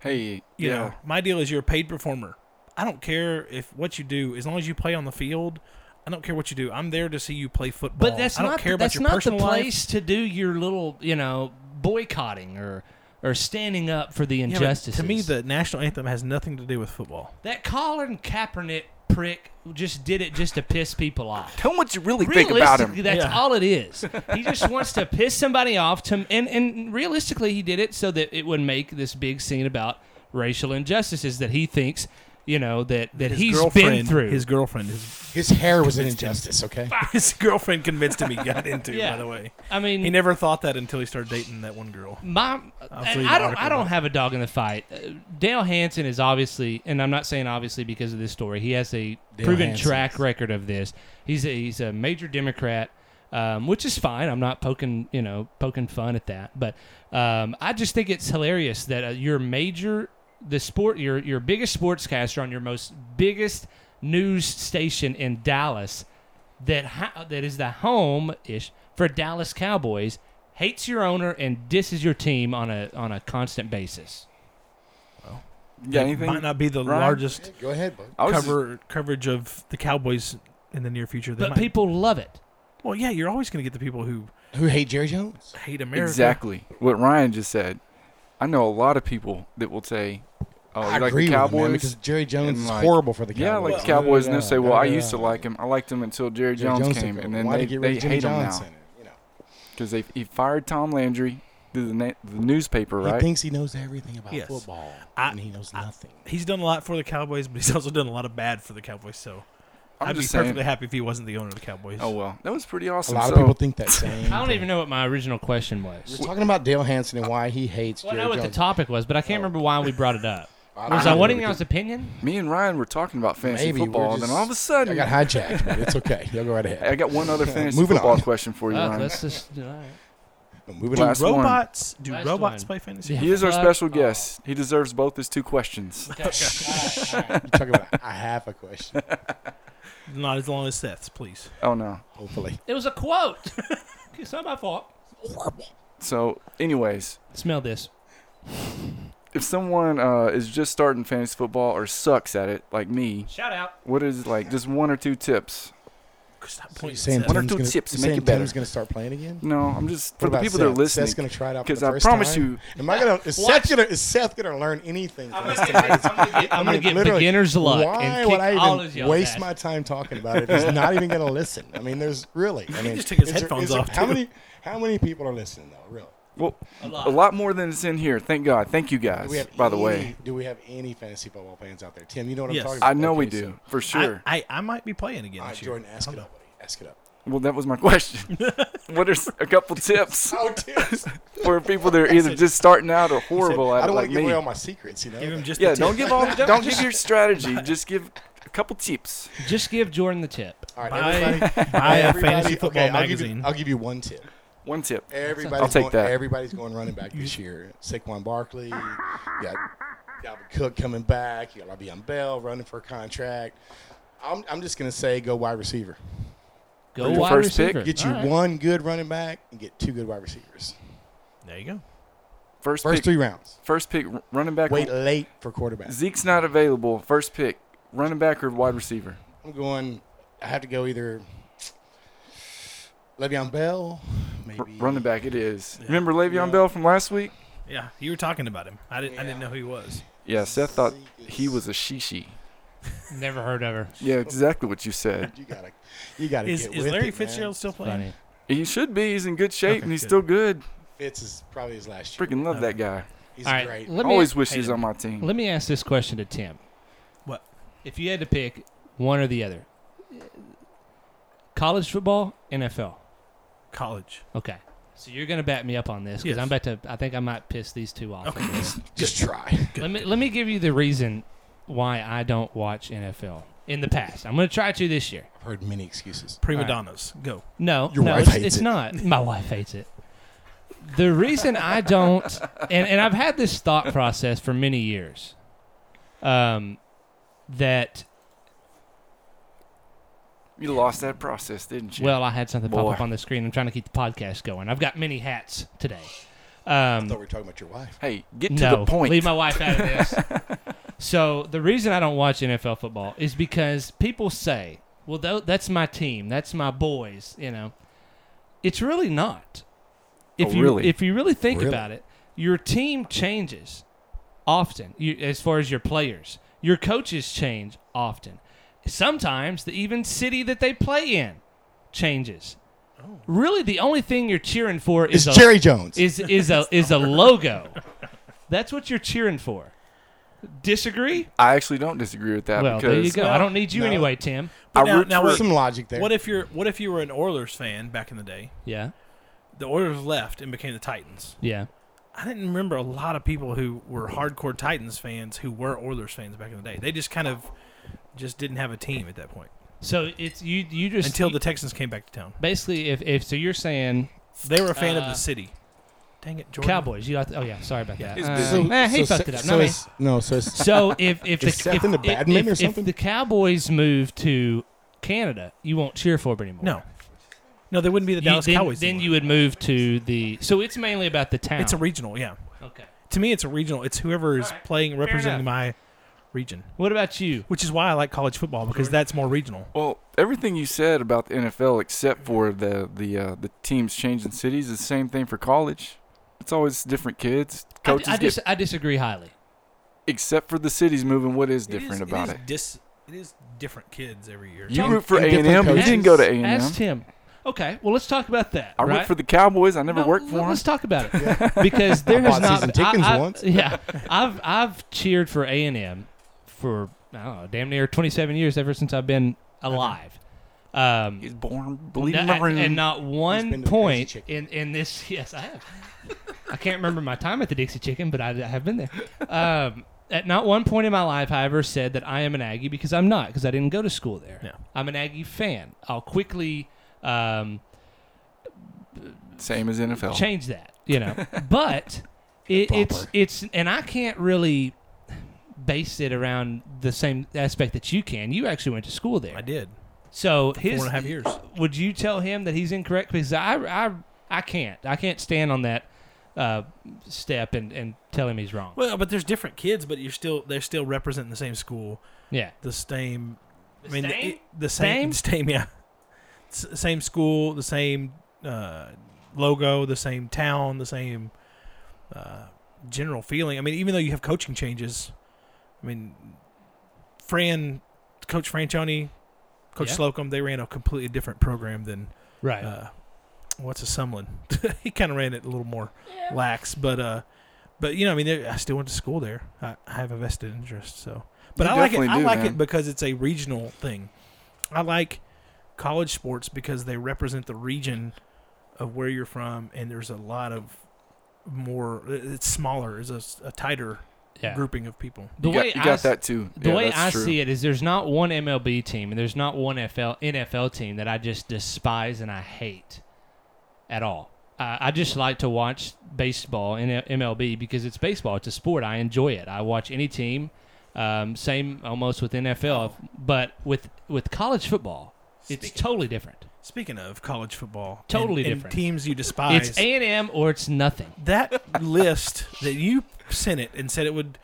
[SPEAKER 7] hey,
[SPEAKER 6] You
[SPEAKER 7] yeah,
[SPEAKER 6] know, my deal is you're a paid performer. I don't care if what you do, as long as you play on the field. I don't care what you do. I'm there to see you play football.
[SPEAKER 5] But that's
[SPEAKER 6] I don't
[SPEAKER 5] not
[SPEAKER 6] care
[SPEAKER 5] the,
[SPEAKER 6] about
[SPEAKER 5] that's
[SPEAKER 6] your
[SPEAKER 5] not the
[SPEAKER 6] personal life.
[SPEAKER 5] place to do your little you know boycotting or or standing up for the
[SPEAKER 6] Yeah, but
[SPEAKER 5] injustices.
[SPEAKER 6] to me, the national anthem has nothing to do with football.
[SPEAKER 5] that Colin Kaepernick prick just did it just to piss people off.
[SPEAKER 7] tell him what you really think about him.
[SPEAKER 5] Realistically, that's
[SPEAKER 6] Yeah.
[SPEAKER 5] all it is. He just wants to piss somebody off. To and and realistically, he did it so that it would make this big scene about racial injustices that he thinks you know that that
[SPEAKER 6] His
[SPEAKER 5] he's
[SPEAKER 6] girlfriend-
[SPEAKER 5] been through.
[SPEAKER 6] His girlfriend, his,
[SPEAKER 2] His hair was an injustice. Okay.
[SPEAKER 6] his girlfriend convinced him he got into.
[SPEAKER 5] Yeah.
[SPEAKER 6] By the way,
[SPEAKER 5] I mean,
[SPEAKER 6] he never thought that until he started dating that one girl.
[SPEAKER 5] my
[SPEAKER 6] I'll show
[SPEAKER 5] and
[SPEAKER 6] you the
[SPEAKER 5] I don't
[SPEAKER 6] article
[SPEAKER 5] I don't
[SPEAKER 6] about it.
[SPEAKER 5] have a dog in the fight. Uh, Dale Hansen is obviously, and I'm not saying obviously because of this story. He has a
[SPEAKER 2] Dale
[SPEAKER 5] proven
[SPEAKER 2] Hansen.
[SPEAKER 5] track record of this. He's a, he's a major Democrat, um, which is fine. I'm not poking you know poking fun at that, but um, I just think it's hilarious that uh, your major the sport your your biggest sportscaster on your most biggest news station in Dallas that ha- that is the home ish for Dallas Cowboys hates your owner and disses your team on a on a constant basis.
[SPEAKER 7] You got anything?
[SPEAKER 6] Might not be the
[SPEAKER 7] Ryan?
[SPEAKER 6] largest
[SPEAKER 2] Go ahead, bud.
[SPEAKER 7] I was just-
[SPEAKER 6] cover coverage of the Cowboys in the near future. They
[SPEAKER 5] But
[SPEAKER 6] might-
[SPEAKER 5] people love it.
[SPEAKER 6] well, yeah, you're always going to get the people who
[SPEAKER 2] Who hate Jerry Jones?
[SPEAKER 6] hate America.
[SPEAKER 7] Exactly what Ryan just said. I know a lot of people that will say, "Oh, you
[SPEAKER 2] I agree
[SPEAKER 7] like
[SPEAKER 2] with
[SPEAKER 7] the
[SPEAKER 2] him, man,
[SPEAKER 7] Cowboys?"
[SPEAKER 2] because Jerry Jones
[SPEAKER 7] and
[SPEAKER 2] is
[SPEAKER 7] like-
[SPEAKER 2] horrible for the Cowboys.
[SPEAKER 7] yeah, I like the Cowboys, and
[SPEAKER 2] Yeah,
[SPEAKER 7] they'll say, "Well, I
[SPEAKER 2] yeah.
[SPEAKER 7] used to like him. I liked him until Jerry
[SPEAKER 2] Jerry
[SPEAKER 7] Jones,
[SPEAKER 2] took
[SPEAKER 7] came,
[SPEAKER 2] over.
[SPEAKER 7] and then
[SPEAKER 2] Why
[SPEAKER 7] they,
[SPEAKER 2] to get rid
[SPEAKER 7] they
[SPEAKER 2] of Jimmy
[SPEAKER 7] hate
[SPEAKER 2] Johnson?
[SPEAKER 7] him now
[SPEAKER 2] You know,
[SPEAKER 7] because they he fired Tom Landry through the, na- the newspaper,
[SPEAKER 2] he
[SPEAKER 7] right?
[SPEAKER 2] thinks he knows everything about
[SPEAKER 6] Yes.
[SPEAKER 2] football,
[SPEAKER 6] I-
[SPEAKER 2] and he knows nothing.
[SPEAKER 6] He's done a lot for the Cowboys, but he's also done a lot of bad for the Cowboys. So
[SPEAKER 7] I'm
[SPEAKER 6] would be
[SPEAKER 7] just saying.
[SPEAKER 6] perfectly happy if he wasn't the owner of the Cowboys.
[SPEAKER 7] Oh well, that was pretty
[SPEAKER 2] A
[SPEAKER 7] awesome.
[SPEAKER 2] lot
[SPEAKER 7] so,
[SPEAKER 2] of people think that same.
[SPEAKER 5] I don't
[SPEAKER 2] thing.
[SPEAKER 5] even know what my original question was.
[SPEAKER 2] We're talking about Dale Hansen and why he hates
[SPEAKER 5] Well, I
[SPEAKER 2] Jerry
[SPEAKER 5] know what the
[SPEAKER 2] Jones.
[SPEAKER 5] topic was, but I
[SPEAKER 7] Oh.
[SPEAKER 5] can't remember why we brought it up.
[SPEAKER 2] I don't
[SPEAKER 5] Was I
[SPEAKER 2] know.
[SPEAKER 5] wanting y'all's opinion?
[SPEAKER 7] me and Ryan were talking about fantasy
[SPEAKER 2] Maybe we're
[SPEAKER 7] football, and then
[SPEAKER 2] just-
[SPEAKER 7] all of a sudden,
[SPEAKER 2] I got hijacked, but it's okay. You'll go right ahead.
[SPEAKER 7] I got one other fantasy
[SPEAKER 2] Moving
[SPEAKER 7] football
[SPEAKER 2] on.
[SPEAKER 7] question for you,
[SPEAKER 5] Oh,
[SPEAKER 7] Ryan.
[SPEAKER 5] let's just. All right.
[SPEAKER 2] Moving
[SPEAKER 6] do
[SPEAKER 2] on.
[SPEAKER 7] Last one.
[SPEAKER 6] robots? Do
[SPEAKER 5] Last
[SPEAKER 6] robots
[SPEAKER 5] one.
[SPEAKER 6] play fantasy?
[SPEAKER 5] Yeah.
[SPEAKER 7] He is our
[SPEAKER 5] Fuck
[SPEAKER 7] special
[SPEAKER 5] off.
[SPEAKER 7] guest. He deserves both his two questions.
[SPEAKER 5] Okay. All right, all right.
[SPEAKER 2] You're talking about I have a question.
[SPEAKER 6] Not as long as Seth's, please.
[SPEAKER 7] Oh no.
[SPEAKER 2] Hopefully,
[SPEAKER 5] It was a quote. it's not my fault.
[SPEAKER 7] So, anyways,
[SPEAKER 5] Smell this.
[SPEAKER 7] if someone uh, is just starting fantasy football or sucks at it, like me,
[SPEAKER 5] Shout out.
[SPEAKER 7] what is like just one or two tips?
[SPEAKER 6] Stop
[SPEAKER 2] so you're
[SPEAKER 6] pointing.
[SPEAKER 2] saying
[SPEAKER 6] at
[SPEAKER 7] One
[SPEAKER 6] Seth.
[SPEAKER 7] or
[SPEAKER 2] Tim's
[SPEAKER 7] two
[SPEAKER 2] gonna,
[SPEAKER 7] tips to
[SPEAKER 2] you're
[SPEAKER 7] make
[SPEAKER 2] saying
[SPEAKER 7] it better.
[SPEAKER 2] Tim's going to start playing again.
[SPEAKER 7] No, I'm just for
[SPEAKER 2] What
[SPEAKER 7] the
[SPEAKER 2] about
[SPEAKER 7] people
[SPEAKER 2] Seth?
[SPEAKER 7] that are listening.
[SPEAKER 2] Seth's going to try it out for the
[SPEAKER 7] Because I
[SPEAKER 2] first
[SPEAKER 7] promise
[SPEAKER 2] time?
[SPEAKER 7] you,
[SPEAKER 2] Am I going to? Is Seth going to? Is Seth going to learn anything from us tonight?
[SPEAKER 5] I'm
[SPEAKER 2] I
[SPEAKER 5] gonna
[SPEAKER 2] mean,
[SPEAKER 5] get
[SPEAKER 2] literally,
[SPEAKER 5] beginner's luck
[SPEAKER 2] Why
[SPEAKER 5] and
[SPEAKER 2] would
[SPEAKER 5] kick
[SPEAKER 2] I
[SPEAKER 5] all
[SPEAKER 2] even
[SPEAKER 5] of y'all
[SPEAKER 2] waste
[SPEAKER 5] ass.
[SPEAKER 2] my time talking about it? He's not even going to listen. I mean, there's really. I mean,
[SPEAKER 6] just took his
[SPEAKER 2] is there-
[SPEAKER 6] headphones
[SPEAKER 2] is there-
[SPEAKER 6] off,
[SPEAKER 2] How
[SPEAKER 6] too.
[SPEAKER 2] many? How many people are listening though? Really?
[SPEAKER 7] well, a
[SPEAKER 5] lot.
[SPEAKER 7] lot. more than is in here. Thank God. Thank you
[SPEAKER 2] Do
[SPEAKER 7] guys.
[SPEAKER 2] we have E.
[SPEAKER 7] By the
[SPEAKER 2] any-
[SPEAKER 7] way,
[SPEAKER 2] do we have any fantasy football fans out there? Tim, you know what
[SPEAKER 6] Yes.
[SPEAKER 2] I'm talking about.
[SPEAKER 7] I know we
[SPEAKER 2] Okay, so-
[SPEAKER 7] do for
[SPEAKER 6] I-
[SPEAKER 7] sure.
[SPEAKER 6] I, I, might be playing again
[SPEAKER 2] All right,
[SPEAKER 6] this year.
[SPEAKER 2] Jordan, ask
[SPEAKER 6] I
[SPEAKER 2] it
[SPEAKER 6] don't
[SPEAKER 2] up, buddy. Ask it up.
[SPEAKER 7] well, that was my question. what are s- a couple tips
[SPEAKER 2] Oh, Tim.
[SPEAKER 7] for people that are either just starting out or horrible
[SPEAKER 2] I
[SPEAKER 7] at it,
[SPEAKER 2] don't want
[SPEAKER 7] like
[SPEAKER 2] to give
[SPEAKER 7] me?
[SPEAKER 2] away all my secrets, you know.
[SPEAKER 6] know. Give him just
[SPEAKER 7] yeah,
[SPEAKER 6] the
[SPEAKER 7] don't
[SPEAKER 6] tip.
[SPEAKER 7] give all. Don't give your strategy. Just give a couple tips.
[SPEAKER 5] Just give Jordan the tip.
[SPEAKER 2] All right, everybody.
[SPEAKER 6] buy, buy a
[SPEAKER 2] everybody-
[SPEAKER 6] fantasy football
[SPEAKER 2] okay, I'll give,
[SPEAKER 6] magazine.
[SPEAKER 2] you, I'll give you one tip.
[SPEAKER 7] One tip.
[SPEAKER 2] Everybody's
[SPEAKER 7] I'll
[SPEAKER 2] going,
[SPEAKER 7] take that.
[SPEAKER 2] Everybody's going running back this year. Saquon Barkley, you got Dalvin Cook coming back. You got Le'Veon Bell running for a contract. I'm, I'm just gonna say go wide receiver.
[SPEAKER 5] Go
[SPEAKER 7] Your
[SPEAKER 5] wide
[SPEAKER 7] first pick?
[SPEAKER 5] receiver.
[SPEAKER 2] Get you
[SPEAKER 5] All right.
[SPEAKER 2] one good running back and get two good wide receivers.
[SPEAKER 6] there you go.
[SPEAKER 7] First,
[SPEAKER 2] First
[SPEAKER 7] pick.
[SPEAKER 2] three rounds.
[SPEAKER 7] First pick. r- Running back.
[SPEAKER 2] Wait late for quarterback.
[SPEAKER 7] Zeke's not available. First pick. Running back or wide receiver.
[SPEAKER 2] I'm going. I have to go either Le'Veon Bell, maybe
[SPEAKER 7] R- running back. It is. Remember Le'Veon Bell from last week?
[SPEAKER 6] Yeah, you were talking about him. I didn't. I didn't know who he was.
[SPEAKER 7] Yeah, Seth thought
[SPEAKER 2] Zeke is-
[SPEAKER 7] he was a shishi.
[SPEAKER 5] Never heard of her.
[SPEAKER 7] Yeah, exactly what you said.
[SPEAKER 2] You gotta, you gotta
[SPEAKER 6] Is,
[SPEAKER 2] get
[SPEAKER 6] is
[SPEAKER 2] with
[SPEAKER 6] Larry
[SPEAKER 2] it,
[SPEAKER 6] Fitzgerald
[SPEAKER 2] Man.
[SPEAKER 6] still
[SPEAKER 5] Funny.
[SPEAKER 6] playing?
[SPEAKER 7] He should be. He's in good shape
[SPEAKER 6] Okay,
[SPEAKER 7] and he's
[SPEAKER 6] good.
[SPEAKER 7] still good.
[SPEAKER 2] Fitz is probably his last year.
[SPEAKER 7] Freaking love that guy.
[SPEAKER 2] He's
[SPEAKER 5] All right.
[SPEAKER 2] great.
[SPEAKER 5] Let me
[SPEAKER 7] Always wish he
[SPEAKER 6] hate
[SPEAKER 7] was
[SPEAKER 6] him.
[SPEAKER 7] on my team.
[SPEAKER 5] let me ask this question to Tim.
[SPEAKER 6] What?
[SPEAKER 5] If you had to pick one or the other, college football, NFL.
[SPEAKER 6] College.
[SPEAKER 5] Okay. So you're gonna back me up on this because
[SPEAKER 6] Yes.
[SPEAKER 5] I'm about to. I think I might piss these two off.
[SPEAKER 6] Okay.
[SPEAKER 2] Just try.
[SPEAKER 5] Let me let me give you the reason why I don't watch NFL in the past. I'm gonna try to this year.
[SPEAKER 2] I've heard many excuses.
[SPEAKER 6] Prima
[SPEAKER 5] All right.
[SPEAKER 6] donnas. Go.
[SPEAKER 5] No,
[SPEAKER 2] Your
[SPEAKER 5] no,
[SPEAKER 2] wife
[SPEAKER 5] it's,
[SPEAKER 2] hates
[SPEAKER 5] it's
[SPEAKER 2] it.
[SPEAKER 5] not. My wife hates it. The reason I don't, and, and I've had this thought process for many years, um, that
[SPEAKER 7] You lost that process, didn't you?
[SPEAKER 5] well, I had something pop
[SPEAKER 7] Boy.
[SPEAKER 5] up on the screen. I'm trying to keep the podcast going. I've got many hats today.
[SPEAKER 2] I
[SPEAKER 5] Um,
[SPEAKER 2] thought we were talking about your wife.
[SPEAKER 7] hey, get to
[SPEAKER 5] no,
[SPEAKER 7] the point.
[SPEAKER 5] leave my wife out of this. so the reason I don't watch NFL football is because people say, "Well, tho- that's my team, that's my boys," you know. It's really not. If
[SPEAKER 7] Oh,
[SPEAKER 5] you
[SPEAKER 7] really?
[SPEAKER 5] if you really think
[SPEAKER 2] Really?
[SPEAKER 5] about it, your team changes often. You, as far as your players, your coaches change often. Sometimes the even city that they play in changes. Really, the only thing you're cheering for
[SPEAKER 2] Oh.
[SPEAKER 5] is
[SPEAKER 2] It's
[SPEAKER 5] a-
[SPEAKER 2] Jerry Jones.
[SPEAKER 5] is is a is a logo. That's what you're cheering for. Disagree?
[SPEAKER 7] I actually don't disagree with that
[SPEAKER 5] well,
[SPEAKER 7] Uh, because
[SPEAKER 5] there you go. I don't need you
[SPEAKER 6] No.
[SPEAKER 5] anyway, Tim.
[SPEAKER 6] But
[SPEAKER 7] I
[SPEAKER 6] now,
[SPEAKER 7] root
[SPEAKER 6] now
[SPEAKER 7] for-
[SPEAKER 6] what,
[SPEAKER 2] Some logic there.
[SPEAKER 6] what if you're what if you were an Oilers fan back in the day?
[SPEAKER 5] Yeah.
[SPEAKER 6] The Oilers left and became the Titans.
[SPEAKER 5] Yeah.
[SPEAKER 6] I didn't remember a lot of people who were hardcore Titans fans who were Oilers fans back in the day. They just kind of just didn't have a team at that point
[SPEAKER 5] So it's you. You just
[SPEAKER 6] until the Texans came back to town.
[SPEAKER 5] basically if if so you're saying
[SPEAKER 6] They were a fan of
[SPEAKER 5] Uh,
[SPEAKER 6] the city. Dang it, Jordan.
[SPEAKER 5] Cowboys. You like to, oh yeah. Sorry about that.
[SPEAKER 7] He's
[SPEAKER 5] Uh,
[SPEAKER 7] busy.
[SPEAKER 5] eh, he
[SPEAKER 2] so
[SPEAKER 5] fucked
[SPEAKER 2] se-
[SPEAKER 5] it up.
[SPEAKER 2] So
[SPEAKER 5] not me.
[SPEAKER 2] it's, no, so it's
[SPEAKER 5] So if if the
[SPEAKER 2] Is Seth
[SPEAKER 5] if,
[SPEAKER 2] into
[SPEAKER 5] if-
[SPEAKER 2] badminton
[SPEAKER 5] if-
[SPEAKER 2] or
[SPEAKER 5] if
[SPEAKER 2] something?
[SPEAKER 5] the Cowboys move to Canada, you won't cheer for them anymore.
[SPEAKER 6] No. No, they wouldn't be the
[SPEAKER 5] You-
[SPEAKER 6] Dallas
[SPEAKER 5] then,
[SPEAKER 6] Cowboys.
[SPEAKER 5] Then
[SPEAKER 6] anymore.
[SPEAKER 5] you would move to the. So it's mainly about the town.
[SPEAKER 6] It's a regional, yeah.
[SPEAKER 5] okay.
[SPEAKER 6] To me, it's a regional. It's whoever is
[SPEAKER 5] All right.
[SPEAKER 6] playing representing
[SPEAKER 5] enough.
[SPEAKER 6] my region,
[SPEAKER 5] What about you?
[SPEAKER 6] which is why I like college football because that's more regional.
[SPEAKER 7] Well, everything you said about the NFL, except for the the uh, the teams changing cities, is the same thing for college. It's always different kids,
[SPEAKER 5] I-
[SPEAKER 7] coaches,
[SPEAKER 5] I,
[SPEAKER 7] get-
[SPEAKER 5] dis- I disagree highly.
[SPEAKER 7] except for the cities moving. What is different about it?
[SPEAKER 6] Dis, it is different kids every year.
[SPEAKER 7] You root for A
[SPEAKER 2] and
[SPEAKER 7] and
[SPEAKER 2] different
[SPEAKER 7] M. You
[SPEAKER 2] coaches.
[SPEAKER 7] didn't go to A and
[SPEAKER 5] Ask
[SPEAKER 7] M.
[SPEAKER 5] Tim. Okay. Well, let's talk about that.
[SPEAKER 7] I root
[SPEAKER 5] right?
[SPEAKER 7] for the Cowboys. I never
[SPEAKER 5] No,
[SPEAKER 7] worked
[SPEAKER 5] let-
[SPEAKER 7] for them.
[SPEAKER 5] Let's talk about it because there
[SPEAKER 2] I
[SPEAKER 5] has
[SPEAKER 2] bought
[SPEAKER 5] not.
[SPEAKER 2] season tickets
[SPEAKER 5] I, I,
[SPEAKER 2] once.
[SPEAKER 5] Yeah, I've I've cheered for A and M for I don't know, damn near twenty seven years ever since I've been alive. Um,
[SPEAKER 7] He's born bleeding
[SPEAKER 5] no-
[SPEAKER 7] maroon.
[SPEAKER 5] And not
[SPEAKER 2] been
[SPEAKER 5] one
[SPEAKER 2] to the Dixie
[SPEAKER 5] point
[SPEAKER 2] Chicken.
[SPEAKER 5] in, in this. Yes, I have. I can't remember my time at the Dixie Chicken, but I, I have been there. Um, at not one point in my life, I ever said that I am an Aggie because I'm not, because I didn't go to school there.
[SPEAKER 6] Yeah.
[SPEAKER 5] I'm an Aggie fan. I'll quickly um,
[SPEAKER 7] Same as NFL.
[SPEAKER 5] change that, you know. But it, it's it's and I can't really base it around the same aspect that you can. You actually went to school there,
[SPEAKER 6] I did
[SPEAKER 5] so
[SPEAKER 6] four
[SPEAKER 5] his
[SPEAKER 6] and a half years.
[SPEAKER 5] would you tell him that he's incorrect? Because I, I, I can't. I can't stand on that uh, step and, and tell him he's wrong.
[SPEAKER 6] Well, but there's different kids, but you're still they're still representing the same school,
[SPEAKER 5] Yeah.
[SPEAKER 6] the same.
[SPEAKER 5] The
[SPEAKER 6] I mean,
[SPEAKER 5] same?
[SPEAKER 6] it- the same, same, yeah, S- same school, the same uh, logo, the same town, the same uh, general feeling. I mean, even though you have coaching changes, I mean, Fran, Coach Franchoni, Coach
[SPEAKER 5] Yeah.
[SPEAKER 6] Slocum, they ran a completely different program than
[SPEAKER 5] Right.
[SPEAKER 6] uh, what's a Sumlin? he kind of ran it a little more lax, but uh, but you know, I mean, there- I still went to school there. I, I have a vested interest, so. But
[SPEAKER 7] You
[SPEAKER 6] I like it.
[SPEAKER 7] definitely
[SPEAKER 6] I
[SPEAKER 7] do,
[SPEAKER 6] like
[SPEAKER 7] man.
[SPEAKER 6] it because it's a regional thing. I like college sports because they represent the region of where you're from, and there's a lot of more. It's smaller. It's a s- a, tighter
[SPEAKER 5] yeah.
[SPEAKER 6] grouping of people.
[SPEAKER 5] the
[SPEAKER 7] you
[SPEAKER 5] way
[SPEAKER 7] got, you
[SPEAKER 5] I
[SPEAKER 7] got
[SPEAKER 5] s-
[SPEAKER 7] that too.
[SPEAKER 5] The
[SPEAKER 7] Yeah,
[SPEAKER 5] way
[SPEAKER 7] that's
[SPEAKER 5] I
[SPEAKER 7] true.
[SPEAKER 5] see it is, there's not one MLB team and there's not one FL, NFL team that I just despise and I hate at all. I I just like to watch baseball in MLB because it's baseball. It's a sport. I enjoy it. I watch any team. Um, same almost with NFL, but with with college football, it's
[SPEAKER 6] Speaking-
[SPEAKER 5] totally different.
[SPEAKER 6] Speaking of college football, and-
[SPEAKER 5] Totally
[SPEAKER 6] and
[SPEAKER 5] different.
[SPEAKER 6] teams you despise.
[SPEAKER 5] It's A and M or it's nothing.
[SPEAKER 6] that list that you sent it and said it would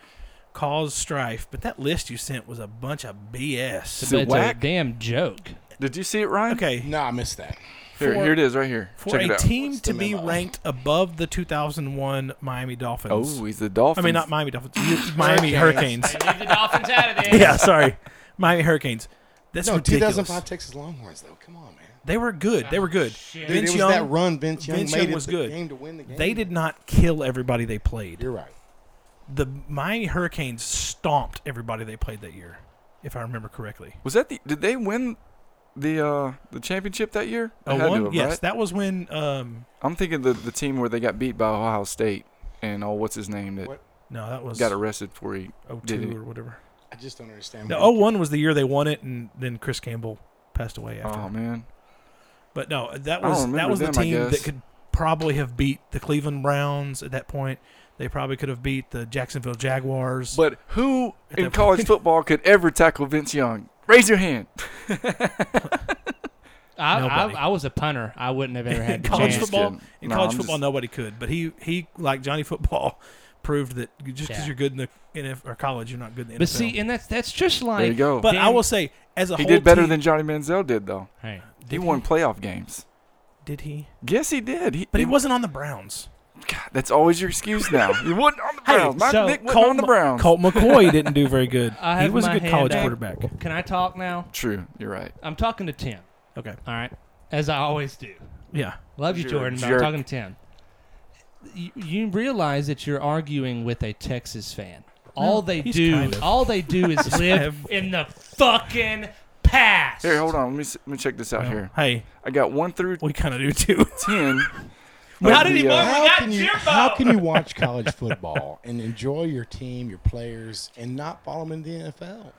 [SPEAKER 6] cause strife, but that list you sent was a bunch of BS.
[SPEAKER 5] But
[SPEAKER 7] it
[SPEAKER 5] it's
[SPEAKER 7] whack?
[SPEAKER 5] a damn joke.
[SPEAKER 7] Did you see it, Ryan?
[SPEAKER 6] Okay,
[SPEAKER 2] no, I missed that.
[SPEAKER 7] Here,
[SPEAKER 6] for-
[SPEAKER 7] here it is, right here.
[SPEAKER 6] for
[SPEAKER 7] Check it
[SPEAKER 6] a
[SPEAKER 7] out.
[SPEAKER 6] team
[SPEAKER 2] What's
[SPEAKER 6] to
[SPEAKER 2] the
[SPEAKER 6] be
[SPEAKER 2] memo?
[SPEAKER 6] ranked above the 2001 Miami Dolphins.
[SPEAKER 7] Oh, he's the Dolphins.
[SPEAKER 6] I mean, not Miami Dolphins, you- Miami Hurricanes.
[SPEAKER 5] Leave the Dolphins out of this.
[SPEAKER 6] yeah, sorry, Miami Hurricanes. That's
[SPEAKER 2] No,
[SPEAKER 6] ridiculous.
[SPEAKER 2] 2005 Texas Longhorns though. Come on, man.
[SPEAKER 6] They were good. They were good.
[SPEAKER 5] Shit.
[SPEAKER 2] Dude, it
[SPEAKER 6] Vince
[SPEAKER 2] was
[SPEAKER 6] Young,
[SPEAKER 2] that run Vince Young
[SPEAKER 6] Vince
[SPEAKER 2] made
[SPEAKER 6] Young
[SPEAKER 2] it
[SPEAKER 6] was
[SPEAKER 2] the
[SPEAKER 6] good.
[SPEAKER 2] game to win the game.
[SPEAKER 6] they did not kill everybody they played.
[SPEAKER 2] You're right.
[SPEAKER 6] The Miami Hurricanes stomped everybody they played that year, if I remember correctly.
[SPEAKER 7] Was that the? Did they win the uh the championship that year? They
[SPEAKER 6] Oh,
[SPEAKER 7] had to
[SPEAKER 6] one?
[SPEAKER 7] have,
[SPEAKER 6] Yes,
[SPEAKER 7] right?
[SPEAKER 6] that was when um
[SPEAKER 7] I'm thinking the the team where they got beat by Ohio State and oh, what's his name that
[SPEAKER 2] What?
[SPEAKER 6] no, that was
[SPEAKER 7] got arrested for he.
[SPEAKER 6] 02
[SPEAKER 7] did it. Mm-hmm.
[SPEAKER 6] or whatever.
[SPEAKER 2] I just don't understand.
[SPEAKER 6] No,
[SPEAKER 2] why-
[SPEAKER 6] 01 was the year they won it and then Chris Campbell passed away after.
[SPEAKER 7] Oh man,
[SPEAKER 6] But no, uh, that
[SPEAKER 7] I
[SPEAKER 6] was
[SPEAKER 7] don't
[SPEAKER 6] that
[SPEAKER 7] remember
[SPEAKER 6] was the
[SPEAKER 7] them, I
[SPEAKER 6] team that
[SPEAKER 7] guess.
[SPEAKER 6] could probably have beat the Cleveland Browns at that point. They probably could have beat the Jacksonville Jaguars.
[SPEAKER 7] but who
[SPEAKER 6] At
[SPEAKER 7] in
[SPEAKER 6] that
[SPEAKER 7] college
[SPEAKER 6] point.
[SPEAKER 7] football could ever tackle Vince Young? Raise your hand.
[SPEAKER 5] I, I,
[SPEAKER 6] Nobody.
[SPEAKER 5] I was a punter. I wouldn't have ever had the
[SPEAKER 6] college
[SPEAKER 5] chance.
[SPEAKER 7] Just
[SPEAKER 6] football,
[SPEAKER 7] kidding.
[SPEAKER 6] in
[SPEAKER 7] No,
[SPEAKER 6] college
[SPEAKER 7] I'm
[SPEAKER 6] football,
[SPEAKER 7] just-
[SPEAKER 6] nobody could. But he he like Johnny Football proved that you- just because
[SPEAKER 5] Yeah.
[SPEAKER 6] you're good in the NFL or college, you're not good in the
[SPEAKER 5] But
[SPEAKER 6] NFL.
[SPEAKER 5] see, and that's that's just like.
[SPEAKER 7] There you go.
[SPEAKER 6] but I
[SPEAKER 5] Dan-
[SPEAKER 6] will say, as a
[SPEAKER 7] he
[SPEAKER 6] whole,
[SPEAKER 7] did better
[SPEAKER 6] team-
[SPEAKER 7] than Johnny Manziel did, though.
[SPEAKER 5] Hey,
[SPEAKER 7] He won playoff games.
[SPEAKER 6] Did he?
[SPEAKER 7] Yes, he did. He,
[SPEAKER 6] But he wasn't on the Browns.
[SPEAKER 7] God, that's always your excuse now. you wasn't on the
[SPEAKER 6] Hey,
[SPEAKER 7] Browns. My
[SPEAKER 5] so
[SPEAKER 7] Nick wasn't
[SPEAKER 6] Colt
[SPEAKER 7] on the
[SPEAKER 6] Ma-
[SPEAKER 7] Browns.
[SPEAKER 6] Colt McCoy didn't do very good.
[SPEAKER 5] I
[SPEAKER 6] he
[SPEAKER 5] have
[SPEAKER 6] was a
[SPEAKER 5] my
[SPEAKER 6] good
[SPEAKER 5] hand
[SPEAKER 6] college
[SPEAKER 5] up.
[SPEAKER 6] quarterback.
[SPEAKER 5] can I talk now?
[SPEAKER 7] True, you're right.
[SPEAKER 5] I'm talking to Tim.
[SPEAKER 6] Okay.
[SPEAKER 5] All right, as I always do.
[SPEAKER 6] Uh, Yeah.
[SPEAKER 5] Love you,
[SPEAKER 7] You're a
[SPEAKER 5] Jordan. but I'm
[SPEAKER 7] jerk.
[SPEAKER 5] talking to Tim. You, you realize that you're arguing with a Texas fan. All they
[SPEAKER 6] he's
[SPEAKER 5] do,
[SPEAKER 6] kind of.
[SPEAKER 5] all they do is live
[SPEAKER 6] kind of.
[SPEAKER 5] in the fucking past.
[SPEAKER 7] Here, hold on. Let me s- let me check this out here.
[SPEAKER 6] Hey,
[SPEAKER 7] I got one through
[SPEAKER 6] we kind of do too.
[SPEAKER 7] ten.
[SPEAKER 5] Not
[SPEAKER 7] of the,
[SPEAKER 5] anymore.
[SPEAKER 7] uh,
[SPEAKER 5] we got
[SPEAKER 2] can you,
[SPEAKER 5] Jimbo.
[SPEAKER 2] how can you watch college football and enjoy your team, your players, and not follow them in the NFL?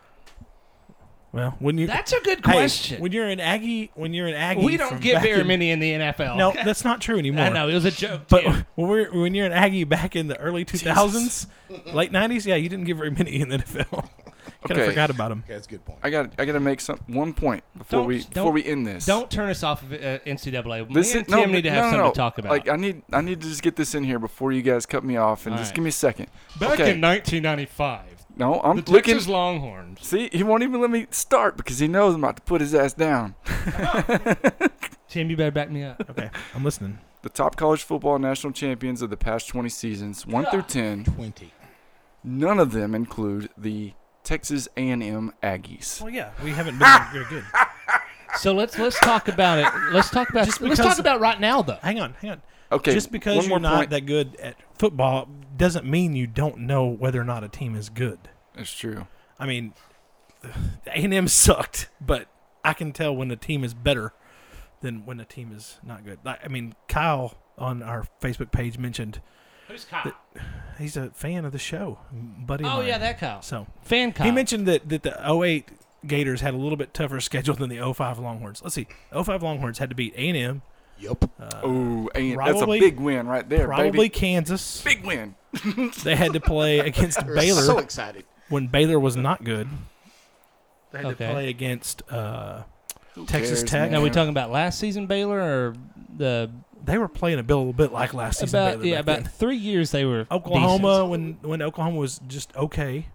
[SPEAKER 6] Well, when you
[SPEAKER 5] That's a good
[SPEAKER 6] Hey,
[SPEAKER 5] question.
[SPEAKER 6] when you're an Aggie, when you're an Aggie,
[SPEAKER 5] we don't
[SPEAKER 6] E from
[SPEAKER 5] get
[SPEAKER 6] back
[SPEAKER 5] very
[SPEAKER 6] in-
[SPEAKER 5] many in the NFL.
[SPEAKER 6] No, that's not true anymore.
[SPEAKER 5] I know it was a joke.
[SPEAKER 6] But
[SPEAKER 5] dude.
[SPEAKER 6] when we're when you're an Aggie back in the early 2000s, late 90s, yeah, you didn't get very many in the NFL. kind of
[SPEAKER 7] Okay.
[SPEAKER 6] forgot about them.
[SPEAKER 2] Okay, that's a good point.
[SPEAKER 7] I got I got to make some one point before
[SPEAKER 5] Don't-
[SPEAKER 7] we before
[SPEAKER 5] don't-
[SPEAKER 7] we end this.
[SPEAKER 5] don't turn us off of uh, NCAA.
[SPEAKER 7] This
[SPEAKER 5] Me
[SPEAKER 7] is-
[SPEAKER 5] and Tim need to have
[SPEAKER 7] no,
[SPEAKER 5] something
[SPEAKER 7] no.
[SPEAKER 5] to talk about.
[SPEAKER 7] Like I need I need to just get this in here before you guys cut me off and
[SPEAKER 5] All
[SPEAKER 7] just
[SPEAKER 5] right.
[SPEAKER 7] give me a second.
[SPEAKER 5] Back
[SPEAKER 7] okay.
[SPEAKER 5] in 1995,
[SPEAKER 7] no, I'm
[SPEAKER 5] the
[SPEAKER 7] looking.
[SPEAKER 5] Texas Longhorns.
[SPEAKER 7] See, he won't even let me start because he knows I'm about to put his ass down.
[SPEAKER 5] Tim, you better back me up.
[SPEAKER 6] Okay, I'm listening.
[SPEAKER 7] The top college football national champions of the past 20 seasons, 1 through 10,
[SPEAKER 2] 20.
[SPEAKER 7] none of them include the Texas A&M Aggies.
[SPEAKER 6] Well, yeah, we haven't been very good.
[SPEAKER 5] So let's let's talk about it. Let's talk about
[SPEAKER 6] Just
[SPEAKER 5] let's
[SPEAKER 6] because-
[SPEAKER 5] talk about right now though.
[SPEAKER 6] Hang on, hang on.
[SPEAKER 7] Okay,
[SPEAKER 6] Just because
[SPEAKER 7] one
[SPEAKER 6] you're
[SPEAKER 7] more
[SPEAKER 6] not
[SPEAKER 7] point.
[SPEAKER 6] that good at football doesn't mean you don't know whether or not a team is good.
[SPEAKER 7] That's true.
[SPEAKER 6] I mean, A&M sucked, but I can tell when a team is better than when a team is not good. Like, I mean, Kyle on our Facebook page mentioned
[SPEAKER 5] Who's Kyle?
[SPEAKER 6] he's a fan of the show, buddy. of
[SPEAKER 5] Oh
[SPEAKER 6] mine.
[SPEAKER 5] yeah, that Kyle.
[SPEAKER 6] So
[SPEAKER 5] Fan Kyle.
[SPEAKER 6] he mentioned that that the 08 Gators had a little bit tougher schedule than the 05 Longhorns. Let's see, 05 Longhorns had to beat A&M,
[SPEAKER 2] Yep.
[SPEAKER 6] Uh,
[SPEAKER 7] Oh, and that's a
[SPEAKER 6] probably-
[SPEAKER 7] big win right there,
[SPEAKER 6] probably
[SPEAKER 7] baby.
[SPEAKER 6] Kansas.
[SPEAKER 7] Big win.
[SPEAKER 6] They had to play against
[SPEAKER 2] We're
[SPEAKER 6] Baylor
[SPEAKER 2] So excited.
[SPEAKER 6] when Baylor was not good. They had
[SPEAKER 5] Okay.
[SPEAKER 6] to play against. Uh,
[SPEAKER 7] Who
[SPEAKER 6] Texas
[SPEAKER 7] cares,
[SPEAKER 6] Tech.
[SPEAKER 7] man?
[SPEAKER 5] Now we talking about last season Baylor or the
[SPEAKER 6] they were playing a bit, a little bit like last season.
[SPEAKER 5] about
[SPEAKER 6] Baylor
[SPEAKER 5] yeah
[SPEAKER 6] back
[SPEAKER 5] about
[SPEAKER 6] then.
[SPEAKER 5] three years they were
[SPEAKER 6] Oklahoma
[SPEAKER 5] decent.
[SPEAKER 6] when when Oklahoma was just okay,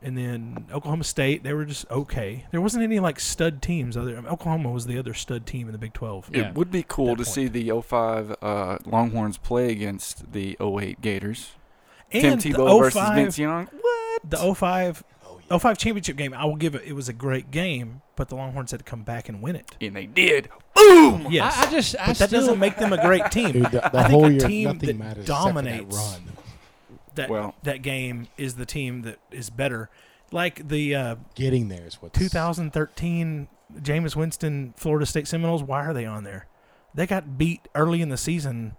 [SPEAKER 6] and then Oklahoma State they were just okay. There wasn't any like stud teams. Other I mean, Oklahoma was the other stud team in the Big Twelve.
[SPEAKER 7] It
[SPEAKER 5] Yeah.
[SPEAKER 7] would be cool
[SPEAKER 6] That
[SPEAKER 7] to
[SPEAKER 6] point.
[SPEAKER 7] see the 05 uh, Longhorns play against the 08 Gators.
[SPEAKER 6] And
[SPEAKER 7] Tim
[SPEAKER 6] the
[SPEAKER 7] Tebow versus
[SPEAKER 6] 05
[SPEAKER 7] Vince Young. What?
[SPEAKER 6] The 05,
[SPEAKER 2] Oh, yeah.
[SPEAKER 6] 05 championship game. I will give it. It was a great game, but the Longhorns had to come back and win it.
[SPEAKER 7] And they did. Boom!
[SPEAKER 6] Yes,
[SPEAKER 5] Oh I, I just I
[SPEAKER 6] but that
[SPEAKER 5] still,
[SPEAKER 6] doesn't make them a great team.
[SPEAKER 2] Dude, the, the
[SPEAKER 6] I think
[SPEAKER 2] whole
[SPEAKER 6] a
[SPEAKER 2] year,
[SPEAKER 6] team
[SPEAKER 2] nothing
[SPEAKER 6] that
[SPEAKER 2] matters
[SPEAKER 6] dominates
[SPEAKER 2] except for that run.
[SPEAKER 6] that
[SPEAKER 7] Well-
[SPEAKER 6] that game is the team that is better. Like the uh,
[SPEAKER 2] Getting there is what
[SPEAKER 6] 2013 Jameis Winston Florida State Seminoles. Why are they on there? They got beat early in the season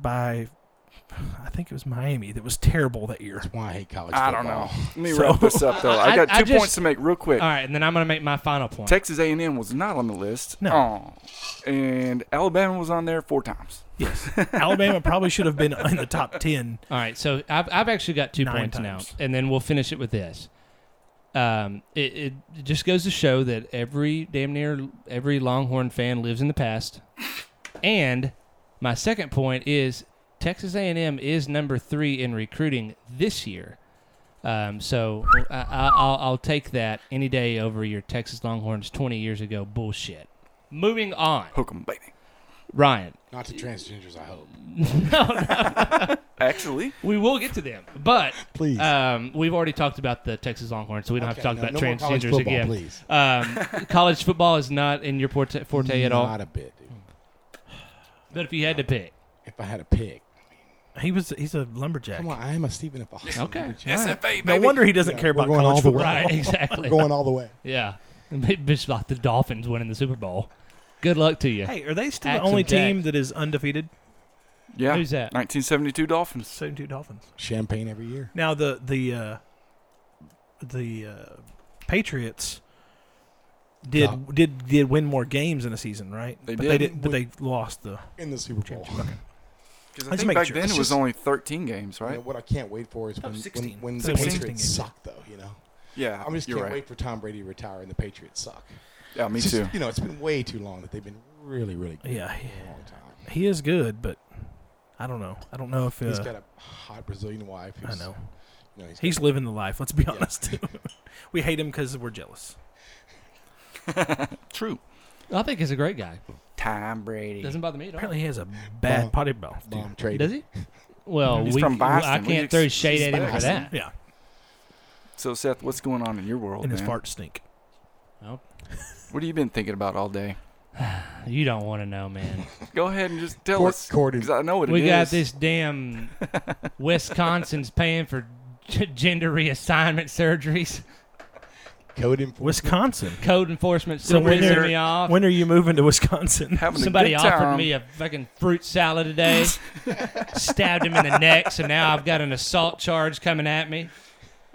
[SPEAKER 6] by, I think it was Miami. That was terrible that year.
[SPEAKER 2] Why I hate college football.
[SPEAKER 7] I don't know. Let me
[SPEAKER 6] So-
[SPEAKER 7] wrap this up, though. I,
[SPEAKER 5] I-
[SPEAKER 7] got two
[SPEAKER 5] I just-
[SPEAKER 7] points to make real quick.
[SPEAKER 5] all right, and then I'm gonna make my final point.
[SPEAKER 7] Texas A&M was not on the list.
[SPEAKER 6] No.
[SPEAKER 7] Aw. And Alabama was on there four times.
[SPEAKER 6] Yes, Alabama probably should have been in the top ten.
[SPEAKER 5] All right, so I've, I've actually got two
[SPEAKER 6] Nine
[SPEAKER 5] points
[SPEAKER 6] times.
[SPEAKER 5] now, and then we'll finish it with this. Um, it, it just goes to show that every damn near every Longhorn fan lives in the past. And my second point is Texas A&M is number three in recruiting this year. Um, so I, I, I'll, I'll take that any day over your Texas Longhorns 20 years ago bullshit. Moving on,
[SPEAKER 7] Hook 'em, baby.
[SPEAKER 5] Ryan.
[SPEAKER 2] Not to transgenders, I hope.
[SPEAKER 7] Actually,
[SPEAKER 5] We will get to them, but
[SPEAKER 2] Please.
[SPEAKER 5] um, we've already talked about the Texas Longhorns, so we don't
[SPEAKER 2] Okay,
[SPEAKER 5] have to
[SPEAKER 2] no-
[SPEAKER 5] talk
[SPEAKER 2] no
[SPEAKER 5] about
[SPEAKER 2] more college
[SPEAKER 5] transgenders
[SPEAKER 2] football,
[SPEAKER 5] again.
[SPEAKER 2] please.
[SPEAKER 5] Um, college football is not in your forte, forte at all.
[SPEAKER 2] Not a bit, dude.
[SPEAKER 5] But if you had to pick,
[SPEAKER 2] If I had a pick.
[SPEAKER 6] He was he's a lumberjack.
[SPEAKER 2] Come on, I am a Stephen F. Austin.
[SPEAKER 5] okay,
[SPEAKER 7] SFA,
[SPEAKER 6] No
[SPEAKER 7] baby.
[SPEAKER 6] wonder he doesn't
[SPEAKER 2] Yeah,
[SPEAKER 6] care
[SPEAKER 2] we're
[SPEAKER 6] about
[SPEAKER 2] going all
[SPEAKER 6] college
[SPEAKER 2] the
[SPEAKER 6] football.
[SPEAKER 2] way.
[SPEAKER 5] right, exactly,
[SPEAKER 2] Going all the way.
[SPEAKER 5] yeah. Maybe it's like the Dolphins winning the Super Bowl. Good luck to you.
[SPEAKER 6] Hey, are they still
[SPEAKER 5] Axe
[SPEAKER 6] the only
[SPEAKER 5] and Jack.
[SPEAKER 6] team that is undefeated?
[SPEAKER 7] Yeah.
[SPEAKER 5] Who's that?
[SPEAKER 7] 1972 Dolphins.
[SPEAKER 6] Seventy-two Dolphins.
[SPEAKER 2] Champagne every year.
[SPEAKER 6] Now the the uh, the uh, Patriots did
[SPEAKER 2] Yeah.
[SPEAKER 6] did did win more games in a season, right?
[SPEAKER 7] They
[SPEAKER 6] but
[SPEAKER 7] did. Oh.
[SPEAKER 6] They did, but they lost the.
[SPEAKER 2] In the Super Bowl.
[SPEAKER 7] Because I
[SPEAKER 6] Let's
[SPEAKER 7] think
[SPEAKER 6] make
[SPEAKER 7] back
[SPEAKER 6] sure.
[SPEAKER 7] then
[SPEAKER 6] Let's
[SPEAKER 7] it was
[SPEAKER 6] just-
[SPEAKER 7] only 13 games,
[SPEAKER 2] You
[SPEAKER 7] right?
[SPEAKER 2] know, what I can't wait for is when, when,
[SPEAKER 6] 16.
[SPEAKER 2] when the
[SPEAKER 6] 16.
[SPEAKER 2] Patriots suck, though, you know?
[SPEAKER 7] Yeah.
[SPEAKER 2] I just
[SPEAKER 7] you're
[SPEAKER 2] can't
[SPEAKER 7] right.
[SPEAKER 2] wait for Tom Brady to retire and the Patriots suck.
[SPEAKER 7] Yeah, me
[SPEAKER 2] It's
[SPEAKER 7] too.
[SPEAKER 2] just, You know, it's been way too long that they've been really, really good
[SPEAKER 6] Yeah,
[SPEAKER 2] for a long time.
[SPEAKER 6] he is good, but I don't know. I don't know if
[SPEAKER 2] He's
[SPEAKER 6] uh,
[SPEAKER 2] got a hot Brazilian wife.
[SPEAKER 6] I
[SPEAKER 2] Who's,
[SPEAKER 6] know
[SPEAKER 2] You know, he's,
[SPEAKER 6] he's living the life. Let's be honest. we hate him because we're jealous.
[SPEAKER 7] True.
[SPEAKER 5] I think he's a great guy.
[SPEAKER 7] Tom Brady.
[SPEAKER 5] Doesn't bother me at all.
[SPEAKER 6] Apparently, he has a bad
[SPEAKER 2] Bomb.
[SPEAKER 6] potty mouth. dude.
[SPEAKER 2] bomb traded.
[SPEAKER 5] Does he? Well,
[SPEAKER 7] He's
[SPEAKER 5] we,
[SPEAKER 7] from Boston.
[SPEAKER 5] I
[SPEAKER 7] We
[SPEAKER 5] can't
[SPEAKER 7] ex-
[SPEAKER 5] throw shade
[SPEAKER 7] he's
[SPEAKER 5] at him for
[SPEAKER 7] Boston.
[SPEAKER 5] that.
[SPEAKER 6] Yeah,
[SPEAKER 7] So, Seth, what's going on in your world?
[SPEAKER 6] and his
[SPEAKER 7] man?
[SPEAKER 6] farts stink.
[SPEAKER 7] What have you been thinking about all day?
[SPEAKER 5] You don't want to know, man.
[SPEAKER 7] Go ahead and just tell
[SPEAKER 2] Cor-
[SPEAKER 7] us.
[SPEAKER 2] Corden.
[SPEAKER 7] Because I know what it
[SPEAKER 5] we got
[SPEAKER 7] is.
[SPEAKER 5] this damn Wisconsin's paying for gender reassignment surgeries,
[SPEAKER 2] Code enforcement.
[SPEAKER 6] Wisconsin.
[SPEAKER 5] code enforcement
[SPEAKER 6] So
[SPEAKER 5] still
[SPEAKER 6] when
[SPEAKER 5] pissing
[SPEAKER 6] you're-
[SPEAKER 5] me off.
[SPEAKER 6] When are you moving to Wisconsin?
[SPEAKER 7] Having
[SPEAKER 5] Somebody
[SPEAKER 7] a good
[SPEAKER 5] offered
[SPEAKER 7] time.
[SPEAKER 5] me a fucking fruit salad today, stabbed him in the neck, so now I've got an assault charge coming at me.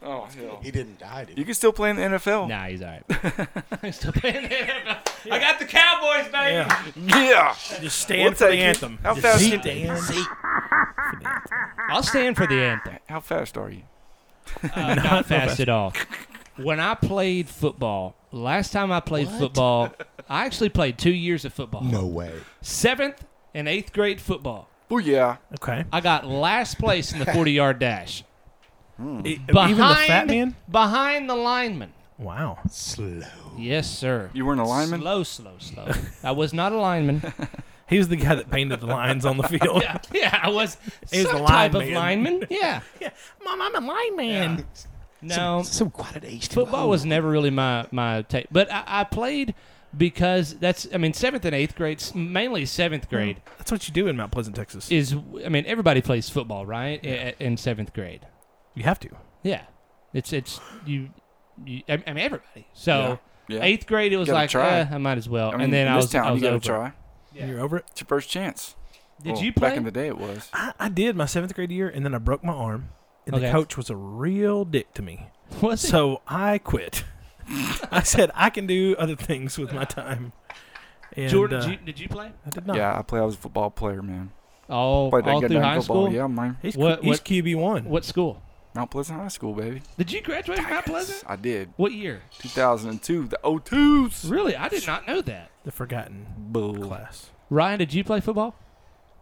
[SPEAKER 7] oh hell.
[SPEAKER 2] He didn't die, did
[SPEAKER 7] You
[SPEAKER 2] he?
[SPEAKER 7] can still play in the NFL.
[SPEAKER 5] Nah, he's all right. I'm still playing the NFL. I got the Cowboys, baby.
[SPEAKER 6] Yeah.
[SPEAKER 7] Yeah.
[SPEAKER 6] Just
[SPEAKER 7] We'll
[SPEAKER 6] stand for the
[SPEAKER 7] take it.
[SPEAKER 6] anthem.
[SPEAKER 7] How
[SPEAKER 6] Just
[SPEAKER 7] fast
[SPEAKER 6] stand.
[SPEAKER 7] can-
[SPEAKER 5] I'll stand for the anthem.
[SPEAKER 7] How fast are you?
[SPEAKER 5] Uh, not fast at all. When I played football, last time I played football, I actually played two years of football.
[SPEAKER 2] No way.
[SPEAKER 5] Seventh and eighth grade football.
[SPEAKER 7] Oh yeah.
[SPEAKER 6] Okay.
[SPEAKER 5] I got last place in the 40 yard dash.
[SPEAKER 6] E-
[SPEAKER 5] Behind,
[SPEAKER 6] Even the fat man.
[SPEAKER 5] Behind the lineman.
[SPEAKER 6] Wow.
[SPEAKER 2] Slow.
[SPEAKER 5] Yes, sir.
[SPEAKER 7] You weren't a lineman.
[SPEAKER 5] Slow, slow, slow. I was not a lineman.
[SPEAKER 6] He was the guy that painted the lines on the field.
[SPEAKER 5] yeah, yeah, I was
[SPEAKER 6] He was
[SPEAKER 5] some
[SPEAKER 6] the
[SPEAKER 5] type of
[SPEAKER 6] lineman.
[SPEAKER 5] lineman. Yeah.
[SPEAKER 6] Mom, I'm a lineman.
[SPEAKER 5] No,
[SPEAKER 2] So quite at age
[SPEAKER 5] football was never really my my take. But I, I played because that's I mean seventh and eighth grade, s- mainly seventh grade
[SPEAKER 6] That's what you do in Mount Pleasant, Texas.
[SPEAKER 5] is I mean everybody plays football right I- in seventh grade.
[SPEAKER 6] you have to.
[SPEAKER 5] Yeah, it's it's you. you I I mean everybody. So
[SPEAKER 7] Yeah.
[SPEAKER 5] eighth grade it was
[SPEAKER 7] Gotta
[SPEAKER 5] like
[SPEAKER 7] try.
[SPEAKER 5] eh, I might as well.
[SPEAKER 7] I mean,
[SPEAKER 5] and then
[SPEAKER 7] in
[SPEAKER 5] I
[SPEAKER 7] this
[SPEAKER 5] was
[SPEAKER 7] town,
[SPEAKER 5] I was
[SPEAKER 7] you gotta
[SPEAKER 5] over.
[SPEAKER 7] try.
[SPEAKER 6] You're over it.
[SPEAKER 7] It's your first chance.
[SPEAKER 5] Did
[SPEAKER 7] Well,
[SPEAKER 5] you play?
[SPEAKER 7] Back in the day, it was.
[SPEAKER 6] I, I did my seventh grade year, and then I broke my arm, and the
[SPEAKER 5] Okay.
[SPEAKER 6] coach was a real dick to me.
[SPEAKER 5] Was it?
[SPEAKER 6] So I quit. I said I can do other things with my time. And,
[SPEAKER 5] Jordan,
[SPEAKER 6] uh,
[SPEAKER 5] did, you, did you play?
[SPEAKER 6] I did not.
[SPEAKER 7] Yeah, I played. I was a football player, man.
[SPEAKER 5] All,
[SPEAKER 7] Played that
[SPEAKER 5] all
[SPEAKER 7] good
[SPEAKER 5] through
[SPEAKER 7] damn
[SPEAKER 5] high
[SPEAKER 7] football.
[SPEAKER 5] school.
[SPEAKER 7] Yeah, man.
[SPEAKER 6] He's,
[SPEAKER 5] What-
[SPEAKER 6] he's
[SPEAKER 5] what-
[SPEAKER 6] QB one.
[SPEAKER 5] What school?
[SPEAKER 7] Mount Pleasant High School, baby.
[SPEAKER 5] Did you graduate from Mount Pleasant?
[SPEAKER 7] I did.
[SPEAKER 5] What year?
[SPEAKER 7] 2002, the O2s.
[SPEAKER 5] Really, I did not know that.
[SPEAKER 6] The forgotten
[SPEAKER 7] Bull.
[SPEAKER 6] class.
[SPEAKER 5] Ryan, did you play football?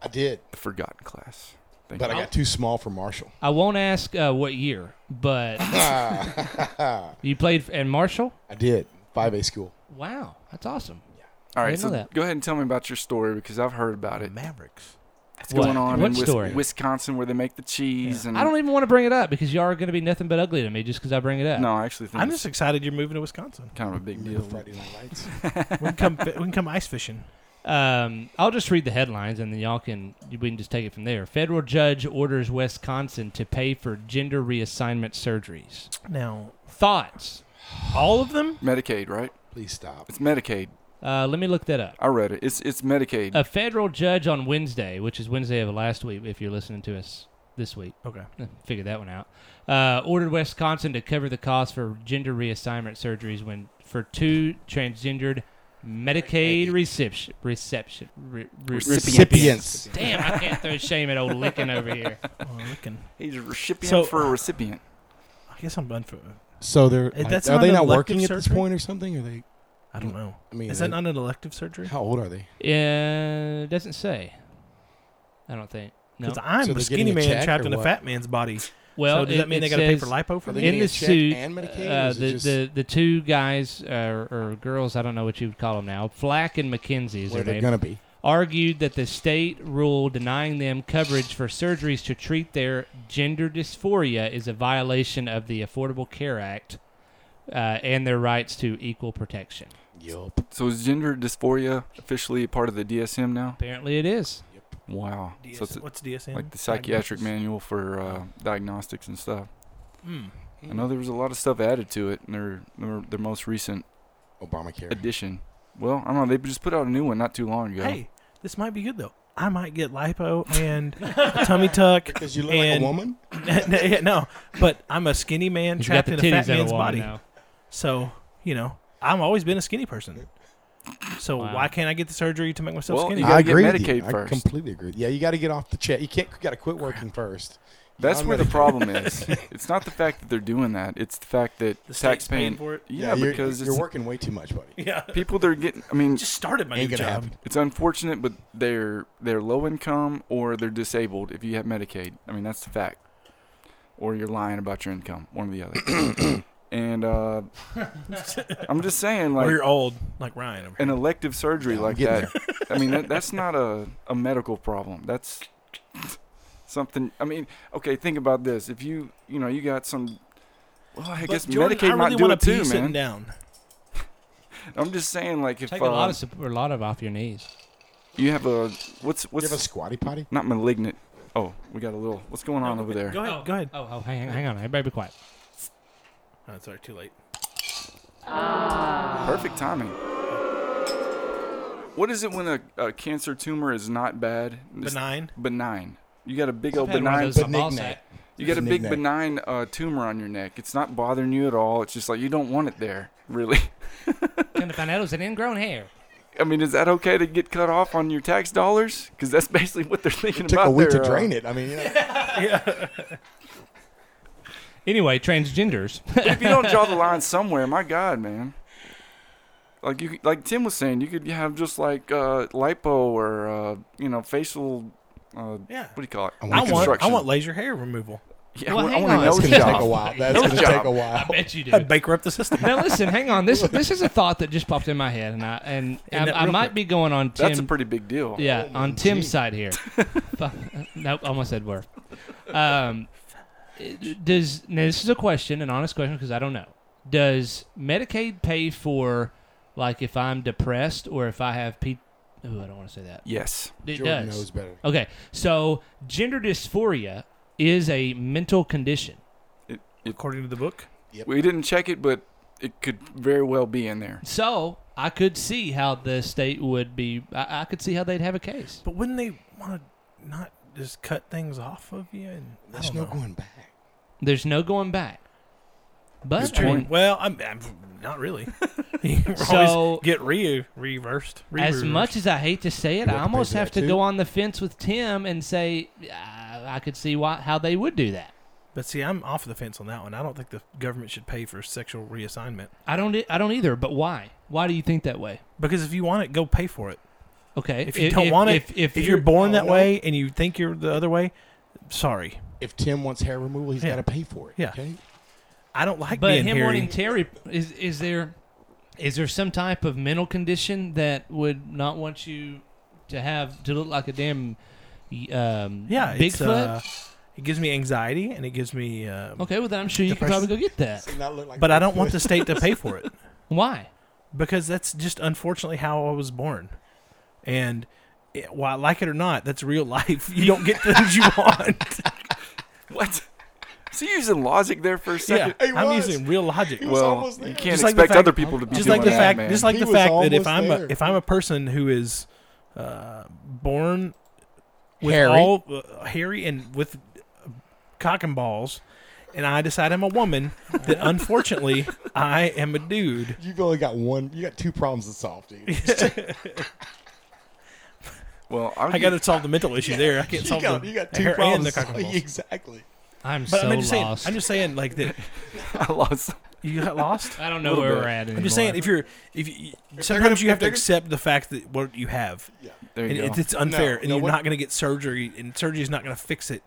[SPEAKER 2] I did,
[SPEAKER 7] The forgotten class. Thank
[SPEAKER 2] but
[SPEAKER 7] you.
[SPEAKER 2] I got too small for Marshall.
[SPEAKER 5] I won't ask uh, what year, but you played in Marshall.
[SPEAKER 2] I did. 5A school.
[SPEAKER 5] Wow, that's awesome.
[SPEAKER 7] All
[SPEAKER 5] I
[SPEAKER 7] right,
[SPEAKER 5] didn't
[SPEAKER 7] so
[SPEAKER 5] know that.
[SPEAKER 7] go ahead and tell me about your story because I've heard about it.
[SPEAKER 6] Mavericks.
[SPEAKER 7] What's
[SPEAKER 5] What?
[SPEAKER 7] going on
[SPEAKER 5] What
[SPEAKER 7] in Wis-
[SPEAKER 5] story?
[SPEAKER 7] Wisconsin where they make the cheese? And
[SPEAKER 5] I don't even want to bring it up because y'all are going to be nothing but ugly to me just because I bring it up.
[SPEAKER 7] No, I actually think
[SPEAKER 6] I'm
[SPEAKER 7] it's
[SPEAKER 6] just excited you're moving to Wisconsin.
[SPEAKER 7] kind of a big
[SPEAKER 2] Remember
[SPEAKER 7] deal.
[SPEAKER 2] Friday Night Lights?
[SPEAKER 6] We can come. we can come ice fishing.
[SPEAKER 5] Um, I'll just read the headlines and then y'all can we can just take it from there. Federal judge orders Wisconsin to pay for gender reassignment surgeries.
[SPEAKER 6] Now,
[SPEAKER 5] Thoughts?
[SPEAKER 6] all of them.
[SPEAKER 7] Medicaid, right?
[SPEAKER 2] Please stop.
[SPEAKER 7] It's Medicaid.
[SPEAKER 5] Uh, let me look that up.
[SPEAKER 7] I read it. It's it's Medicaid.
[SPEAKER 5] A federal judge on Wednesday, which is Wednesday of last week, if you're listening to us this week,
[SPEAKER 6] Okay.
[SPEAKER 5] figure that one out. Uh, ordered Wisconsin to cover the cost for gender reassignment surgeries when for two transgendered Medicaid reception reception re, re-
[SPEAKER 2] Recipients.
[SPEAKER 5] Damn, I can't throw shame at old Lincoln over here.
[SPEAKER 6] Well, we can,
[SPEAKER 7] He's a recipient
[SPEAKER 6] So-
[SPEAKER 7] for a recipient.
[SPEAKER 6] I guess I'm done for.
[SPEAKER 2] So they're
[SPEAKER 6] Hey,
[SPEAKER 2] like,
[SPEAKER 6] that's
[SPEAKER 2] are they
[SPEAKER 6] not
[SPEAKER 2] not
[SPEAKER 6] elective
[SPEAKER 2] working at this
[SPEAKER 6] surgery?
[SPEAKER 2] point or something? Are they?
[SPEAKER 6] I don't know.
[SPEAKER 2] I mean,
[SPEAKER 6] Is
[SPEAKER 2] are
[SPEAKER 6] that
[SPEAKER 2] they-
[SPEAKER 6] not an elective surgery?
[SPEAKER 2] How old are they?
[SPEAKER 5] Uh, doesn't say. I don't think. No.
[SPEAKER 6] Because I'm
[SPEAKER 2] So
[SPEAKER 6] the
[SPEAKER 2] they're
[SPEAKER 6] skinny
[SPEAKER 2] getting a
[SPEAKER 6] man
[SPEAKER 2] check
[SPEAKER 6] trapped
[SPEAKER 2] or
[SPEAKER 6] in a
[SPEAKER 2] what?
[SPEAKER 6] fat man's body.
[SPEAKER 5] Well,
[SPEAKER 6] so does
[SPEAKER 5] it-
[SPEAKER 6] that mean they
[SPEAKER 5] it
[SPEAKER 6] got to pay
[SPEAKER 5] says-
[SPEAKER 6] for lipo for
[SPEAKER 2] Are they
[SPEAKER 6] that?
[SPEAKER 5] in
[SPEAKER 2] getting
[SPEAKER 5] the
[SPEAKER 2] a check
[SPEAKER 5] suit,
[SPEAKER 2] and Medicaid, or
[SPEAKER 5] uh,
[SPEAKER 2] is it
[SPEAKER 5] the,
[SPEAKER 2] just-
[SPEAKER 5] the the two guys uh, or, or girls, I don't know what you would call them now. Flack and McKenzie is
[SPEAKER 2] Where
[SPEAKER 5] their
[SPEAKER 2] they're
[SPEAKER 5] name.
[SPEAKER 2] gonna be?
[SPEAKER 5] argued that the state rule denying them coverage for surgeries to treat their gender dysphoria is a violation of the Affordable Care Act uh, and their rights to equal protection.
[SPEAKER 2] Yup.
[SPEAKER 7] So is gender dysphoria officially a part of the DSM now?
[SPEAKER 5] Apparently, it is.
[SPEAKER 7] Wow. So it's
[SPEAKER 6] What's DSM?
[SPEAKER 7] like the psychiatric manual for uh, diagnostics and stuff.
[SPEAKER 6] Hmm.
[SPEAKER 7] I know there was a lot of stuff added to it in their their, their most recent
[SPEAKER 2] Obamacare.
[SPEAKER 7] edition. Well, I don't know. They just put out a new one not too long ago.
[SPEAKER 6] Hey, this might be good though. I might get lipo and tummy tuck.
[SPEAKER 2] Because you look like
[SPEAKER 6] and,
[SPEAKER 2] a woman.
[SPEAKER 6] no, yeah, no, but I'm a skinny man
[SPEAKER 5] He's got
[SPEAKER 6] trapped
[SPEAKER 5] the
[SPEAKER 6] in a
[SPEAKER 5] titties of
[SPEAKER 6] fat
[SPEAKER 5] a
[SPEAKER 6] man's
[SPEAKER 5] woman
[SPEAKER 6] body.
[SPEAKER 5] now.
[SPEAKER 6] So you know, I've always been a skinny person. So
[SPEAKER 5] Wow.
[SPEAKER 6] why can't I get the surgery to make myself
[SPEAKER 7] Well,
[SPEAKER 6] skinny?
[SPEAKER 7] You gotta
[SPEAKER 2] I
[SPEAKER 7] get
[SPEAKER 2] agree. with
[SPEAKER 7] Medicaid
[SPEAKER 2] you. I
[SPEAKER 7] first.
[SPEAKER 2] completely agree. Yeah, you got to get off the check. You can't. You got to quit working first.
[SPEAKER 7] That's
[SPEAKER 2] I'm
[SPEAKER 7] where the
[SPEAKER 2] gonna-
[SPEAKER 7] problem is. It's not the fact that they're doing that. It's the fact that
[SPEAKER 6] The state's
[SPEAKER 7] tax
[SPEAKER 6] paying
[SPEAKER 7] paying
[SPEAKER 6] for it?
[SPEAKER 7] Yeah,
[SPEAKER 2] you're,
[SPEAKER 7] because
[SPEAKER 2] you're
[SPEAKER 7] it's
[SPEAKER 2] working way too much, buddy.
[SPEAKER 6] yeah,
[SPEAKER 7] people that are getting. I mean,
[SPEAKER 6] just started my
[SPEAKER 2] Ain't
[SPEAKER 6] new
[SPEAKER 2] gonna
[SPEAKER 6] job.
[SPEAKER 2] happen.
[SPEAKER 7] it's unfortunate, but they're they're low income or they're disabled. If you have Medicaid, I mean that's the fact. Or you're lying about your income, one or the other. and uh, I'm just saying,
[SPEAKER 6] or
[SPEAKER 7] like
[SPEAKER 6] you're old, like Ryan. Over here.
[SPEAKER 7] an elective surgery
[SPEAKER 2] Yeah, I'm
[SPEAKER 7] like
[SPEAKER 2] getting
[SPEAKER 7] that. I mean, that, that's not a, a medical problem. That's something. I mean, okay, think about this. If you, you know, you got some. Well, I
[SPEAKER 6] But
[SPEAKER 7] guess
[SPEAKER 6] Jordan,
[SPEAKER 7] Medicaid
[SPEAKER 6] I
[SPEAKER 7] might
[SPEAKER 6] really
[SPEAKER 7] do
[SPEAKER 6] wanna
[SPEAKER 7] it too,
[SPEAKER 6] pee Sitting
[SPEAKER 7] man.
[SPEAKER 6] down.
[SPEAKER 7] I'm just saying, like, if
[SPEAKER 5] Take a lot
[SPEAKER 7] uh,
[SPEAKER 5] of sup- or a lot of off your knees.
[SPEAKER 7] you have a what's
[SPEAKER 2] You have a
[SPEAKER 7] what's
[SPEAKER 2] squatty potty?
[SPEAKER 7] not malignant, Oh, we got a little. What's going on over there?
[SPEAKER 6] Go ahead.
[SPEAKER 5] Oh,
[SPEAKER 6] Go ahead.
[SPEAKER 5] Oh, oh, hang, hang on. Everybody be quiet.
[SPEAKER 6] Oh, sorry, too late.
[SPEAKER 7] Perfect timing. What is it when a, a cancer tumor is not bad? It's
[SPEAKER 6] Benign.
[SPEAKER 7] Benign. You got a big old
[SPEAKER 5] I've had one of
[SPEAKER 7] benign.
[SPEAKER 5] those on
[SPEAKER 2] But
[SPEAKER 5] ball
[SPEAKER 2] knick-knack.
[SPEAKER 5] sack.
[SPEAKER 7] You got a big
[SPEAKER 2] Knick-knack.
[SPEAKER 7] benign uh, tumor on your neck. It's not bothering you at all. It's just like you don't want it there, really.
[SPEAKER 5] Come to find out it was an ingrown hair.
[SPEAKER 7] I mean, is that okay to get cut off on your tax dollars? Because that's basically what they're thinking
[SPEAKER 2] It took
[SPEAKER 7] about.
[SPEAKER 2] a week
[SPEAKER 7] there,
[SPEAKER 2] to
[SPEAKER 7] uh,
[SPEAKER 2] drain it. I mean, you know,
[SPEAKER 5] Anyway, transgenders.
[SPEAKER 7] if you don't draw the line somewhere, my God, man. Like you, like Tim was saying, you could have just like uh, lipo or uh, you know facial. Uh,
[SPEAKER 6] Yeah.
[SPEAKER 7] What do you call it?
[SPEAKER 6] I want. I
[SPEAKER 7] Reconstruction.
[SPEAKER 6] want laser hair removal.
[SPEAKER 7] Yeah,
[SPEAKER 5] Well,
[SPEAKER 7] I
[SPEAKER 5] hang
[SPEAKER 7] want
[SPEAKER 5] on.
[SPEAKER 7] a
[SPEAKER 5] That's
[SPEAKER 2] that's
[SPEAKER 7] nose
[SPEAKER 2] going to take a
[SPEAKER 7] job.
[SPEAKER 2] while. That's going to
[SPEAKER 7] job.
[SPEAKER 2] take a while.
[SPEAKER 5] Bet you do.
[SPEAKER 6] I'd bankrupt the system.
[SPEAKER 5] Now listen, hang on. This this is a thought that just popped in my head, and I and
[SPEAKER 6] Isn't
[SPEAKER 5] I,
[SPEAKER 6] that
[SPEAKER 5] I
[SPEAKER 6] real
[SPEAKER 5] might
[SPEAKER 6] quick?
[SPEAKER 5] be going on Tim.
[SPEAKER 7] That's a pretty big deal.
[SPEAKER 5] yeah, on Tim's side here. Fu- nope, almost said were. Um, does now this is a question, an honest question, because I don't know. Does Medicaid pay for like if I'm depressed or if I have P? Ooh, I don't want to say that.
[SPEAKER 7] Yes.
[SPEAKER 5] It
[SPEAKER 2] Jordan
[SPEAKER 5] does.
[SPEAKER 2] knows better.
[SPEAKER 5] Okay, so gender dysphoria is a mental condition.
[SPEAKER 7] It, it,
[SPEAKER 6] According to the book.
[SPEAKER 7] we didn't check it, but it could very well be in there.
[SPEAKER 5] So I could see how the state would be. I, I could see how they'd have a case.
[SPEAKER 6] But wouldn't they want to not just cut things off of you? And I
[SPEAKER 2] There's
[SPEAKER 6] don't
[SPEAKER 2] no
[SPEAKER 6] know.
[SPEAKER 2] going back.
[SPEAKER 5] There's no going back. But
[SPEAKER 7] It's true.
[SPEAKER 5] on-
[SPEAKER 6] Well, I'm, I'm not really. You
[SPEAKER 5] So-
[SPEAKER 6] always get re reversed.
[SPEAKER 5] as
[SPEAKER 6] re-reversed.
[SPEAKER 5] much as I hate to say it,
[SPEAKER 2] You have
[SPEAKER 5] I
[SPEAKER 2] to pay
[SPEAKER 5] almost
[SPEAKER 2] for
[SPEAKER 5] have
[SPEAKER 2] that
[SPEAKER 5] to
[SPEAKER 2] too.
[SPEAKER 5] go on the fence with Tim and say uh, I could see why how they would do that.
[SPEAKER 6] But see, I'm off the fence on that one. I don't think the government should pay for sexual reassignment
[SPEAKER 5] I don't. e, I don't either. But why? Why do you think that way?
[SPEAKER 6] because if you want it, go pay for it.
[SPEAKER 5] Okay.
[SPEAKER 6] If you don't want it,
[SPEAKER 5] if,
[SPEAKER 6] if, you're,
[SPEAKER 5] born.
[SPEAKER 6] born
[SPEAKER 2] oh,
[SPEAKER 6] that
[SPEAKER 2] no.
[SPEAKER 6] way and you think you're the other way, sorry.
[SPEAKER 2] If Tim wants hair removal, he's
[SPEAKER 6] Yeah.
[SPEAKER 2] got to pay for it.
[SPEAKER 6] Yeah.
[SPEAKER 2] Okay?
[SPEAKER 6] I don't like
[SPEAKER 5] But
[SPEAKER 6] being
[SPEAKER 5] him
[SPEAKER 6] hairy.
[SPEAKER 5] wanting Terry is is there is there some type of mental condition that would not want you to have to look like a damn um,
[SPEAKER 6] yeah, it's,
[SPEAKER 5] Bigfoot?
[SPEAKER 6] uh, it gives me anxiety and it gives me. Uh,
[SPEAKER 5] okay, well then I'm sure you could
[SPEAKER 6] depressed.
[SPEAKER 5] probably go get that.
[SPEAKER 2] Does not look like
[SPEAKER 6] But I don't
[SPEAKER 2] Bigfoot.
[SPEAKER 6] want the state to pay for it.
[SPEAKER 5] Why?
[SPEAKER 6] because that's just unfortunately how I was born, and it, while I like it or not, that's real life. You don't get things you want.
[SPEAKER 7] What? Is he using logic there for a second?
[SPEAKER 2] He
[SPEAKER 6] I'm
[SPEAKER 2] was.
[SPEAKER 6] using real logic.
[SPEAKER 2] was
[SPEAKER 7] Well,
[SPEAKER 2] almost there.
[SPEAKER 7] you can't
[SPEAKER 6] Just like
[SPEAKER 7] expect
[SPEAKER 6] the fact-
[SPEAKER 7] other people to be
[SPEAKER 6] Just
[SPEAKER 7] doing
[SPEAKER 6] like the
[SPEAKER 7] that,
[SPEAKER 6] fact,
[SPEAKER 7] man.
[SPEAKER 6] just like
[SPEAKER 2] He
[SPEAKER 6] the
[SPEAKER 2] was
[SPEAKER 6] fact that if
[SPEAKER 2] almost
[SPEAKER 6] I'm a,
[SPEAKER 2] there.
[SPEAKER 6] if I'm a person who is uh, born with
[SPEAKER 2] Hairy.
[SPEAKER 6] all uh, hairy and with cock and balls, and I decide I'm a woman, that unfortunately I am a dude.
[SPEAKER 2] You've only got one. You got two problems to solve, dude.
[SPEAKER 7] well, I'll
[SPEAKER 6] I got to solve the mental issue there. I can't
[SPEAKER 2] you,
[SPEAKER 6] solve
[SPEAKER 2] got,
[SPEAKER 6] the
[SPEAKER 2] you got
[SPEAKER 6] the
[SPEAKER 2] two
[SPEAKER 6] hair and
[SPEAKER 2] problems.
[SPEAKER 6] the
[SPEAKER 2] to
[SPEAKER 6] cock and
[SPEAKER 2] solve.
[SPEAKER 6] balls.
[SPEAKER 2] Exactly.
[SPEAKER 5] I'm
[SPEAKER 6] But
[SPEAKER 5] so
[SPEAKER 6] I'm just
[SPEAKER 5] lost.
[SPEAKER 6] saying, I'm just saying, like that.
[SPEAKER 7] I lost.
[SPEAKER 6] You got lost.
[SPEAKER 5] I don't know where
[SPEAKER 7] little
[SPEAKER 5] we're
[SPEAKER 7] bit.
[SPEAKER 5] at. Anymore.
[SPEAKER 6] I'm just saying, if you're, if you,
[SPEAKER 2] they're
[SPEAKER 6] sometimes
[SPEAKER 2] gonna-
[SPEAKER 6] you have to
[SPEAKER 2] if they're gonna-
[SPEAKER 6] accept the fact that what you have,
[SPEAKER 7] There
[SPEAKER 6] and
[SPEAKER 7] you
[SPEAKER 6] it,
[SPEAKER 7] go.
[SPEAKER 6] it's unfair,
[SPEAKER 2] No,
[SPEAKER 6] and
[SPEAKER 2] no,
[SPEAKER 6] you're
[SPEAKER 2] what-
[SPEAKER 6] not going to get surgery, and surgery's not going to fix it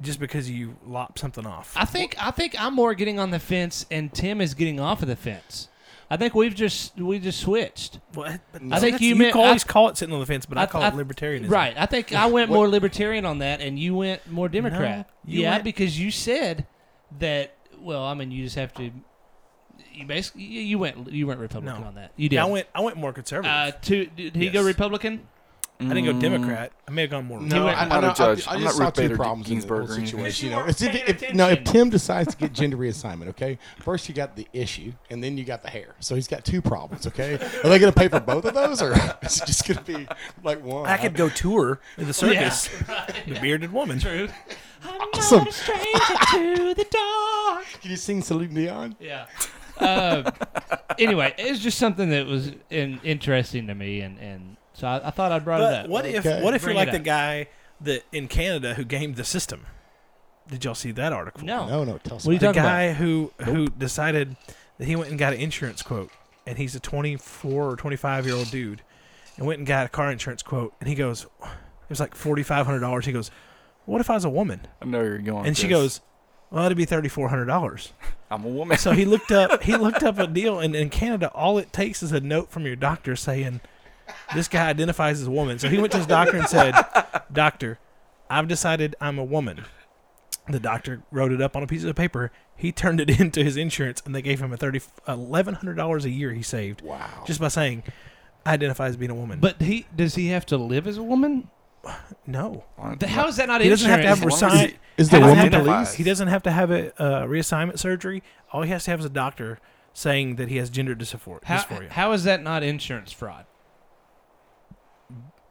[SPEAKER 6] just because you lop something off.
[SPEAKER 5] I think I think I'm more getting on the fence, and Tim is getting off of the fence. I think we've just we just switched.
[SPEAKER 6] What? But
[SPEAKER 5] I think
[SPEAKER 6] that's-
[SPEAKER 5] you
[SPEAKER 6] you
[SPEAKER 5] meant-
[SPEAKER 6] call-
[SPEAKER 5] I-
[SPEAKER 6] always call it sitting on the fence, but I,
[SPEAKER 5] I-
[SPEAKER 6] call
[SPEAKER 5] I-
[SPEAKER 6] it libertarianism.
[SPEAKER 5] Right. I think I went
[SPEAKER 2] What-
[SPEAKER 5] more libertarian on that, and you went more Democrat.
[SPEAKER 6] No, you
[SPEAKER 5] yeah,
[SPEAKER 6] went-
[SPEAKER 5] because you said that. Well, I mean, you just have to. You basically you you went you went Republican
[SPEAKER 6] No.
[SPEAKER 5] on that. You did.
[SPEAKER 6] Yeah, I went. I went more conservative.
[SPEAKER 5] Uh, mm. to, did he
[SPEAKER 6] Yes.
[SPEAKER 5] go Republican?
[SPEAKER 6] I didn't go Democrat. I may have gone more.
[SPEAKER 2] No,
[SPEAKER 5] went-
[SPEAKER 2] I,
[SPEAKER 5] I'm
[SPEAKER 2] I
[SPEAKER 7] not a
[SPEAKER 2] know, I-
[SPEAKER 7] judge.
[SPEAKER 2] I,
[SPEAKER 7] I'm
[SPEAKER 2] just saw
[SPEAKER 7] not Ruth
[SPEAKER 2] two
[SPEAKER 7] Bader
[SPEAKER 2] problems in the whole
[SPEAKER 7] Ginsburg or anything.
[SPEAKER 2] situation. You know, It's- if, if, no, if Tim decides to get gender reassignment, okay, first you got the issue, and then you got the hair. So he's got two problems. Okay, are they going to pay for both of those, or is it just going to be like one?
[SPEAKER 6] I could go tour in the circus, the bearded woman.
[SPEAKER 2] awesome.
[SPEAKER 5] to the dark.
[SPEAKER 2] Can you sing Celine Dion?
[SPEAKER 5] Yeah. Uh, anyway, it's just something that was in, interesting to me, and, and so I, I thought I brought it
[SPEAKER 6] But
[SPEAKER 5] up.
[SPEAKER 6] what if
[SPEAKER 2] Okay.
[SPEAKER 6] what if you're
[SPEAKER 5] Bring
[SPEAKER 6] like
[SPEAKER 5] it
[SPEAKER 6] the
[SPEAKER 5] up.
[SPEAKER 6] guy that in Canada who gamed the system? Did y'all see that article?
[SPEAKER 5] no.
[SPEAKER 2] No, no, tell us.
[SPEAKER 5] What are you
[SPEAKER 2] about
[SPEAKER 5] talking
[SPEAKER 6] the
[SPEAKER 5] about?
[SPEAKER 6] guy who who decided that he went and got an insurance quote, and he's a 24 or 25 year old dude, and went and got a car insurance quote, and he goes, it was like 4,500 dollars. He goes, what if I was a woman?
[SPEAKER 7] I know where you're going.
[SPEAKER 6] And she
[SPEAKER 7] Chris.
[SPEAKER 6] goes, well, it'd be 3,400 dollars.
[SPEAKER 7] "I'm a woman."
[SPEAKER 6] So he looked up he looked up a deal, and in Canada, all it takes is a note from your doctor saying this guy identifies as a woman. So he went to his doctor and said, "Doctor, I've decided I'm a woman." The doctor wrote it up on a piece of paper. He turned it into his insurance, and they gave him a thirty eleven hundred dollars a year he saved
[SPEAKER 2] Wow.
[SPEAKER 6] just by saying, "I identify as being a woman."
[SPEAKER 5] But he does he have to live as a woman?
[SPEAKER 6] No,
[SPEAKER 7] What?
[SPEAKER 5] The- How is that not
[SPEAKER 6] he doesn't have to
[SPEAKER 5] insurance?
[SPEAKER 6] have
[SPEAKER 7] As long as
[SPEAKER 6] resign.
[SPEAKER 7] he-
[SPEAKER 2] Is
[SPEAKER 6] He
[SPEAKER 2] the
[SPEAKER 7] How
[SPEAKER 6] doesn't
[SPEAKER 7] is
[SPEAKER 2] woman
[SPEAKER 6] have
[SPEAKER 7] that
[SPEAKER 6] to-
[SPEAKER 7] not-
[SPEAKER 2] police?
[SPEAKER 6] He doesn't have to have a uh, reassignment surgery. All he has to have is a doctor saying that he has gender dysphor-
[SPEAKER 5] How-
[SPEAKER 6] dysphoria
[SPEAKER 5] how is that not insurance fraud?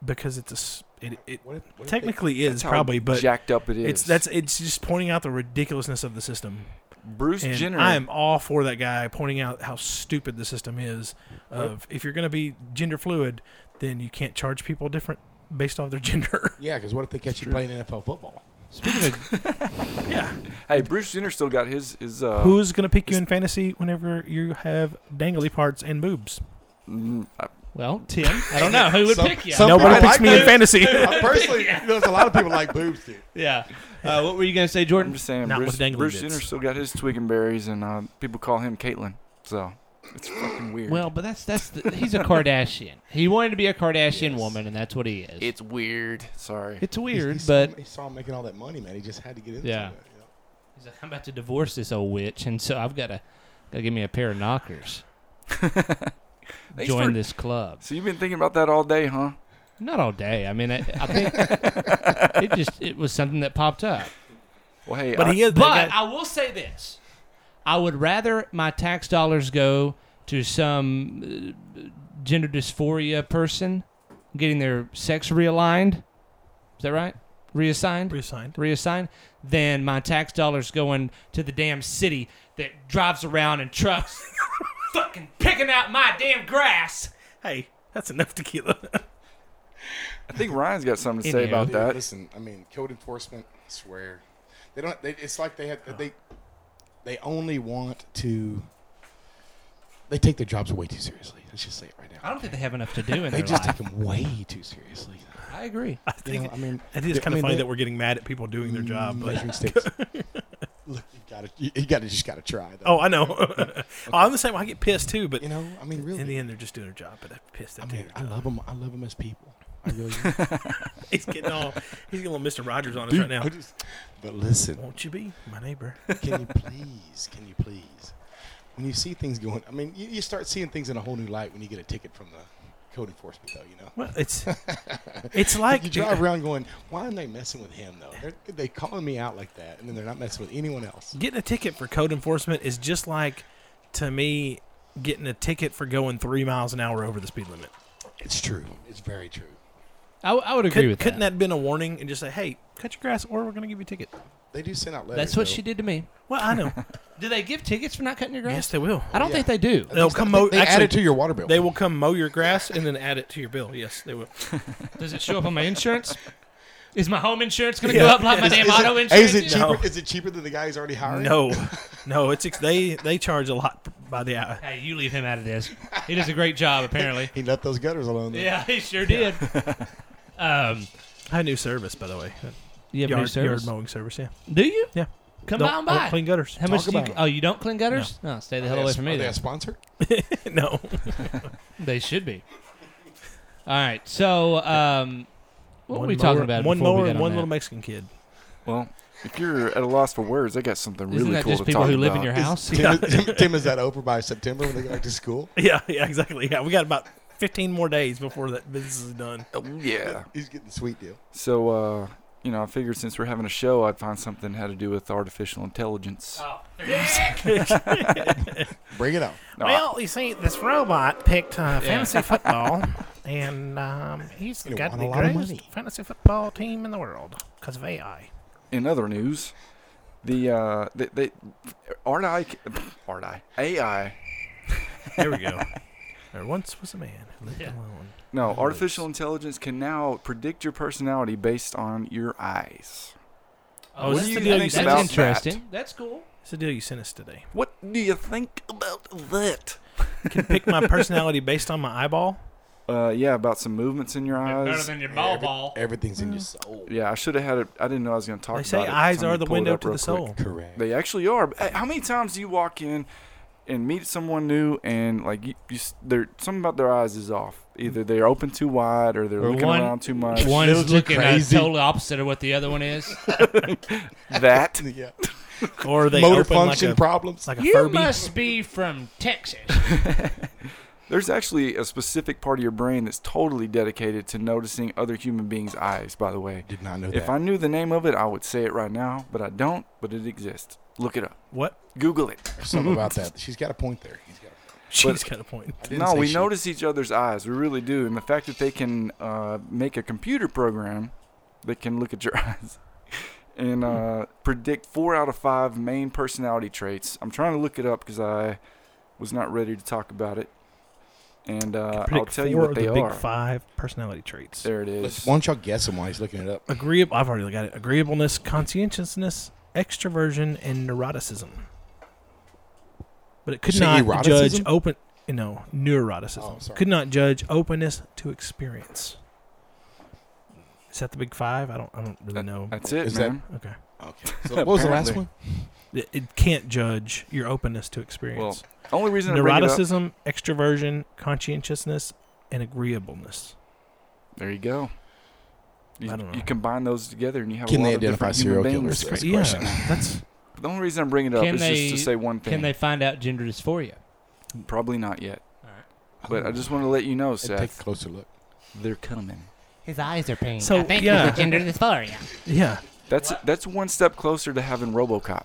[SPEAKER 6] because it's a s- it, it
[SPEAKER 2] What if- what if they-
[SPEAKER 6] technically
[SPEAKER 7] That's
[SPEAKER 6] is
[SPEAKER 7] how
[SPEAKER 6] probably, but
[SPEAKER 7] jacked up it is.
[SPEAKER 6] it's that's it's just pointing out the ridiculousness of the system.
[SPEAKER 7] Bruce
[SPEAKER 6] And
[SPEAKER 7] Jenner.
[SPEAKER 6] I am all for that guy pointing out how stupid the system is. Of if you're going to be gender fluid, then you can't charge people different based off their gender.
[SPEAKER 2] Yeah, because what if they catch you playing NFL football?
[SPEAKER 5] Speaking of,
[SPEAKER 6] yeah.
[SPEAKER 7] Hey, Bruce Jenner still got his his. Uh,
[SPEAKER 6] Who's going to pick you in fantasy whenever you have dangly parts and boobs?
[SPEAKER 7] mm, I-
[SPEAKER 5] well, Tim, I don't know who would
[SPEAKER 2] Some-
[SPEAKER 5] pick you.
[SPEAKER 2] some
[SPEAKER 6] Nobody
[SPEAKER 2] people
[SPEAKER 6] picks
[SPEAKER 2] like
[SPEAKER 6] me in
[SPEAKER 2] boobs.
[SPEAKER 6] fantasy.
[SPEAKER 2] I personally, you know, there's a lot of people like boobs, dude.
[SPEAKER 5] Yeah. Uh, what were you gonna say,
[SPEAKER 7] I'm
[SPEAKER 5] Jordan?
[SPEAKER 7] just saying,
[SPEAKER 6] Not
[SPEAKER 7] Bruce,
[SPEAKER 6] with dangly
[SPEAKER 7] Bruce
[SPEAKER 6] bits.
[SPEAKER 7] Jenner still got his twig and berries, and uh, people call him Caitlyn. So it's fucking weird.
[SPEAKER 5] Well, but that's that's the, he's a Kardashian. He wanted to be a Kardashian
[SPEAKER 7] Yes.
[SPEAKER 5] woman, and that's what he is.
[SPEAKER 7] it's weird. Sorry.
[SPEAKER 5] it's weird,
[SPEAKER 2] he
[SPEAKER 5] but
[SPEAKER 2] saw, he saw him making all that money, man. He just had to get into
[SPEAKER 5] Yeah.
[SPEAKER 2] it. You know?
[SPEAKER 5] he's like, I'm about to divorce this old witch, and so I've got to gotta give me a pair of knockers.
[SPEAKER 7] Thanks
[SPEAKER 5] Join
[SPEAKER 7] for-
[SPEAKER 5] this club.
[SPEAKER 7] So you've been thinking about that all day, huh?
[SPEAKER 5] Not all day. I mean, I, I think it just it was something that popped up.
[SPEAKER 7] Well, hey,
[SPEAKER 6] But
[SPEAKER 7] I,
[SPEAKER 6] he is.
[SPEAKER 5] But
[SPEAKER 6] that guy-
[SPEAKER 5] I will say this: I would rather my tax dollars go to some uh, gender dysphoria person getting their sex realigned. Is that right? Reassigned.
[SPEAKER 6] Reassigned.
[SPEAKER 5] Reassigned. Than my tax dollars going to the damn city that drives around in trucks, fucking picking out my damn grass.
[SPEAKER 6] Hey, that's enough tequila.
[SPEAKER 7] I think Ryan's got something to
[SPEAKER 5] In
[SPEAKER 7] say
[SPEAKER 5] here.
[SPEAKER 7] about
[SPEAKER 2] Dude,
[SPEAKER 7] that.
[SPEAKER 2] Listen, I mean, code enforcement. I swear, they don't. They, it's like they have. They they only want to. They take their jobs way too seriously. Let's just say it right now.
[SPEAKER 5] I don't think they have enough to do in
[SPEAKER 2] They
[SPEAKER 5] their
[SPEAKER 2] just
[SPEAKER 5] life.
[SPEAKER 2] take them way too seriously.
[SPEAKER 5] I agree.
[SPEAKER 6] I
[SPEAKER 2] You
[SPEAKER 6] think
[SPEAKER 2] know, I mean,
[SPEAKER 6] it is
[SPEAKER 2] I
[SPEAKER 6] kind of funny
[SPEAKER 2] mean, they- Mm,
[SPEAKER 6] that we're getting mad at people doing their job. But,
[SPEAKER 2] measuring sticks. Look, you got to. You, you got to just got to try. Though.
[SPEAKER 6] oh, I know. oh, I'm the same. way. I get pissed too, but
[SPEAKER 2] you know, I mean, really.
[SPEAKER 6] in the uh, end, they're just doing their job. But I'm pissed.
[SPEAKER 2] I
[SPEAKER 6] at
[SPEAKER 2] mean,
[SPEAKER 6] their
[SPEAKER 2] I
[SPEAKER 6] job.
[SPEAKER 2] love them. I love them as people. I really. do.
[SPEAKER 6] He's getting all. He's getting a little Mister Rogers on us right now.
[SPEAKER 2] I just- but listen,
[SPEAKER 6] Won't you be my neighbor?
[SPEAKER 2] can you please? Can you please? When you see things going, I mean, you, you start seeing things in a whole new light when you get a ticket from the code enforcement, though. You know,
[SPEAKER 6] Well, it's it's like
[SPEAKER 2] you drive around going, why aren't they messing with him though? They're they calling me out like that, and then they're not messing with anyone else.
[SPEAKER 6] getting a ticket for code enforcement is just like to me getting a ticket for going three miles an hour over the speed limit.
[SPEAKER 2] It's true. It's very true.
[SPEAKER 5] I, w- I would agree with
[SPEAKER 6] Couldn't
[SPEAKER 5] that.
[SPEAKER 6] that have been a warning and just say, "Hey, cut your grass, or we're going to give you a ticket"?
[SPEAKER 2] They do send out letters.
[SPEAKER 5] That's what
[SPEAKER 2] though.
[SPEAKER 5] she did to me.
[SPEAKER 6] Well, I know.
[SPEAKER 5] Do they give tickets for not cutting your grass?
[SPEAKER 6] yes, they will.
[SPEAKER 5] I don't
[SPEAKER 2] Yeah.
[SPEAKER 5] think they do.
[SPEAKER 6] They'll come mow.
[SPEAKER 2] They add
[SPEAKER 6] actually,
[SPEAKER 2] it to your water bill.
[SPEAKER 6] they will come mow your grass and then add it to your bill. Yes, they will.
[SPEAKER 5] Does it show up on my insurance? Is my home insurance going to
[SPEAKER 6] Yeah.
[SPEAKER 5] go up like my damn
[SPEAKER 2] is
[SPEAKER 5] auto
[SPEAKER 2] it,
[SPEAKER 5] insurance?
[SPEAKER 2] is it cheaper?
[SPEAKER 6] No.
[SPEAKER 2] Is it cheaper than the guy who's already hiring?
[SPEAKER 6] No, no. It's ex- they they charge a lot by the hour.
[SPEAKER 5] Hey, you leave him out of this. He does a great job, apparently.
[SPEAKER 2] He left those gutters alone. Though.
[SPEAKER 5] yeah, he sure did. um,
[SPEAKER 6] I have a new service, by the way.
[SPEAKER 5] you have
[SPEAKER 6] yard,
[SPEAKER 5] new service?
[SPEAKER 6] yard mowing service. Yeah,
[SPEAKER 5] Do you?
[SPEAKER 6] yeah.
[SPEAKER 5] Come
[SPEAKER 6] Don't-
[SPEAKER 5] by and
[SPEAKER 6] I don't
[SPEAKER 5] buy.
[SPEAKER 6] Clean gutters.
[SPEAKER 5] How much
[SPEAKER 2] Talk
[SPEAKER 5] do you?
[SPEAKER 2] about it.
[SPEAKER 5] Oh, you don't clean gutters? No, stay the hell
[SPEAKER 2] Are
[SPEAKER 5] away
[SPEAKER 2] they a-
[SPEAKER 5] from
[SPEAKER 2] are
[SPEAKER 5] me.
[SPEAKER 2] they
[SPEAKER 5] Then.
[SPEAKER 2] a sponsor?
[SPEAKER 6] no.
[SPEAKER 5] They should be. All right. So, um, what were we talking
[SPEAKER 6] mower-
[SPEAKER 5] about?
[SPEAKER 6] One
[SPEAKER 5] before we
[SPEAKER 6] mower
[SPEAKER 5] got
[SPEAKER 6] and
[SPEAKER 5] on
[SPEAKER 6] one
[SPEAKER 5] that?
[SPEAKER 6] little Mexican kid.
[SPEAKER 7] Well, if you're at a loss for words, I got something really
[SPEAKER 5] Isn't that
[SPEAKER 7] cool
[SPEAKER 5] just
[SPEAKER 7] to
[SPEAKER 5] people
[SPEAKER 7] talk
[SPEAKER 5] who live
[SPEAKER 7] about.
[SPEAKER 5] in your
[SPEAKER 6] Is-
[SPEAKER 5] house?
[SPEAKER 2] Tim, Tim, Tim, is that over by September when they go back to school?
[SPEAKER 6] Yeah, yeah, exactly. Yeah, we got about 15 more days before that business is done.
[SPEAKER 7] Oh, yeah.
[SPEAKER 2] He's getting the sweet deal.
[SPEAKER 7] So, uh, you know, I figured since we're having a show, I'd find something had to do with artificial intelligence.
[SPEAKER 5] Oh.
[SPEAKER 2] Bring it on.
[SPEAKER 7] No, I-
[SPEAKER 6] you see, this robot picked uh, fantasy football, and um, he's
[SPEAKER 2] You got won the a lot of greatest money.
[SPEAKER 6] fantasy football team in the world because of AI.
[SPEAKER 7] in other news, the uh, they, they RDI, c- RDI, AI,
[SPEAKER 6] There we go. there once was a man who lived
[SPEAKER 5] Yeah.
[SPEAKER 6] alone.
[SPEAKER 7] no, artificial intelligence can now predict your personality based on your eyes.
[SPEAKER 6] Oh,
[SPEAKER 7] What
[SPEAKER 6] is this
[SPEAKER 7] do you
[SPEAKER 6] the deal you
[SPEAKER 7] think
[SPEAKER 6] sent
[SPEAKER 7] about
[SPEAKER 5] That's
[SPEAKER 6] us?
[SPEAKER 5] interesting.
[SPEAKER 7] that?
[SPEAKER 5] That's cool.
[SPEAKER 6] It's the deal you sent us today.
[SPEAKER 7] What do you think about that?
[SPEAKER 6] Can pick my personality based on my eyeball.
[SPEAKER 7] Uh, yeah, about some movements in your eyes.
[SPEAKER 5] your
[SPEAKER 2] Every- Everything's in your
[SPEAKER 5] Mm.
[SPEAKER 2] soul.
[SPEAKER 7] Yeah, I should have had it. I didn't know I was going to talk
[SPEAKER 6] They
[SPEAKER 7] about
[SPEAKER 6] say
[SPEAKER 7] it.
[SPEAKER 6] eyes
[SPEAKER 7] Somebody
[SPEAKER 6] are the
[SPEAKER 7] pull it
[SPEAKER 6] window
[SPEAKER 7] up
[SPEAKER 6] to
[SPEAKER 7] real
[SPEAKER 6] the soul.
[SPEAKER 7] quick.
[SPEAKER 2] Correct.
[SPEAKER 7] They actually are. But, hey, How many times do you walk in and meet someone new and like you, you s- they're something about their eyes is off. Either they're open too wide or they're
[SPEAKER 5] Or
[SPEAKER 7] looking
[SPEAKER 5] one-
[SPEAKER 7] around too much.
[SPEAKER 2] Little
[SPEAKER 5] One's
[SPEAKER 2] too
[SPEAKER 5] looking at
[SPEAKER 2] crazy.
[SPEAKER 5] totally opposite of what the other one is.
[SPEAKER 7] That
[SPEAKER 2] Yeah.
[SPEAKER 6] Or they
[SPEAKER 2] Motor
[SPEAKER 6] open
[SPEAKER 2] function
[SPEAKER 6] like a,
[SPEAKER 2] problems.
[SPEAKER 6] like a
[SPEAKER 5] you
[SPEAKER 6] Furby.
[SPEAKER 5] must be from Texas.
[SPEAKER 7] There's actually a specific part of your brain that's totally dedicated to noticing other human beings' eyes, by the way.
[SPEAKER 2] Did not know
[SPEAKER 7] If
[SPEAKER 2] that.
[SPEAKER 7] I knew the name of it, I would say it right now, but I don't, but it exists. Look it up.
[SPEAKER 6] What?
[SPEAKER 7] Google it.
[SPEAKER 2] There's something about that. She's got a point there. He's got a-
[SPEAKER 6] She's got a point.
[SPEAKER 2] I didn't
[SPEAKER 7] No,
[SPEAKER 2] say
[SPEAKER 7] we
[SPEAKER 2] she-
[SPEAKER 7] notice each other's eyes. We really do. And the fact that they can uh, make a computer program that can look at your eyes and uh, predict four out of five main personality traits. I'm trying to look it up because I was not ready to talk about it. And uh, I'll
[SPEAKER 6] Predict
[SPEAKER 7] tell you
[SPEAKER 6] four
[SPEAKER 7] what
[SPEAKER 6] of
[SPEAKER 7] they
[SPEAKER 6] the
[SPEAKER 7] are.
[SPEAKER 6] Big five personality traits.
[SPEAKER 7] There it
[SPEAKER 2] Let's-
[SPEAKER 7] is.
[SPEAKER 2] Why don't y'all guess him while he's looking it up?
[SPEAKER 6] Agreeable. I've already got it. Agreeableness, conscientiousness, extroversion, and neuroticism. But it could
[SPEAKER 2] You say
[SPEAKER 6] not judge
[SPEAKER 2] eroticism?
[SPEAKER 6] open. You know, neuroticism
[SPEAKER 2] Oh, sorry.
[SPEAKER 6] could not judge openness to experience. Is that the big five? I don't. I don't really
[SPEAKER 7] That-
[SPEAKER 6] know.
[SPEAKER 7] That's it,
[SPEAKER 2] Is that-
[SPEAKER 7] man.
[SPEAKER 6] okay.
[SPEAKER 2] Okay. So what was the last one?
[SPEAKER 7] Apparently.
[SPEAKER 6] It, it can't judge your openness to experience.
[SPEAKER 7] Only reason I bring it up.
[SPEAKER 6] neuroticism, extroversion, conscientiousness, and agreeableness.
[SPEAKER 7] There you go. You,
[SPEAKER 6] I don't know.
[SPEAKER 7] you combine those together and you have
[SPEAKER 2] Can
[SPEAKER 7] a lot
[SPEAKER 2] they
[SPEAKER 7] of
[SPEAKER 2] identify
[SPEAKER 7] different human
[SPEAKER 2] serial killers? That's
[SPEAKER 7] beings.
[SPEAKER 2] the
[SPEAKER 6] yeah,
[SPEAKER 2] question.
[SPEAKER 6] that's
[SPEAKER 7] The only reason I'm bringing it up
[SPEAKER 5] Can
[SPEAKER 7] is just
[SPEAKER 5] they-
[SPEAKER 7] to say one thing.
[SPEAKER 5] Can they find out gender dysphoria?
[SPEAKER 7] Probably not yet.
[SPEAKER 5] Alright.
[SPEAKER 7] But I just want to let you know,
[SPEAKER 2] Let's take a
[SPEAKER 7] Seth,
[SPEAKER 2] closer look.
[SPEAKER 7] they're coming.
[SPEAKER 8] His eyes are pink.
[SPEAKER 6] So,
[SPEAKER 8] I think
[SPEAKER 6] yeah.
[SPEAKER 8] he's a gender dysphoria.
[SPEAKER 6] yeah.
[SPEAKER 7] That's that's one step closer to having RoboCop.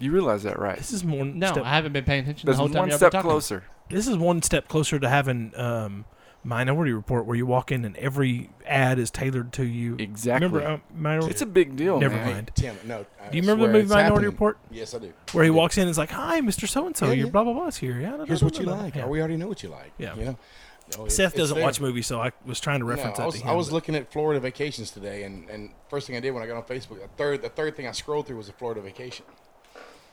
[SPEAKER 7] You realize that, right?
[SPEAKER 6] This is more.
[SPEAKER 5] No,
[SPEAKER 6] step-
[SPEAKER 5] I haven't been paying attention
[SPEAKER 7] That's
[SPEAKER 5] the whole time.
[SPEAKER 7] one
[SPEAKER 5] y'all
[SPEAKER 7] step
[SPEAKER 5] been talking.
[SPEAKER 7] closer.
[SPEAKER 6] this is one step closer to having um, Minority Report, where you walk in and every ad is tailored to you.
[SPEAKER 7] Exactly.
[SPEAKER 6] Remember uh, Minority?
[SPEAKER 7] it's a big deal,
[SPEAKER 6] Never
[SPEAKER 7] man.
[SPEAKER 6] mind.
[SPEAKER 2] Tim, no. I
[SPEAKER 6] Do you remember the
[SPEAKER 2] swear
[SPEAKER 6] movie
[SPEAKER 2] it's
[SPEAKER 6] Minority
[SPEAKER 2] happening.
[SPEAKER 6] Report?
[SPEAKER 2] Yes, I do.
[SPEAKER 6] Where he walks in, and is like, "Hi, Mister So and So,
[SPEAKER 2] Yeah,
[SPEAKER 6] your
[SPEAKER 2] yeah.
[SPEAKER 6] blah blah blah's here." Yeah, da, da,
[SPEAKER 2] Here's
[SPEAKER 6] da,
[SPEAKER 2] what
[SPEAKER 6] da,
[SPEAKER 2] you
[SPEAKER 6] da."
[SPEAKER 2] like.
[SPEAKER 6] Yeah.
[SPEAKER 2] Or We already know what you like.
[SPEAKER 6] Yeah.
[SPEAKER 2] You know? No, it-
[SPEAKER 6] Seth
[SPEAKER 2] it's
[SPEAKER 6] doesn't
[SPEAKER 2] there.
[SPEAKER 6] watch movies, so I was trying to
[SPEAKER 2] No,
[SPEAKER 6] reference
[SPEAKER 2] I
[SPEAKER 6] that
[SPEAKER 2] was,
[SPEAKER 6] to
[SPEAKER 2] I
[SPEAKER 6] him,
[SPEAKER 2] was
[SPEAKER 6] but-
[SPEAKER 2] looking at Florida vacations today, and, and first thing I did when I got on Facebook, the third the third thing I scrolled through was a Florida vacation.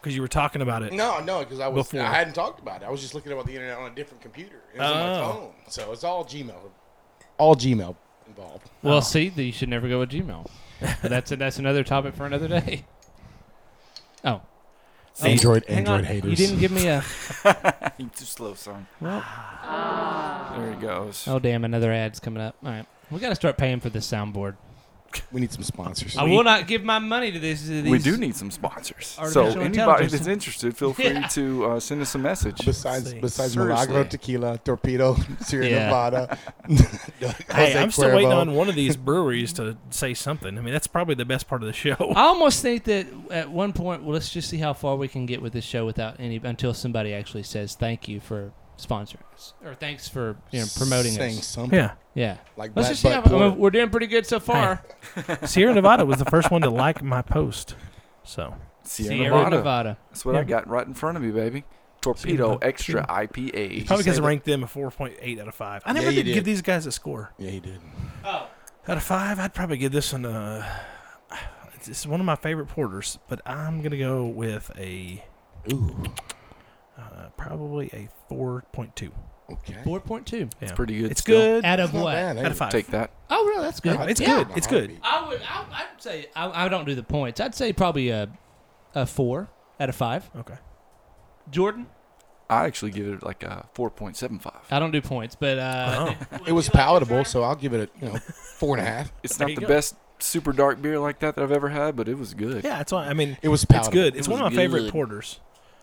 [SPEAKER 6] because you were talking about it.
[SPEAKER 2] No, no, because I was
[SPEAKER 6] Before.
[SPEAKER 2] I hadn't talked about it. I was just looking about the internet on a different computer. It was on
[SPEAKER 6] Oh.
[SPEAKER 2] my phone, so it's all Gmail, all Gmail involved.
[SPEAKER 7] Oh.
[SPEAKER 5] Well, see, that you should never go with Gmail. But that's that's another topic for another day. Oh,
[SPEAKER 2] Android,
[SPEAKER 5] hang on. You didn't give me a.
[SPEAKER 7] You're too slow, son.
[SPEAKER 5] Well-
[SPEAKER 7] there it goes.
[SPEAKER 5] Oh damn! Another ad's coming up. All right, we got to start paying for this soundboard.
[SPEAKER 2] We need some sponsors.
[SPEAKER 5] I will not give my money to this. To these
[SPEAKER 7] We do need some sponsors. So
[SPEAKER 5] Artificial
[SPEAKER 7] anybody
[SPEAKER 5] intelligence.
[SPEAKER 7] that's interested, feel free to uh, send us a message.
[SPEAKER 2] Besides,
[SPEAKER 6] See,
[SPEAKER 2] besides
[SPEAKER 7] seriously.
[SPEAKER 2] Milagro Tequila, Torpedo, Sierra
[SPEAKER 5] Yeah.
[SPEAKER 2] Nevada.
[SPEAKER 6] Hey,
[SPEAKER 2] Jose
[SPEAKER 6] I'm still waiting
[SPEAKER 2] Cuervo.
[SPEAKER 6] on one of these breweries to say something. I mean, that's probably the best part of the show.
[SPEAKER 5] I almost think that at one point, well, let's just see how far we can get with this show without any until somebody actually says thank you for sponsoring us or thanks for you know promoting
[SPEAKER 2] Saying
[SPEAKER 5] us.
[SPEAKER 2] something.
[SPEAKER 6] Yeah,
[SPEAKER 5] Yeah,
[SPEAKER 2] Like
[SPEAKER 5] let's
[SPEAKER 2] Black
[SPEAKER 5] just see.
[SPEAKER 2] Butt
[SPEAKER 5] How, I mean,
[SPEAKER 2] Porter.
[SPEAKER 5] we're doing pretty good so far.
[SPEAKER 6] Sierra Nevada was the first one to like my post, so
[SPEAKER 7] Sierra,
[SPEAKER 5] Sierra
[SPEAKER 7] Nevada.
[SPEAKER 5] Nevada.
[SPEAKER 7] That's what I
[SPEAKER 6] Yeah.
[SPEAKER 7] got right in front of me, baby. Torpedo
[SPEAKER 6] Nevada.
[SPEAKER 7] Extra IPA.
[SPEAKER 6] Probably because I
[SPEAKER 2] say that-
[SPEAKER 6] ranked them a 4.8 out of 5. I
[SPEAKER 2] Yeah,
[SPEAKER 6] never
[SPEAKER 2] you
[SPEAKER 6] did,
[SPEAKER 2] did.
[SPEAKER 6] give these guys a score.
[SPEAKER 2] Yeah, he did.
[SPEAKER 6] Out of 5, I'd probably give this one a. This is one of my favorite porters, but I'm going to go with a.
[SPEAKER 2] Ooh.
[SPEAKER 6] Uh, probably a 4.2.
[SPEAKER 2] Okay.
[SPEAKER 5] Four point two
[SPEAKER 6] It's
[SPEAKER 7] pretty good
[SPEAKER 6] It's
[SPEAKER 7] still.
[SPEAKER 6] good.
[SPEAKER 5] out
[SPEAKER 6] Out
[SPEAKER 5] of
[SPEAKER 2] Not
[SPEAKER 5] what?
[SPEAKER 2] bad, eh?
[SPEAKER 6] of 5.
[SPEAKER 7] Take that.
[SPEAKER 5] Oh, really? That's good.
[SPEAKER 6] Yeah, it's
[SPEAKER 5] Yeah.
[SPEAKER 6] good. It's good.
[SPEAKER 5] I would. I, I'd say I, I don't do the points. I'd say probably a, a four out of five.
[SPEAKER 6] Okay.
[SPEAKER 5] Jordan,
[SPEAKER 7] I actually give it like a 4.75.
[SPEAKER 5] I don't do points, but uh,
[SPEAKER 2] It was palatable, so I'll give it a you know four and a half.
[SPEAKER 7] It's
[SPEAKER 6] There
[SPEAKER 7] not
[SPEAKER 6] you
[SPEAKER 7] the
[SPEAKER 6] go.
[SPEAKER 7] best super dark beer like that that I've ever had, but it was good.
[SPEAKER 6] Yeah, it's one. I mean,
[SPEAKER 2] It was
[SPEAKER 6] it's
[SPEAKER 2] palatable.
[SPEAKER 6] good. It's
[SPEAKER 7] It
[SPEAKER 6] one of
[SPEAKER 7] was
[SPEAKER 6] my favorite
[SPEAKER 7] good.
[SPEAKER 6] porters,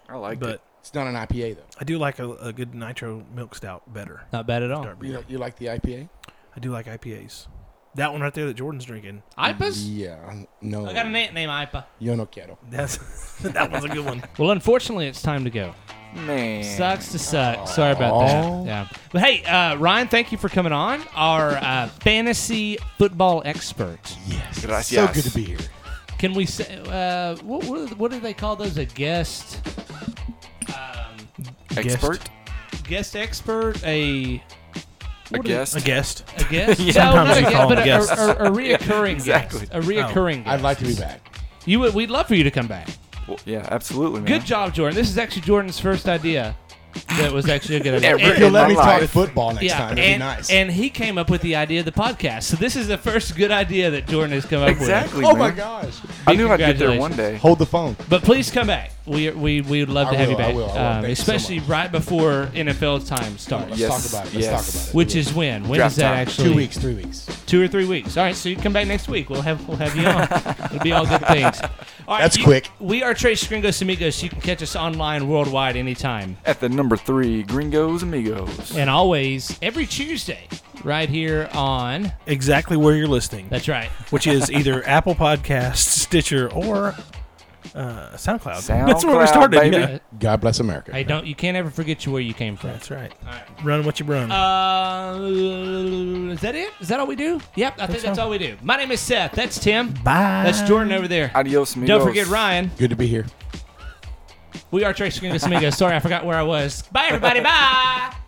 [SPEAKER 7] I liked
[SPEAKER 6] but
[SPEAKER 7] it.
[SPEAKER 2] It's not an IPA though.
[SPEAKER 6] I do like a, a good nitro milk stout better.
[SPEAKER 5] not bad
[SPEAKER 7] Oh,
[SPEAKER 5] at all.
[SPEAKER 6] Dark
[SPEAKER 2] You,
[SPEAKER 6] beer.
[SPEAKER 2] like- you like the IPA?
[SPEAKER 6] I do like IPAs. That one right there that Jordan's drinking.
[SPEAKER 5] IPAs.
[SPEAKER 2] Yeah. No.
[SPEAKER 5] I got an aunt named IPA.
[SPEAKER 2] Yo no quiero.
[SPEAKER 6] That's that one's a good one.
[SPEAKER 5] Well, unfortunately, it's time to go.
[SPEAKER 7] Man.
[SPEAKER 5] Sucks to suck. Sorry about
[SPEAKER 2] Aw.
[SPEAKER 5] that. Yeah. But hey, uh, Ryan, thank you for coming on. Our uh, fantasy football expert.
[SPEAKER 2] Yes.
[SPEAKER 7] Gracias.
[SPEAKER 2] So good to be here.
[SPEAKER 5] Can we say uh, what, what? What do they call those? A guest. Um,
[SPEAKER 7] Expert?
[SPEAKER 5] guest expert. A.
[SPEAKER 7] A
[SPEAKER 5] what do they-
[SPEAKER 7] guest?
[SPEAKER 6] A guest.
[SPEAKER 5] A guest? No,
[SPEAKER 6] Sometimes
[SPEAKER 5] not a
[SPEAKER 6] we
[SPEAKER 5] guest,
[SPEAKER 6] call them
[SPEAKER 5] but a,
[SPEAKER 6] guests.
[SPEAKER 5] a, a, a reoccurring
[SPEAKER 7] exactly.
[SPEAKER 5] guest. Oh. A reoccurring guest.
[SPEAKER 2] I'd like to be back.
[SPEAKER 5] You would, we'd love for you to come back.
[SPEAKER 7] Well, yeah, absolutely, man.
[SPEAKER 5] Good job, Jordan. This is actually Jordan's first idea. That was actually a good idea.
[SPEAKER 7] Never
[SPEAKER 5] And-
[SPEAKER 2] If you'll let
[SPEAKER 7] my
[SPEAKER 2] me talk
[SPEAKER 7] life.
[SPEAKER 2] football next
[SPEAKER 5] yeah,
[SPEAKER 2] time, it'd
[SPEAKER 5] and,
[SPEAKER 2] be nice.
[SPEAKER 5] and he came up with the idea of the podcast. So this is the first good idea that Jordan has come up with.
[SPEAKER 7] Exactly.
[SPEAKER 2] oh
[SPEAKER 7] man.
[SPEAKER 2] my gosh.
[SPEAKER 7] I knew I'd get there one day.
[SPEAKER 2] Hold the phone.
[SPEAKER 5] But please come back. We we we would love
[SPEAKER 2] I
[SPEAKER 5] to have
[SPEAKER 2] will,
[SPEAKER 5] you
[SPEAKER 2] I
[SPEAKER 5] back,
[SPEAKER 2] will, I will.
[SPEAKER 5] Um,
[SPEAKER 2] Thank you so
[SPEAKER 5] especially
[SPEAKER 2] much.
[SPEAKER 5] right before NFL time starts,
[SPEAKER 2] Let's
[SPEAKER 7] Yes,
[SPEAKER 2] talk about it. Let's
[SPEAKER 7] yes.
[SPEAKER 2] talk about it.
[SPEAKER 5] which is when? When is
[SPEAKER 7] Draft
[SPEAKER 5] that
[SPEAKER 7] time.
[SPEAKER 5] actually?
[SPEAKER 2] two weeks, three weeks.
[SPEAKER 5] two or three weeks. All right, so you come back next week. We'll have we'll have you on. It'll be all good things. All right,
[SPEAKER 2] That's
[SPEAKER 5] you-
[SPEAKER 2] quick.
[SPEAKER 5] We are Trace Gringos Amigos. You can catch us online worldwide anytime,
[SPEAKER 7] At the number three, Gringos Amigos.
[SPEAKER 5] and always every Tuesday, right here on.
[SPEAKER 6] Exactly where you're listening,
[SPEAKER 5] That's right.
[SPEAKER 6] which is either Apple Podcasts, Stitcher, or uh, SoundCloud. That's where we
[SPEAKER 7] SoundCloud,
[SPEAKER 6] started.
[SPEAKER 7] baby.
[SPEAKER 6] Yeah.
[SPEAKER 2] God bless America.
[SPEAKER 5] Hey, don't you can't ever forget you where you came from.
[SPEAKER 6] That's right. Run what you run.
[SPEAKER 5] Uh, is that it? Is that all we do? Yep, I think that's all we do. My name is Seth. That's Tim.
[SPEAKER 6] Bye.
[SPEAKER 5] That's Jordan over there.
[SPEAKER 7] Adios Amigos.
[SPEAKER 5] Don't forget Ryan.
[SPEAKER 2] Good to be here.
[SPEAKER 5] We are Trace Gringos Amigos. Sorry, I forgot where I was. Bye, everybody. Bye.